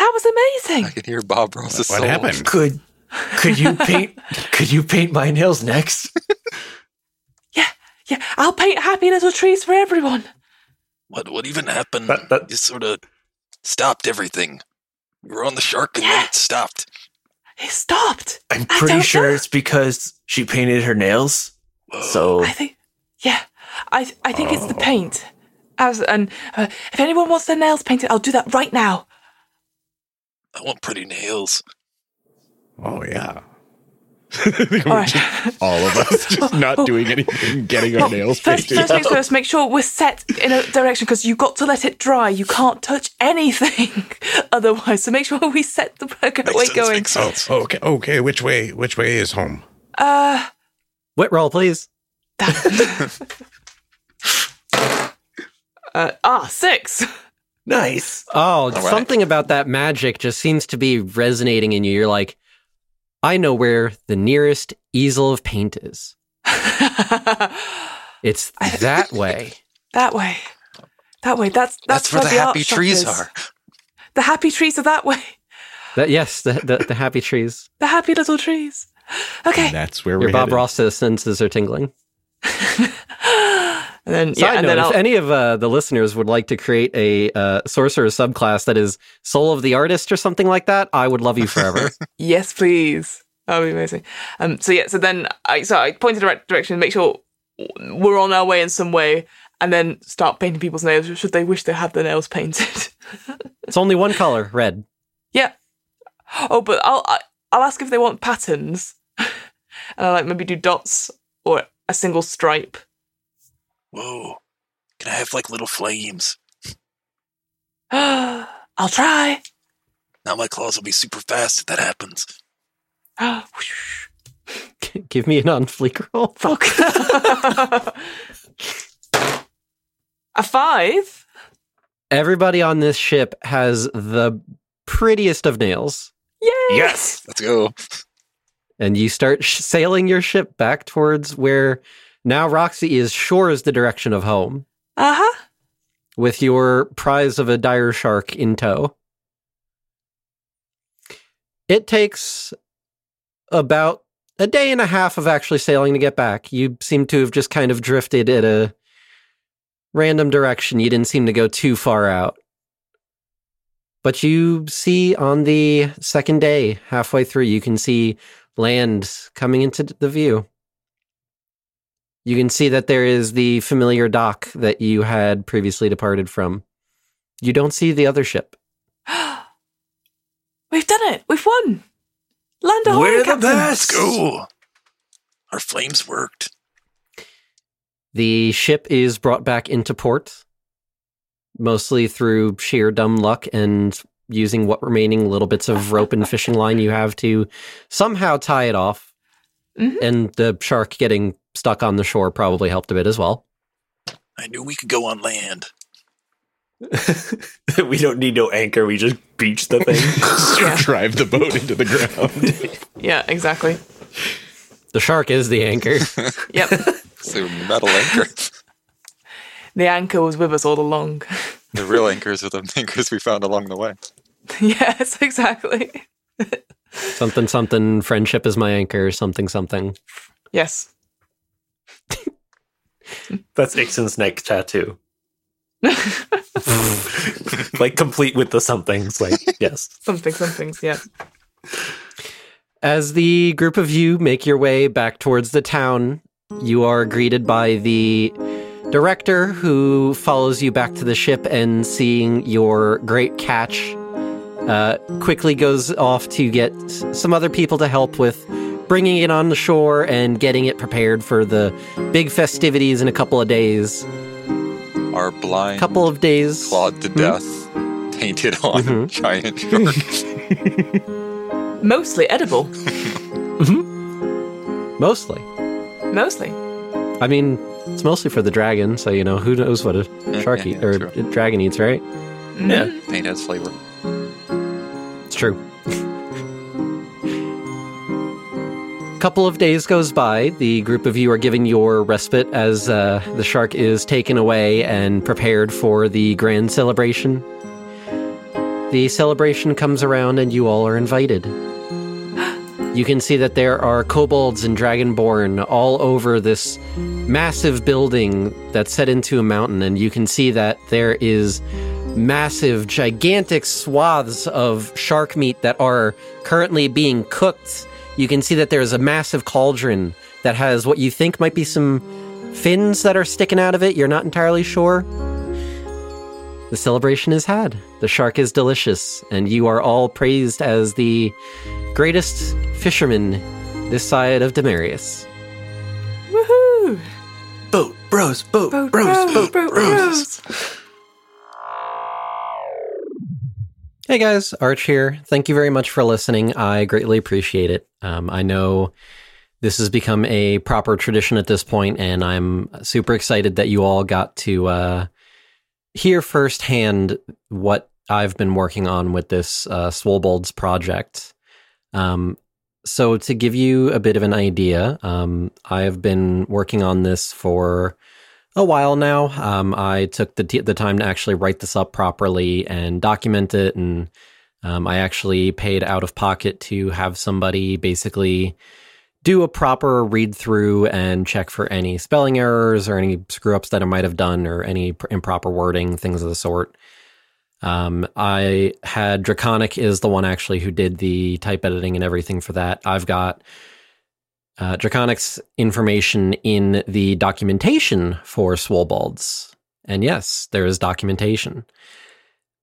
S4: was
S5: I
S4: amazing.
S5: can hear Bob Ross's
S7: what
S5: soul.
S7: happened?
S6: Could could you paint could you paint my nails next?
S4: Yeah, I'll paint happy little trees for everyone.
S9: What what even happened?
S8: That- that-
S9: You sort of stopped everything. You were on the shark and then it stopped.
S4: It stopped.
S6: I'm
S4: I
S6: pretty
S4: don't
S6: sure
S4: know.
S6: it's because she painted her nails. So
S4: I think, yeah, I I think it's the paint. As and uh, if anyone wants their nails painted, I'll do that right now.
S9: I want pretty nails.
S7: Oh yeah. I think
S4: All
S7: we're
S4: right.
S7: just- all of us just not doing anything, getting our nails
S4: First,
S7: painted.
S4: first things first. Make sure we're set in a direction because you've got to let it dry. You can't touch anything otherwise. So make sure we set the
S9: Makes
S4: way
S9: sense,
S4: going.
S9: makes
S7: Oh,
S9: sense.
S7: okay, okay. Which way? Which way is home?
S4: Uh,
S1: Wet roll, please.
S4: uh, ah, six.
S6: nice.
S1: Oh,
S5: right.
S1: something about that magic just seems to be resonating in you. You're like, I know where the nearest easel of paint is. It's that way.
S4: That way. That way. That's that's,
S9: That's where the
S4: art
S9: happy
S4: shop
S9: trees
S4: is.
S9: are.
S4: The happy trees are that way.
S1: That yes, the, the, the happy trees.
S4: The happy little trees. Okay.
S7: And that's where
S1: Your
S7: we're
S1: Bob
S7: headed.
S1: Ross senses are tingling.
S4: And then
S1: Side
S4: yeah, and
S1: note:
S4: then I'll,
S1: If any of uh, the listeners would like to create a uh, sorcerer subclass that is Soul of the Artist or something like that, I would love you forever.
S4: yes, please. That would be amazing. Um. So yeah. So then I so I point in the right direction, make sure we're on our way in some way, and then start painting people's nails should they wish they had their nails painted.
S1: it's only one color, red.
S4: yeah. Oh, but I'll I- I'll ask if they want patterns, and I like maybe do dots or a single stripe.
S9: Whoa. Can I have like little flames?
S4: I'll try.
S9: Now my claws will be super fast if that happens.
S1: Give me an on fleek roll.
S4: Fuck. a five?
S1: Everybody on this ship has the prettiest of nails,
S4: Yay!
S6: Yes.
S5: Let's go.
S1: and you start sh- sailing your ship back towards where now Roxy is sure is the direction of home,
S4: Uh huh.
S1: with your prize of a dire shark in tow. It takes about a day and a half of actually sailing to get back. You seem to have just kind of drifted at a random direction. You didn't seem to go too far out. But you see on the second day, halfway through, you can see land coming into the view. You can see that there is the familiar dock that you had previously departed from. You don't see the other ship.
S4: We've done it. We've won. Land ahoy,
S9: We're the
S4: Captain.
S9: best. Go. Our flames worked.
S1: The ship is brought back into port, mostly through sheer dumb luck and using what remaining little bits of rope and fishing line you have to somehow tie it off.
S4: Mhm.
S1: And the shark getting stuck on the shore probably helped a bit as well.
S9: I knew we could go on land.
S6: we don't need no anchor. We just beach the thing.
S7: Drive the boat into the ground.
S4: Yeah, exactly.
S1: The shark is the anchor.
S4: Yep.
S5: So metal anchor.
S4: the anchor was with us all along.
S5: the real anchors are the anchors we found along the way.
S4: yes, exactly.
S1: something, something, friendship is my anchor, something, something.
S4: Yes.
S6: That's Ixon's neck tattoo. like complete with the somethings. Like yes.
S4: Something, somethings, yeah.
S1: As the group of you make your way back towards the town, you are greeted by the director who follows you back to the ship and seeing your great catch, uh, quickly goes off to get s- some other people to help with bringing it on the shore and getting it prepared for the big festivities in a couple of days.
S5: Our blind
S1: Couple of days. Hmm?
S5: clawed to death, painted on
S7: Mm-hmm.
S1: Mhm.
S5: giant shark.
S4: Mostly edible.
S1: Mostly.
S4: Mostly.
S1: I mean, it's mostly for the dragon, so you know, who knows what a shark
S5: yeah,
S1: eat-
S5: yeah,
S1: or
S5: true.
S1: a dragon eats, right?
S6: Yeah.
S5: Paint has flavor.
S1: It's true. Couple of days goes by. The group of you are giving your respite as uh, the shark is taken away and prepared for the grand celebration. The celebration comes around and you all are invited. You can see that there are kobolds and dragonborn all over this massive building that's set into a mountain, and you can see that there is massive, gigantic swaths of shark meat that are currently being cooked. You can see that there's a massive cauldron that has what you think might be some fins that are sticking out of it. You're not entirely sure. The celebration is had. The shark is delicious, and you are all praised as the greatest fisherman this side of Demarius.
S4: Woohoo!
S9: Boat, bros, boat,
S4: Boat
S9: bros,
S4: bros,
S1: oh,
S9: boat,
S4: boat
S9: bros.
S4: bros.
S1: Hey guys, Arch here. Thank you very much for listening. I greatly appreciate it. Um, I know this has become a proper tradition at this point, and I'm super excited that you all got to uh, hear firsthand what I've been working on with this uh, Swobold's project. Um, so, to give you a bit of an idea, um, I have been working on this for a while now. Um, I took the t- the time to actually write this up properly and document it, and um, I actually paid out of pocket to have somebody basically do a proper read through and check for any spelling errors or any screw ups that I might have done or any pr- improper wording, things of the sort. Um, I had Draconic is the one actually who did the type editing and everything for that. I've got uh, Draconic's information in the documentation for Swobalds. And yes, there is documentation.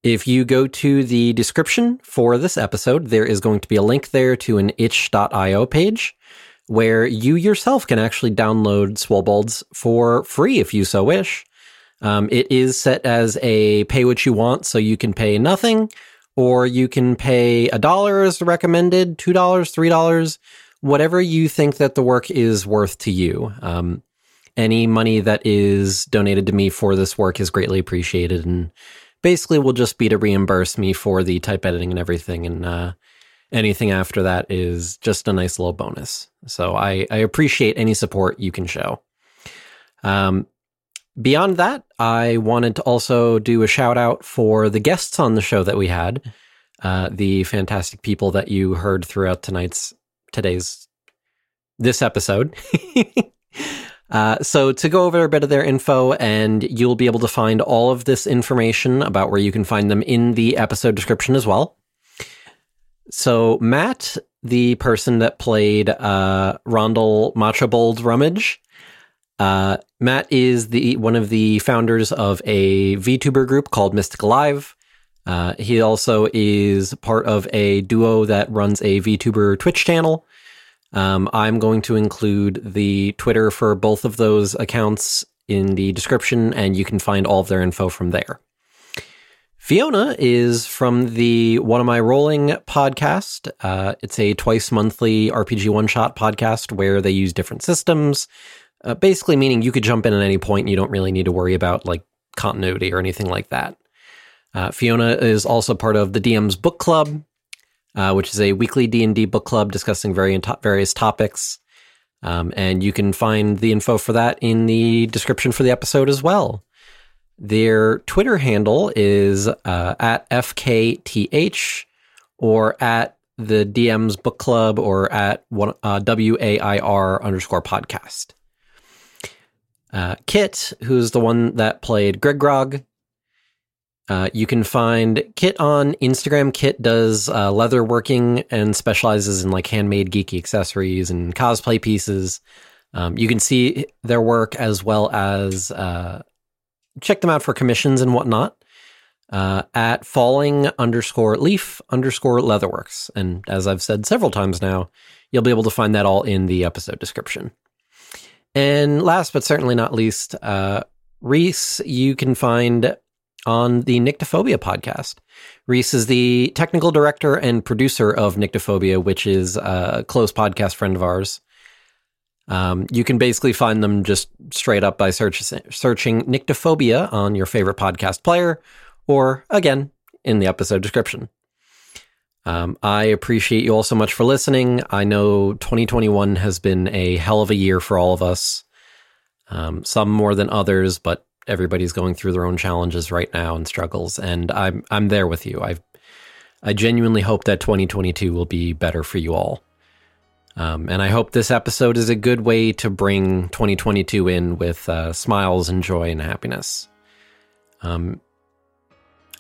S1: If you go to the description for this episode, there is going to be a link there to an itch.io page where you yourself can actually download Swobalds for free if you so wish. Um, it is set as a pay what you want, so you can pay nothing, or you can pay a dollar as recommended, two dollars, three dollars, whatever you think that the work is worth to you. Um, any money that is donated to me for this work is greatly appreciated, and basically will just be to reimburse me for the type editing and everything, and uh, anything after that is just a nice little bonus. So I, I appreciate any support you can show. Um, Beyond that, I wanted to also do a shout out for the guests on the show that we had, uh, the fantastic people that you heard throughout tonight's, today's, this episode. uh, so, to go over a bit of their info, and you'll be able to find all of this information about where you can find them in the episode description as well. So, Matt, the person that played uh, Rondell Macho Bold Rummage, Uh, Matt is the one of the founders of a VTuber group called Mystical Live. Uh, he also is part of a duo that runs a VTuber Twitch channel. Um, I'm going to include the Twitter for both of those accounts in the description, and you can find all of their info from there. Fiona is from the One Am I Rolling podcast. Uh, it's a twice monthly RPG one shot podcast where they use different systems, uh, basically meaning you could jump in at any point. And you don't really need to worry about like continuity or anything like that. Uh, Fiona is also part of the DM's book club, uh, which is a weekly D and D book club discussing various various topics. Um, and you can find the info for that in the description for the episode as well. Their Twitter handle is uh, at FKTH or at the DM's book club or at one, uh, WAIR underscore podcast. Uh, Kit, who's the one that played Greg Grog, uh, you can find Kit on Instagram. Kit does uh, leather working and specializes in like handmade geeky accessories and cosplay pieces. Um, you can see their work as well as uh, check them out for commissions and whatnot uh, at falling underscore leaf underscore leatherworks. And as I've said several times now, you'll be able to find that all in the episode description. And last but certainly not least, uh, Reese, you can find on the Nyctophobia podcast. Reese is the technical director and producer of Nyctophobia, which is a close podcast friend of ours. Um, you can basically find them just straight up by search, searching Nyctophobia on your favorite podcast player, or again, in the episode description. Um, I appreciate you all so much for listening. I know 2021 has been a hell of a year for all of us, um, some more than others, but everybody's going through their own challenges right now and struggles. And I'm I'm there with you. I I genuinely hope that 2022 will be better for you all. Um, and I hope this episode is a good way to bring 2022 in with uh, smiles and joy and happiness. Um,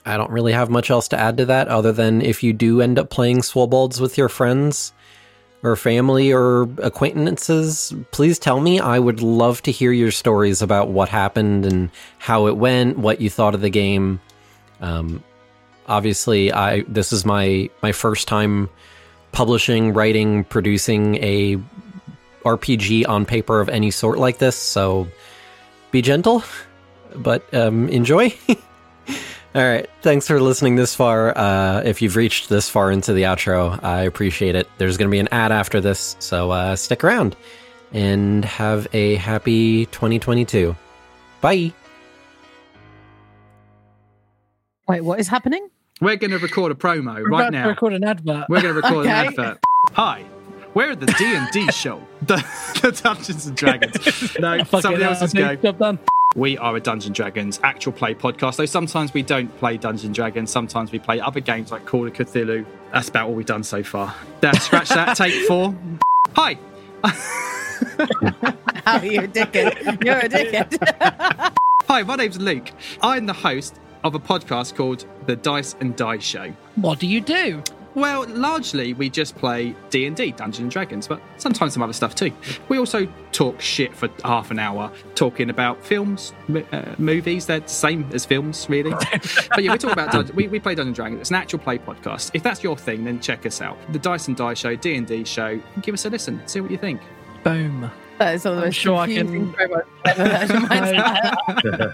S1: I don't really have much else to add to that other than if you do end up playing Swobolds with your friends or family or acquaintances, please tell me. I would love to hear your stories about what happened and how it went, what you thought of the game. Um, obviously, I this is my my first time publishing, writing, producing a RPG on paper of any sort like this. So be gentle, but um, enjoy. All right. Thanks for listening this far. Uh, if you've reached this far into the outro, I appreciate it. There's going to be an ad after this, so uh, stick around and have a happy 2022. Bye.
S10: Wait, what is happening?
S11: We're going to record a promo
S10: We're
S11: right
S10: about to
S11: now.
S10: record an advert.
S11: We're going to record an
S10: Okay.
S11: advert. Hi, we're the D and D show, the, the Dungeons and Dragons. No,
S10: Fucking
S11: somebody
S10: hell,
S11: else's
S10: dude,
S11: game.
S10: uh, Job done.
S11: We are a Dungeons and Dragons actual play podcast. Though sometimes we don't play Dungeons and Dragons. Sometimes we play other games like Call of Cthulhu. That's about all we've done so far. That scratch that. Take four. Hi,
S10: Oh, you're a dickhead. You're a dickhead.
S11: hi. My name's Luke. I'm the host of a podcast called The Dice and Die Show.
S10: what do you do?
S11: Well, largely we just play D and D, Dungeons and Dragons, but sometimes some other stuff too. We also talk shit for half an hour, talking about films, m- uh, movies. They're the same as films, really. but yeah, we talk about Dun- we, we play Dungeons and Dragons. It's an actual play podcast. If that's your thing, then check us out. The Dice and Die Show, D and D Show. Give us a listen. See what you think.
S10: Boom.
S12: That is one of the
S10: I'm
S12: most
S10: sure I
S12: confusing
S10: can-
S12: promos I've ever heard in my entire